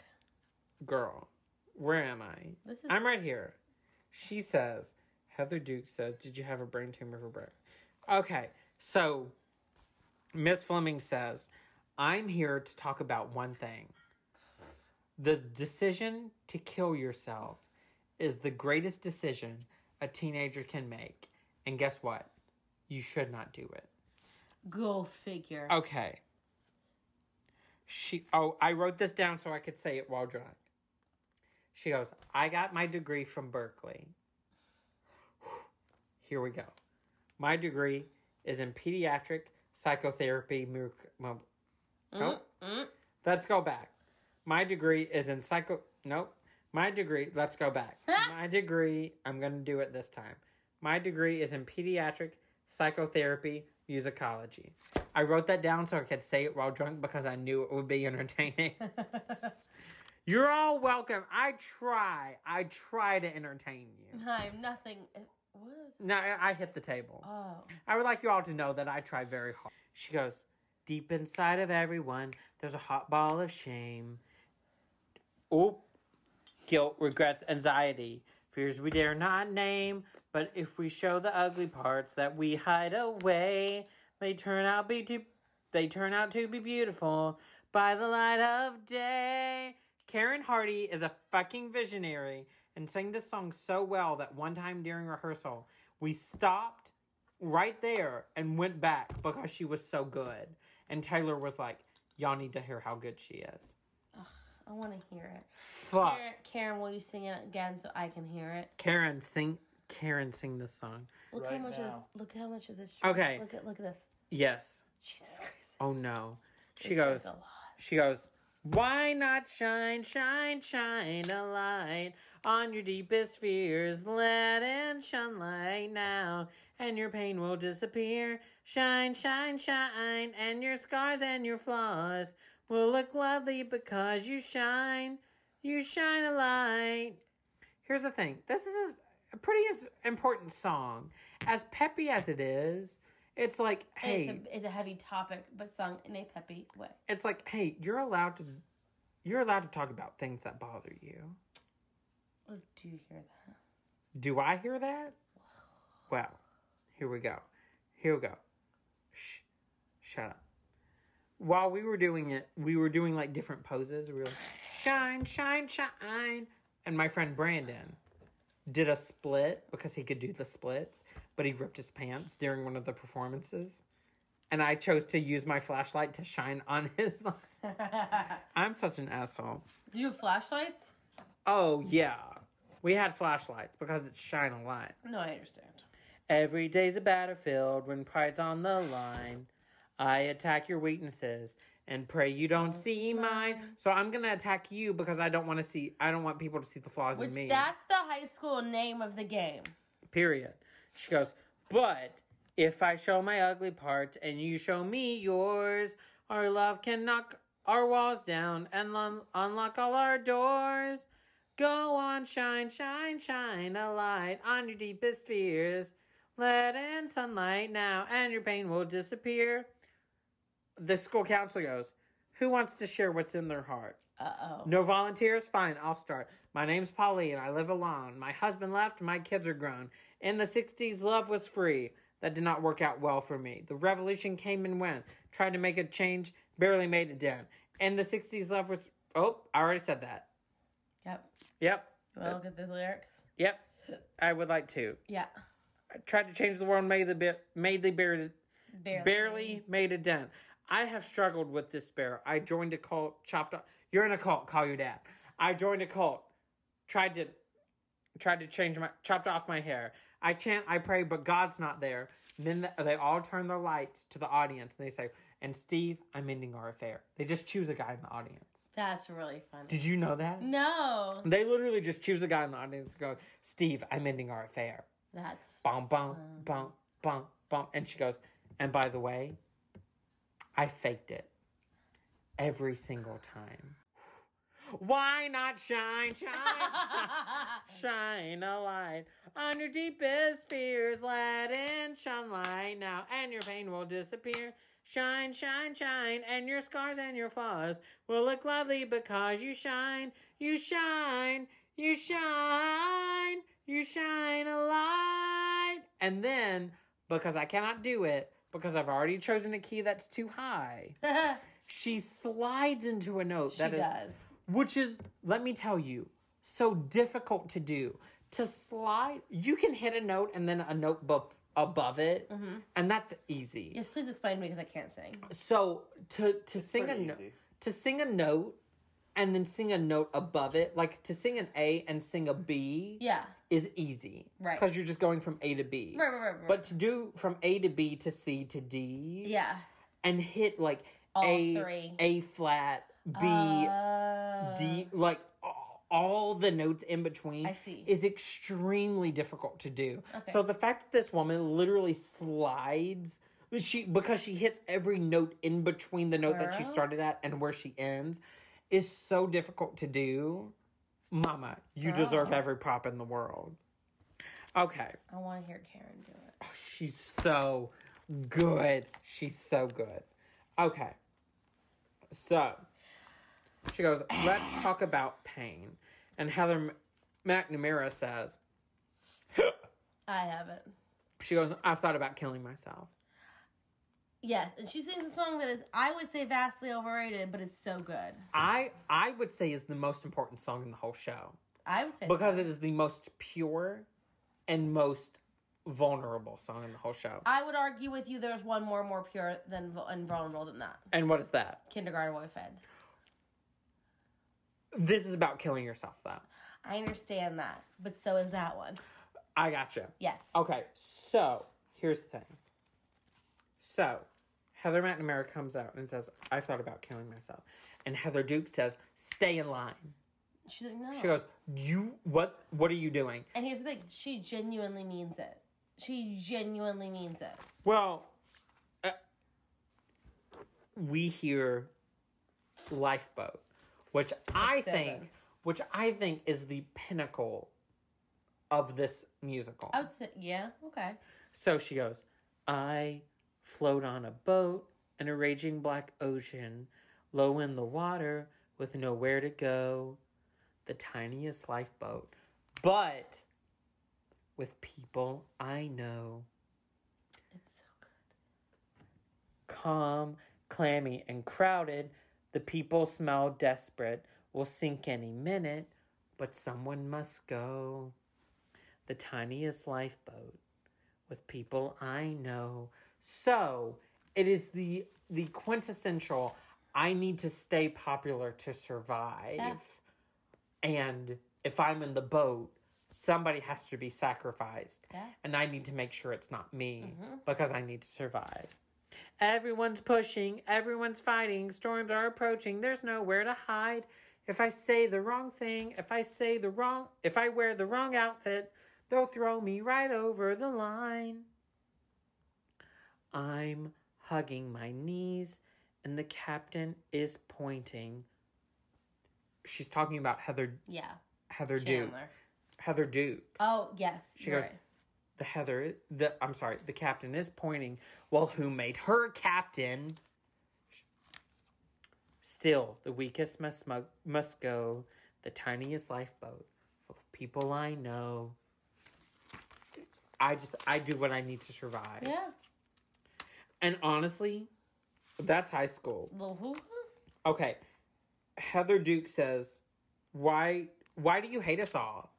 girl, where am I? This is. I'm right here. She says, Heather Duke says, Did you have a brain tumor for breakfast? Okay, so Miss Fleming says, I'm here to talk about one thing. The decision to kill yourself is the greatest decision a teenager can make. And guess what? You should not do it. Go figure. Okay. She oh, I wrote this down so I could say it while drunk. She goes, I got my degree from Berkeley. Here we go. My degree is in pediatric psychotherapy. mu- mu- Nope. Mm. Let's go back. My degree is in psycho. Nope. My degree. Let's go back. My degree. I'm going to do it this time. My degree is in pediatric psychotherapy musicology. I wrote that down so I could say it while drunk because I knew it would be entertaining. You're all welcome. I try. I try to entertain you. I'm nothing. What is? Now I- I hit the table. Oh, I would like you all to know that I try very hard. She goes, Deep inside of everyone, there's a hot ball of shame. Oop. Guilt, regrets, anxiety Fears we dare not name, but if we show the ugly parts that we hide away, they turn out be to they turn out to be beautiful by the light of day. Karen Hardy is a fucking visionary and sang this song so well that one time during rehearsal, we stopped right there and went back because she was so good. And Taylor was like, Y'all need to hear how good she is. I want to hear it. Fuck. Karen, Karen, will you sing it again so I can hear it? Karen sing Karen sing this song. Look how Right much is now. look how much is this. Okay. Look at look at this. Yes. Jesus Christ. Oh no. She This goes is a lot. she goes, Why not shine, shine, shine a light on your deepest fears? Let in sunlight now, and your pain will disappear. Shine, shine, shine, and your scars and your flaws will look lovely because you shine, you shine a light. Here's the thing this is a pretty as- important song. As peppy as it is, it's like, And hey It's, a, it's a heavy topic, but sung in a peppy way. it's like, hey, you're allowed to you're allowed to talk about things that bother you. Oh, do you hear that? Do I hear that? Well, here we go. Here we go. Shh. Shut up. While we were doing it, we were doing like different poses. We were like, shine, shine, shine. And my friend Brandon did a split because he could do the splits, but he ripped his pants during one of the performances. And I chose to use my flashlight to shine on his. I'm such an asshole. Do you have flashlights? Oh, yeah. We had flashlights because it's shine a light. No, I understand. Every day's a battlefield when pride's on the line. I attack your weaknesses and pray you don't see mine. So I'm gonna attack you because I don't want to see. I don't want people to see the flaws Which in me. that's the high school name of the game. Period. She goes, but if I show my ugly parts and you show me yours, our love can knock our walls down and un- unlock all our doors. Go on, shine, shine, shine a light on your deepest fears. Let in sunlight now, and your pain will disappear. The school counselor goes, Who wants to share what's in their heart? Uh oh. No volunteers? Fine, I'll start. My name's Pauline. I live alone. My husband left. My kids are grown. In the 60s, love was free. That did not work out well for me. The revolution came and went. Tried to make a change, barely made it dent. In the 60s, love was. Oh, I already said that. Yep. Yep. You want to look at the lyrics? Yep. I would like to. Yeah. I tried to change the world, made the, bit, made the bear Barely. barely made a dent. I have struggled with this bear. I joined a cult, chopped up. You're in a cult. Call your dad. I joined a cult. Tried to, tried to change my chopped off my hair. I chant, I pray, but God's not there. Then th- they all turn their lights to the audience and they say, "And Steve, I'm ending our affair." They just choose a guy in the audience. That's really funny. Did you know Mm. that? no. They literally just choose a guy in the audience and go, "Steve, I'm ending our affair." That's bum bum bum bum bum and she goes and by the way i faked it every single time why not shine shine shine a light on your deepest fears let in sunlight now and your pain will disappear shine shine shine and your scars and your flaws will look lovely because you shine you shine you shine you shine a light and then because i cannot do it because i've already chosen a key that's too high she slides into a note she that is does. which is let me tell you so difficult to do to slide you can hit a note and then a note bu- above it Mm-hmm. and that's easy Yes, please explain to me because I can't sing. so to to sing a pretty no- easy. to sing a note and then sing a note above it like to sing an a and sing a b Yeah. is easy Right. because you're just going from a to b Right, right, right, right. but to do from a to b to c to d yeah. and hit like All a three. a flat b Uh, D like all- all the notes in between I see. is extremely difficult to do. So the fact that this woman literally slides she because she hits every note in between the note that she Girl. started at and where she ends is so difficult to do. Mama, you deserve Girl. every prop in the world. Okay. I want to hear Karen do it. She's so good. She's so good. Okay. So she goes, let's talk about pain. And Heather M- McNamara says, I haven't. She goes, I've thought about killing myself. Yes, and she sings a song that is, I would say, vastly overrated, but it's so good. I I would say is the most important song in the whole show I would say so. because it is the most pure and most vulnerable song in the whole show. I would argue with you. There's one more more pure than vul- and vulnerable than that. And what is that? Kindergarten boyfriend. This is about killing yourself though. I understand that, but so is that one. I gotcha. Yes. Okay, so here's the thing. So Heather McNamara comes out and says, I thought about killing myself. And Heather Duke says, Stay in line. She's like, no. She goes, You what what are you doing? and here's the thing: she genuinely means it. She genuinely means it. Well, uh, we hear lifeboat, which I so think, good. which I think is the pinnacle of this musical. I would say, yeah, okay. So she goes, I float on a boat in a raging black ocean, low in the water with nowhere to go, the tiniest lifeboat, but with people I know. It's so good. calm, clammy, and crowded. The people smell desperate, will sink any minute, but someone must go. The tiniest lifeboat with people I know. So it is the the quintessential I need to stay popular to survive. That's- And if I'm in the boat, somebody has to be sacrificed. Yeah. And I need to make sure it's not me because I need to survive. Mm-hmm. Everyone's pushing, everyone's fighting, storms are approaching, there's nowhere to hide. If I say the wrong thing, if I say the wrong, if I wear the wrong outfit, they'll throw me right over the line. I'm hugging my knees, and the captain is pointing. She's talking about Heather Yeah. Heather Duke. Chandler. Heather Duke. Oh yes. She you're goes, right. The Heather the I'm sorry, the captain is pointing. Well, who made her captain? Still, the weakest must mu- must go. The tiniest lifeboat, full of people I know. I just I do what I need to survive. Yeah. And honestly, that's high school. Well, who? Okay. Heather Duke says, "Why why do you hate us all?"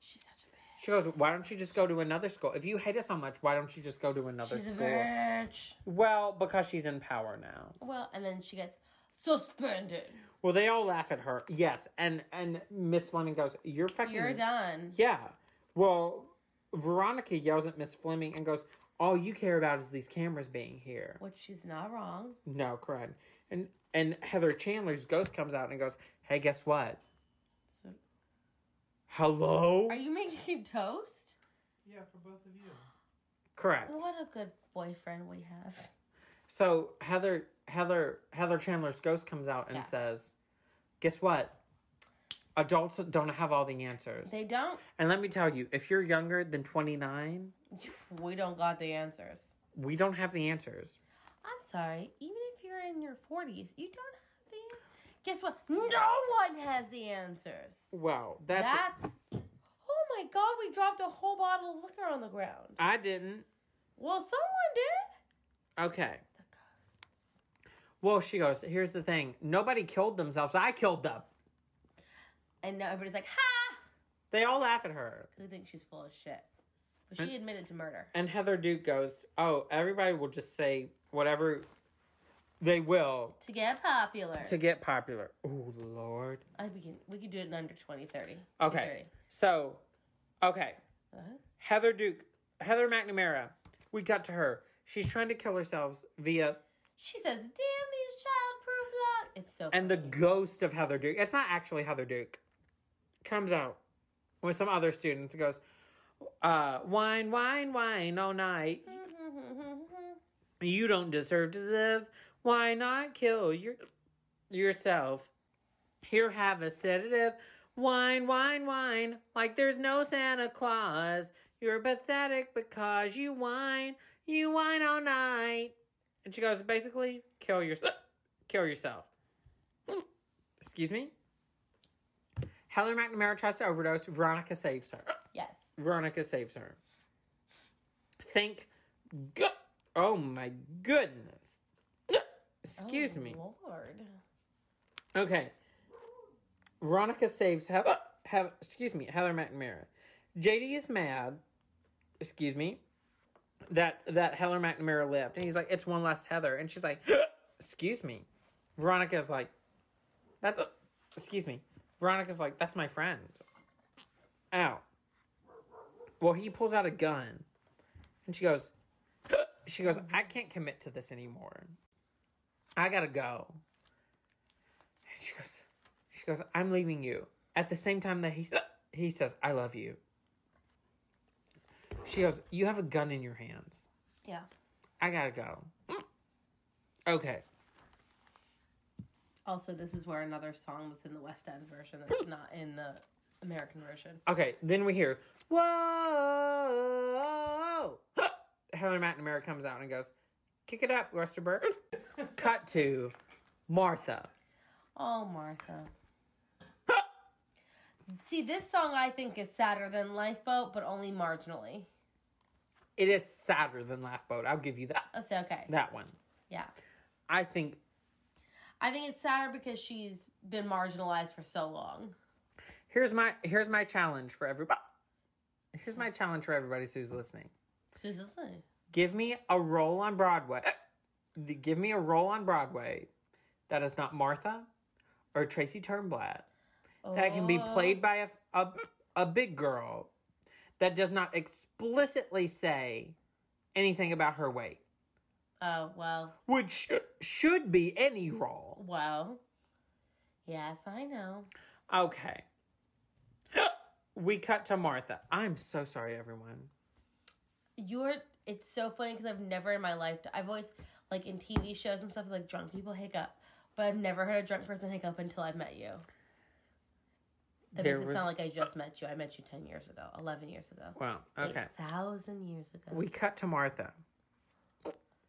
She's such a bitch. She goes, "Why don't you just go to another school? If you hate us so much, why don't you just go to another She's a school?" bitch. well, because she's in power now. Well, and then she gets suspended. Well, they all laugh at her. Yes, and and Miss Fleming goes, "You're fucking You're done. yeah." Well, Veronica yells at Miss Fleming and goes, "All you care about is these cameras being here." Which she's not wrong. No, correct. And and Heather Chandler's ghost comes out and goes, "Hey, guess what? So, Hello." are you making toast? Yeah, for both of you. correct. What a good boyfriend we have. So Heather Heather Heather Chandler's ghost comes out and Yeah. says, "Guess what? Adults don't have all the answers." They don't. and let me tell you, if you're younger than 29, We don't got the answers. we don't have the answers. I'm sorry. Even if you're in your 40s, you don't have the. an- Guess what? No one has the answers. Wow, that's, That's. Oh my God! We dropped a whole bottle of liquor on the ground. I didn't. Well, someone did. Okay. The ghosts. Well, she goes, "Here's the thing. Nobody killed themselves. I killed them." And now everybody's like, "Ha!" They all laugh at her. They think she's full of shit, but she admitted to murder. And Heather Duke goes, "Oh, everybody will just say whatever they will To get popular, to get popular." Oh, lord. I we can we could do it in under 20, 30. Okay. So, okay. Uh-huh. Heather Duke, Heather McNamara. We got to her. She's trying to kill herself via, She says, "Damn these childproof lock." It's so. and the funny. ghost of Heather Duke. It's not actually Heather Duke. Comes out with some other students and goes, uh, "Wine, wine, wine all night. You don't deserve to live. Why not kill your yourself? Here, have a sedative. Wine, wine, wine. Like there's no Santa Claus. You're pathetic because you whine. You whine all night. And she goes, basically, kill yourself. Kill yourself. Hmm. Excuse me. Helen McNamara tries to overdose. Veronica saves her. yes. Veronica saves her. Thank God. Oh my goodness. Excuse Oh, me. Lord. Okay. Veronica saves Heather. Heather excuse me, Heather McNamara. JD is mad. Excuse me. That that Heather McNamara lived, and he's like, "It's one less Heather," and she's like, "Excuse me." Veronica's like, "That's." excuse me. Veronica's like, "That's my friend." Ow. Well, he pulls out a gun, and she goes, "She goes, I can't commit to this anymore. I gotta go." And she goes, she goes, I'm leaving you. At the same time that he he says, I love you. She goes, you have a gun in your hands. Yeah. I gotta go. Okay. Also, this is where another song that's in the West End version that's not in the American version. Okay. Then we hear, whoa. Heather McNamara comes out and goes, kick it up, Westerberg. Cut to Martha. Oh, Martha. See, this song I think is sadder than Lifeboat, but only marginally. It is sadder than Laugh Boat. I'll give you that That's okay. that one. Yeah. I think I think it's sadder because she's been marginalized for so long. here's my here's my challenge for everybody. Here's my challenge for everybody who's listening. She's just like, Give me a role on Broadway. Give me a role on Broadway that is not Martha or Tracy Turnblatt that can be "Oh." played by a, a a big girl that does not explicitly say anything about her weight, Oh, well. which should, should be any role. Well. Yes, I know. Okay. We cut to Martha. I'm so sorry, everyone. You're. It's so funny because I've never in my life. I've always like in TV shows and stuff like drunk people hiccup, but I've never heard a drunk person hiccup until I've met you. That There makes it was- sound like I just met you. I met you ten years ago, eleven years ago, Wow. Okay. thousand years ago. We cut to Martha.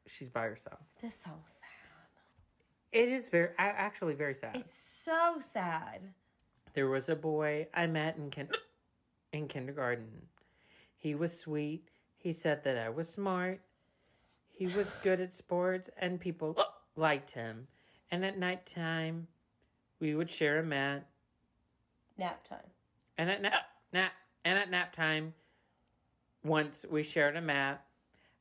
She's by herself. this song's sad. It is very, a- actually, very sad. It's so sad. There was a boy I met in kin- in kindergarten. He was sweet. He said that I was smart. He was good at sports and people liked him. And at night time, we would share a mat. Nap time. And at nap, nap and at nap time, once we shared a mat.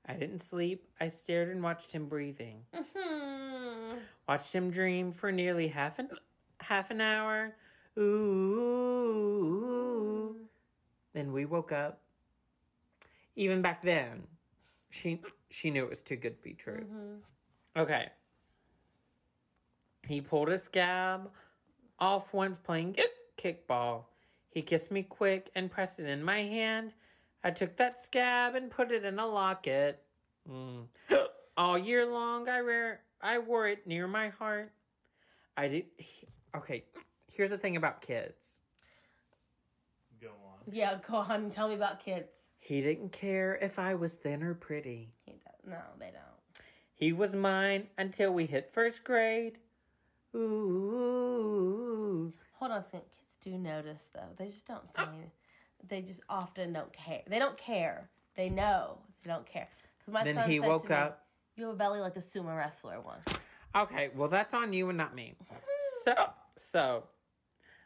I didn't sleep. I stared and watched him breathing. Mhm. Watched him dream for nearly half an half an hour. Ooh. Then we woke up. Even back then, she she knew it was too good to be true. Mhm. Mm-hmm. Okay. He pulled a scab off once playing kick- kickball. He kissed me quick and pressed it in my hand. I took that scab and put it in a locket. Mm. All year long, I wear I wore it near my heart. I did. he- okay, here's the thing about kids. Go on. Yeah, go on. Tell me about kids. He didn't care if I was thin or pretty. He don't- No, they don't. He was mine until we hit first grade. Ooh. Hold on a second. Kids do notice though. They just don't say. anything. They just often don't care. They don't care. They know they don't care. Because my Then son he said to woke me, up. You have a belly like a sumo wrestler once. Okay, well that's on you and not me. So so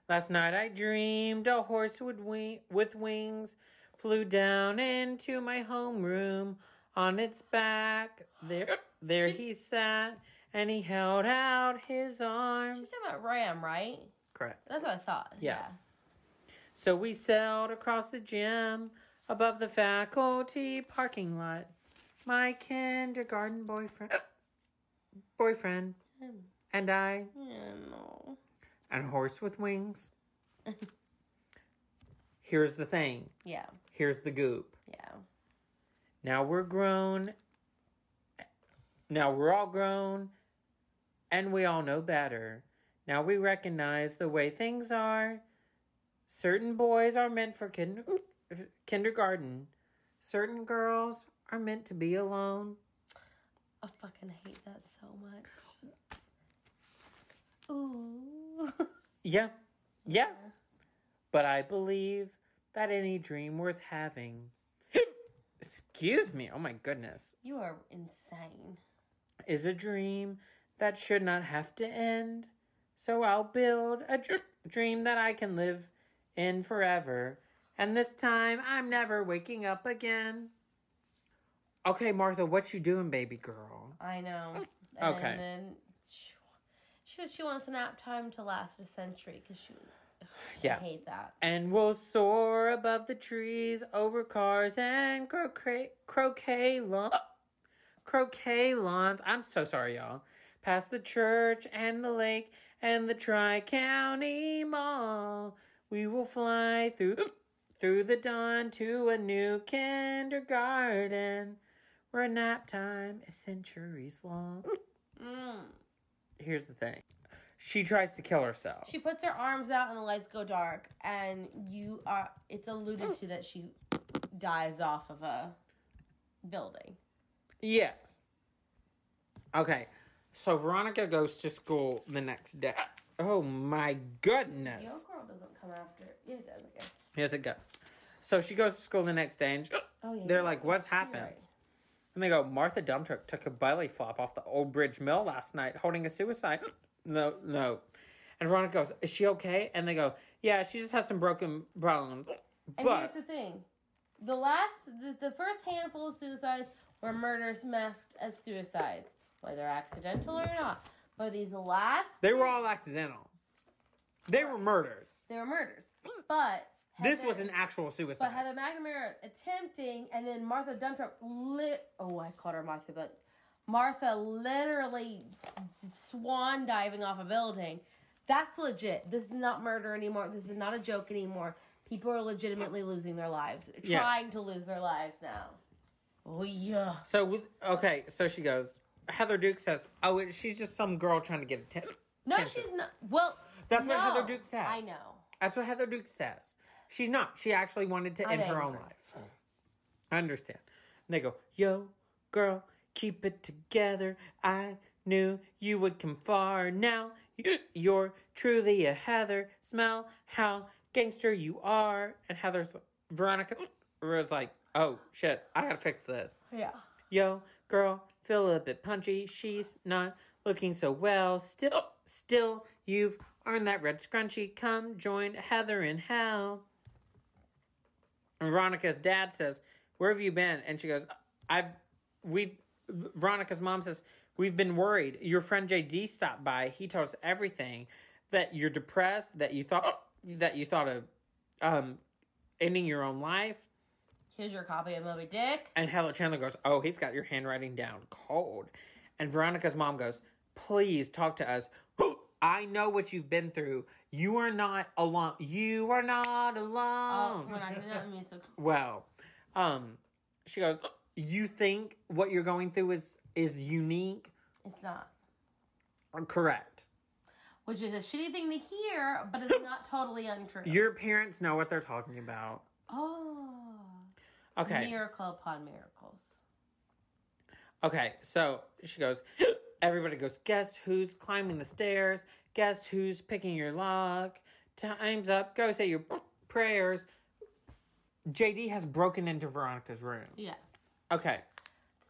last night I dreamed a horse would wing, with wings flew down into my homeroom on its back. There there he sat and he held out his She's arms. talking about Ram, right? Correct. That's what I thought. Yes. So we sailed across the gym above the faculty parking lot. My kindergarten boyfriend boyfriend Yeah. and I Yeah, no. and horse with wings. Here's the thing. Yeah. Here's the goop. Yeah. Now we're grown. Now we're all grown. And we all know better. Now we recognize the way things are. Certain boys are meant for kin- kindergarten, certain girls are meant to be alone. I fucking hate that so much. Ooh. Yeah. Yeah. But I believe that any dream worth having, Excuse me. Oh my goodness. You are insane. Is a dream that should not have to end. So I'll build a dr- dream that I can live in forever. And this time I'm never waking up again. Okay, Martha, what you doing, baby girl? I know. Mm. Okay. And then she, she said she wants a nap time to last a century because she. ugh, Yeah. I hate that. And we'll soar above the trees, over cars, and croquet, croquet, lawn, croquet lawns. I'm so sorry, y'all. Past the church and the lake and the Tri County Mall, we will fly through through the dawn to a new kindergarten, where nap time is centuries long. Mm. Here's the thing: she tries to kill herself. She puts her arms out and the lights go dark, and you are. It's alluded to that she dives off of a building. Yes. Okay. So Veronica goes to school the next day. Oh my Your goodness. girl doesn't come after. Yeah, it does, I guess. Yes, it goes. So she goes to school the next day and she- Oh, yeah. they're you're like, right. What's You're happened? right. And they go, Martha Dumbtruck took a belly flop off the old bridge mill last night holding a suicide. No, no. And Veronica goes, Is she okay? And they go, Yeah, she just has some broken bones. And But here's the thing: the last, the, the first handful of suicides were murders masked as suicides, whether accidental or not. But these last, they were all accidental. They were murders. they were murders. But This Heather- was an actual But suicide. Heather McNamara attempting, and then Martha Dumptrup lit. Oh, I called her Martha, but Martha literally swan diving off a building. That's legit. This is not murder anymore. This is not a joke anymore. People are legitimately losing their lives, Yeah. trying to lose their lives now. Oh yeah. So with okay, so she goes. Heather Duke says, "Oh, it, she's just some girl trying to get attention." No, Attention. she's not. Well, That's no. what Heather Duke says. I know. That's what Heather Duke says. She's not. She actually wanted to I'm end her own angry. life. I understand. And they go, "Yo, girl, keep it together. I knew you would come far. Now you- you're truly a Heather. Smell how gangster you are." And Heather's Veronica was like, "Oh shit, I gotta fix this." Yeah. Yo, girl, feel a bit punchy. She's not looking so well. Still, still, you've earned that red scrunchie. Come join Heather in hell. And Veronica's dad says, "Where have you been?" And she goes, "I, we." Veronica's mom says, "We've been worried. Your friend JD stopped by. He told us everything. That you're depressed. That you thought that you thought of, um, ending your own life." Here's your copy of Moby Dick. And Heather Chandler goes, Oh, he's got your handwriting down cold. And Veronica's mom goes, Please talk to us. I know what you've been through. You are not alone. You are not Oh, alone. we're not doing that music. well, um, she goes, You think what you're going through is is unique? It's not. Correct. Which is a shitty thing to hear, but it's not totally untrue. Your parents know what they're talking about. Oh. Okay. Miracle upon miracles. Okay, so she goes, everybody goes, guess who's climbing the stairs? Guess who's picking your lock? Time's up. Go say your prayers. JD has broken into Veronica's room. Yes. Okay,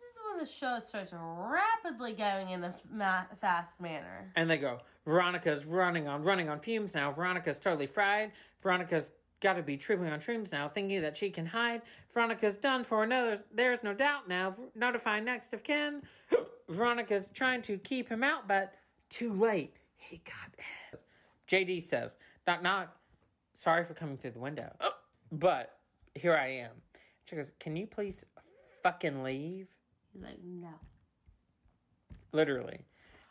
This is when the show starts rapidly going in a ma- fast manner. and they go, Veronica's running on, running on fumes now. Veronica's totally fried. Veronica's got to be tripping on shrooms now, thinking that she can hide. Veronica's done for another. There's no doubt now. Notify next of kin. Veronica's trying to keep him out, but too late. He got ass. JD says, knock, knock. Sorry for coming through the window, but here I am. She goes, can you please fucking leave? He's like, no. literally.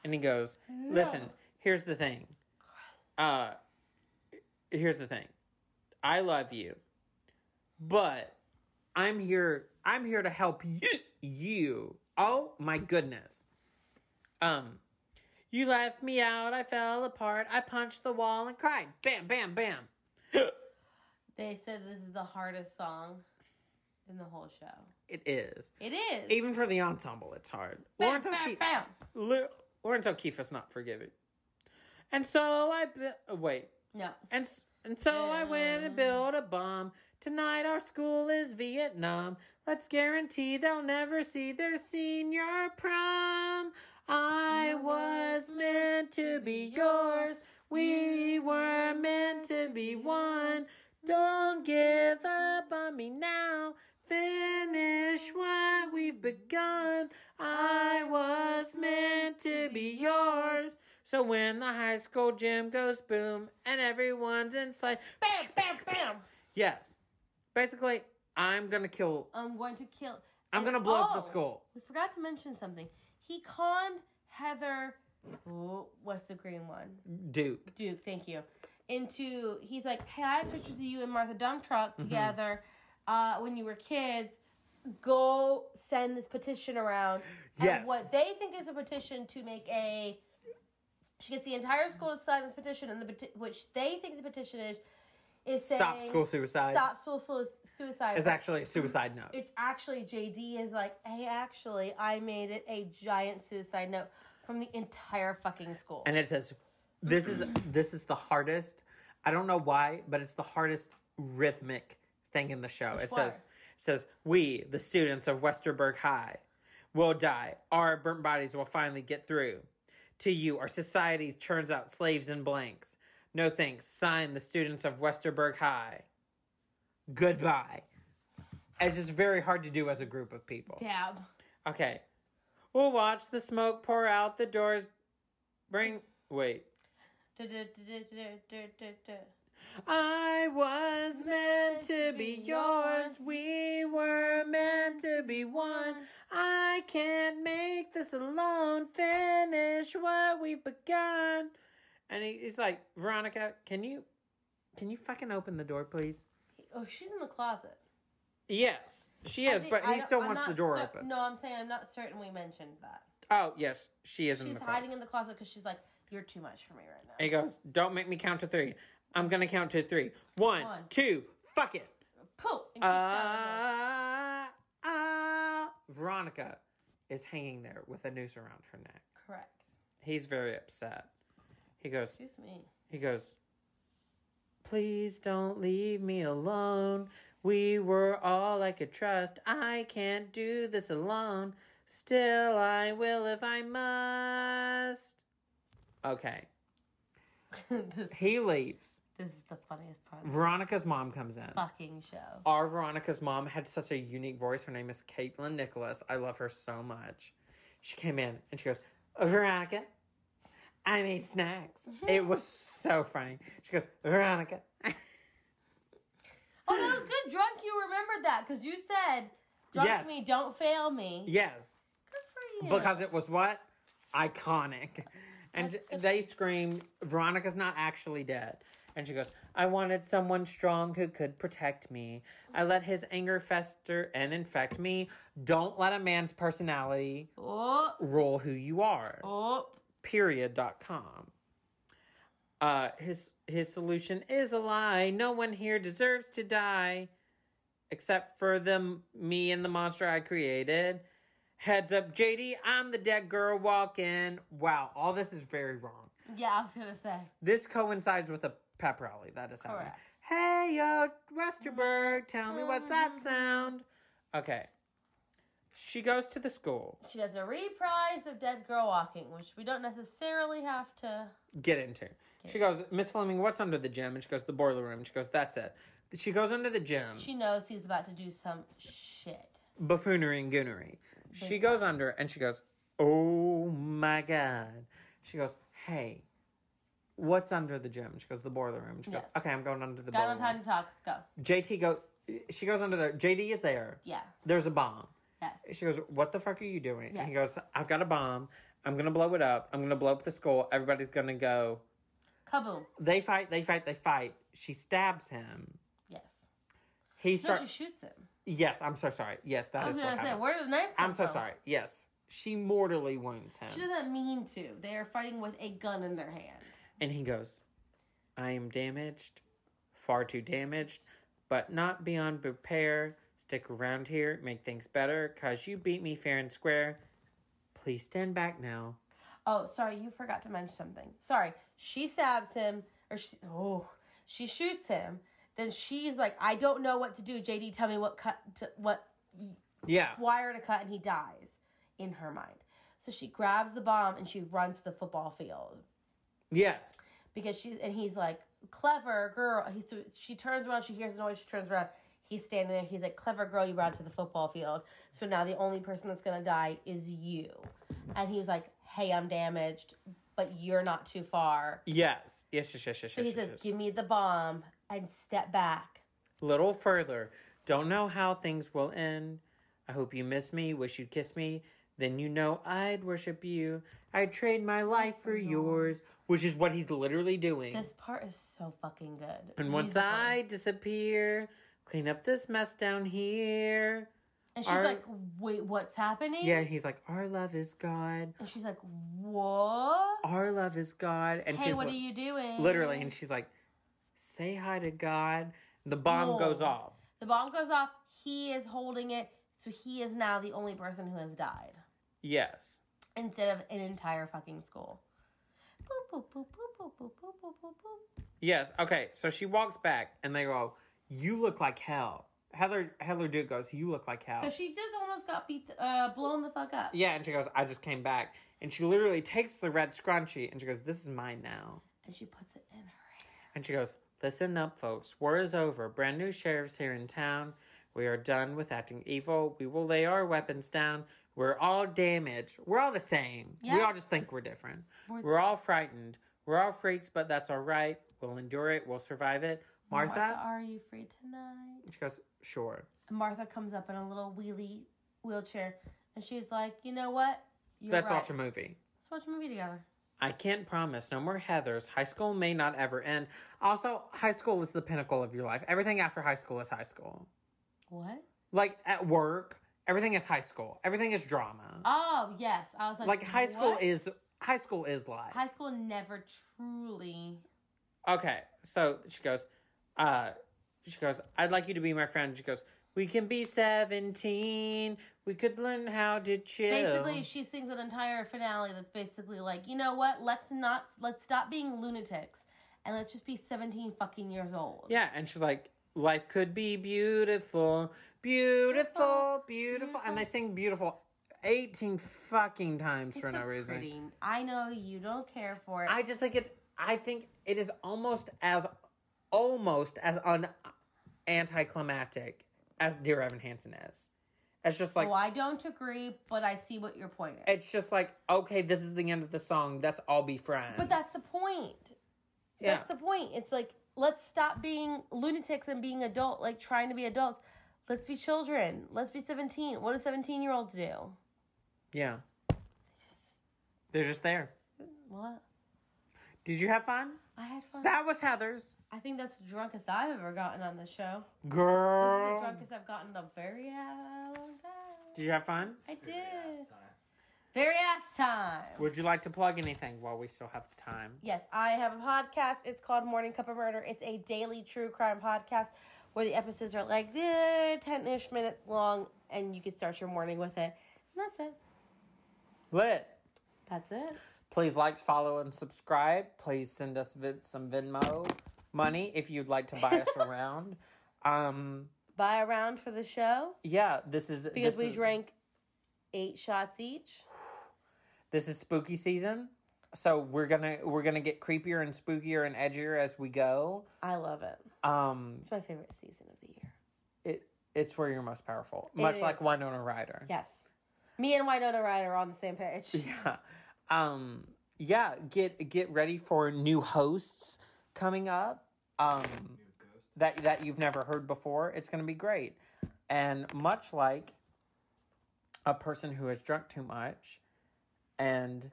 And he goes, "Listen, here's the thing. Uh, here's the thing. I love you, but I'm here. I'm here to help you. You. Oh my goodness. Um, you left me out. I fell apart. I punched the wall and cried. Bam, bam, bam. They said this is the hardest song in the whole show. It is It is. even for the ensemble. It's hard. bam, Lawrence bam, O'Keefe- bam. Lu- Lawrence O'Keefe is not forgiving. And so I bu- wait. No. And s- and so I went and built a bomb Tonight our school is Vietnam. Let's guarantee they'll never see their senior prom. I was meant to be yours. We were meant to be one. Don't give up on me now. Finish what we've begun. I was meant to be yours. So when the high school gym goes boom and everyone's inside, bam, bam, bam. Yes. Basically, I'm gonna kill. I'm going to kill. I'm and- gonna blow up the oh, school. We forgot to mention something. He conned Heather. Oh, what's the green one? Duke. Duke, thank you. Into he's like, hey, I have pictures of you and Martha Dumbtruck Mm-hmm. together uh, when you were kids. Go send this petition around. Yes. And what they think is a petition to make a. She gets the entire school to sign this petition, and the peti- which they think the petition is is saying Stop school suicide. Stop school su- suicide. Is actually a suicide note. It's actually JD is like, hey, actually, I made it a giant suicide note from the entire fucking school. and it says this is this is the hardest i don't know why but it's the hardest rhythmic thing in the show it one? says it says we the students of westerberg high will die our burnt bodies will finally get through to you our society churns out slaves and blanks no thanks sign the students of westerberg high goodbye it's just very hard to do as a group of people Dab. Okay. We'll watch the smoke pour out the doors. Bring. Wait. I was meant to be yours. We were meant to be one. I can't make this alone. Finish what we've begun. And he, he's like, Veronica, can you, can you fucking open the door, please? Oh, she's in the closet. Yes, she is, think- but I he don't- still I'm wants not the door cer- open. No, I'm saying I'm not certain we mentioned that. Oh yes, she is in She's the closet. hiding in the closet because she's like, you're too much for me right now. And he goes, Don't make me count to three. I'm going to count to three. One, One. two, fuck it. Pooh! And keeps going. Uh, uh, Veronica is hanging there with a noose around her neck. Correct. He's very upset. He goes, Excuse me. he goes, Please don't leave me alone. We were all I could trust. I can't do this alone. Still, I will if I must. Okay. this, He leaves. this is the funniest part of the Veronica's mom comes in. fucking show. Our Veronica's mom had such a unique voice. Her name is Caitlin Nicholas. I love her so much. She came in and she goes, Veronica, I made snacks. It was so funny. She goes, Veronica. Oh, that was good. Drunk, you remembered that because you said, drunk Yes. me, don't fail me. yes. Good for you. Because it was what? Iconic. And they screamed, Veronica's not actually dead. And she goes, I wanted someone strong who could protect me. I let his anger fester and infect me. Don't let a man's personality Oh, rule who you are. oh. period.com. Uh, his his solution is a lie. No one here deserves to die, except for them, me and the monster I created. Heads up, JD. I'm the dead girl walking. Wow, all this is very wrong. Yeah, I was going to say. This coincides with a pep rally. That is happening. Correct. Hey, yo, Westerberg, tell me what's that sound? Okay. She goes to the school. She does a reprise of Dead Girl Walking, which we don't necessarily have to. get into. She goes, Miss Fleming, what's under the gym? And she goes, the boiler room. And she goes, that's it. She goes under the gym, She knows he's about to do some shit. buffoonery and goonery. She goes under and she goes, oh my God. She goes, hey, what's under the gym? She goes, the boiler room. And she goes, Yes. okay, I'm going under the Got boiler no time room. to talk. Let's go. JT go. she goes under there. JD is there. Yeah. There's a bomb. Yes. She goes, What the fuck are you doing? And he Yes. goes, I've got a bomb. I'm going to blow it up. I'm going to blow up the school. Everybody's going to go. Kaboom. They fight, they fight, they fight. She stabs him. Yes. He No, starts. she shoots him. yes, I'm so sorry. Yes, that I was is what gonna say, happened. where did the knife come I'm so from? sorry. Yes, she mortally wounds him, She doesn't mean to. They are fighting with a gun in their hand. and he goes, "I am damaged, far too damaged, but not beyond repair. Stick around here, make things better, cause you beat me fair and square. Please stand back now." Oh, sorry, you forgot to mention something. Sorry. She stabs him, or she, oh, she shoots him. Then she's like, I don't know what to do. JD, tell me what cut to, what Yeah. wire to cut, and he dies in her mind. So she grabs the bomb and she runs to the football field Yes. because she and he's like clever girl. He so she turns around, she hears a noise, she turns around. He's standing there. He's like, "Clever girl, you brought it to the football field. So now the only person that's gonna die is you." And he was like, "Hey, I'm damaged, but you're not too far." Yes. Yes. Yes. Yes. Yes. So he yes, yes, says, yes. "Give me the bomb and step back." Little further. Don't know how things will end. I hope you miss me. Wish you'd kiss me. Then you know I'd worship you. I'd trade my life for yours, which is what he's literally doing. This part is so fucking good. and once Musical. I disappear, clean up this mess down here. and she's are- like, "Wait, what's happening?" Yeah, and he's like, Our love is God. And she's like, "What? Our love is God. And Hey, she's what li- are you doing?" literally, and she's like, Say hi to God. The bomb No. goes off. The bomb goes off. He is holding it, so he is now the only person who has died Yes. instead of an entire fucking school. Boop, boop, boop, boop, boop, boop, boop, boop, boop, boop. Yes. Okay. So she walks back, and they go, "You look like hell." Heather Heather Duke goes, "You look like hell." So she just almost got beat, uh, blown the fuck up. yeah, and she goes, "I just came back," and she literally takes the red scrunchie, and she goes, "This is mine now." And she puts it in her And she goes, "Listen up, folks. War is over. Brand new sheriffs here in town. We are done with acting evil. We will lay our weapons down. We're all damaged. We're all the same. We Yeah. all just think we're different. We're- We're all frightened. We're all freaks, but that's all right. We'll endure it. We'll survive it." hand. Martha, Martha. are you free tonight? She goes, "Sure." And Martha comes up in a little wheelie wheelchair, and she's like, "You know what? You're Let's right. watch a movie. Let's watch a movie together." I can't promise no more Heathers. High school may not ever end. Also, high school is the pinnacle of your life. Everything after high school is high school. What? Like at work, everything is high school. Everything is drama. Oh yes, I was like, like high school what? is high school is life. high school never truly okay, so she goes, uh, she goes, I'd like you to be my friend. She goes, we can be seventeen. We could learn how to chill. Basically, she sings an entire finale that's basically like, you know what? Let's not let's stop being lunatics and let's just be 17 fucking years old. Yeah, and she's like, life could be beautiful, beautiful, beautiful. And they sing beautiful 18 fucking times for It's no so reason. pretty. I know you don't care for it. I just think it's, I think it is almost as, almost as un, anticlimactic as Dear Evan Hansen is. It's just like, oh, I don't agree, but I see what your point is. it's just like, okay, this is the end of the song. Let's all be friends. but that's the point. yeah. That's the point. It's like let's stop being lunatics and being adult, like trying to be adults. Let's be children. Let's be 17. What do 17 year olds do? yeah. They're just there. What? Did you have fun? I had fun. That was Heather's. I think that's the drunkest I've ever gotten on the show. This is Girl. the drunkest I've gotten in a very ass long time. Did you have fun? I did. Last time. Very ass time. Would you like to plug anything while we still have the time? Yes, I have a podcast. It's called Morning Cup of Murder. It's a daily true crime podcast where the episodes are like 10 ish minutes long and you can start your morning with it. And that's it. Lit. That's it. Please like, follow, and subscribe. Please send us vid- some Venmo money if you'd like to buy us around. Um, Buy a round for the show yeah, this is because this we is, drank eight shots each. this is spooky season, so we're gonna we're gonna get creepier and spookier and edgier as we go. I love it. Um, It's my favorite season of the year. it it's where you're most powerful, much like is. Winona Ryder. Yes. Me and Winona Ryder are on the same page. Yeah. Um yeah, get get ready for new hosts coming up. Um New ghost. that that you've never heard before. It's going to be great. And much like a person who has drunk too much and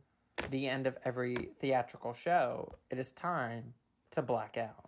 the end of every theatrical show, it is time to black out.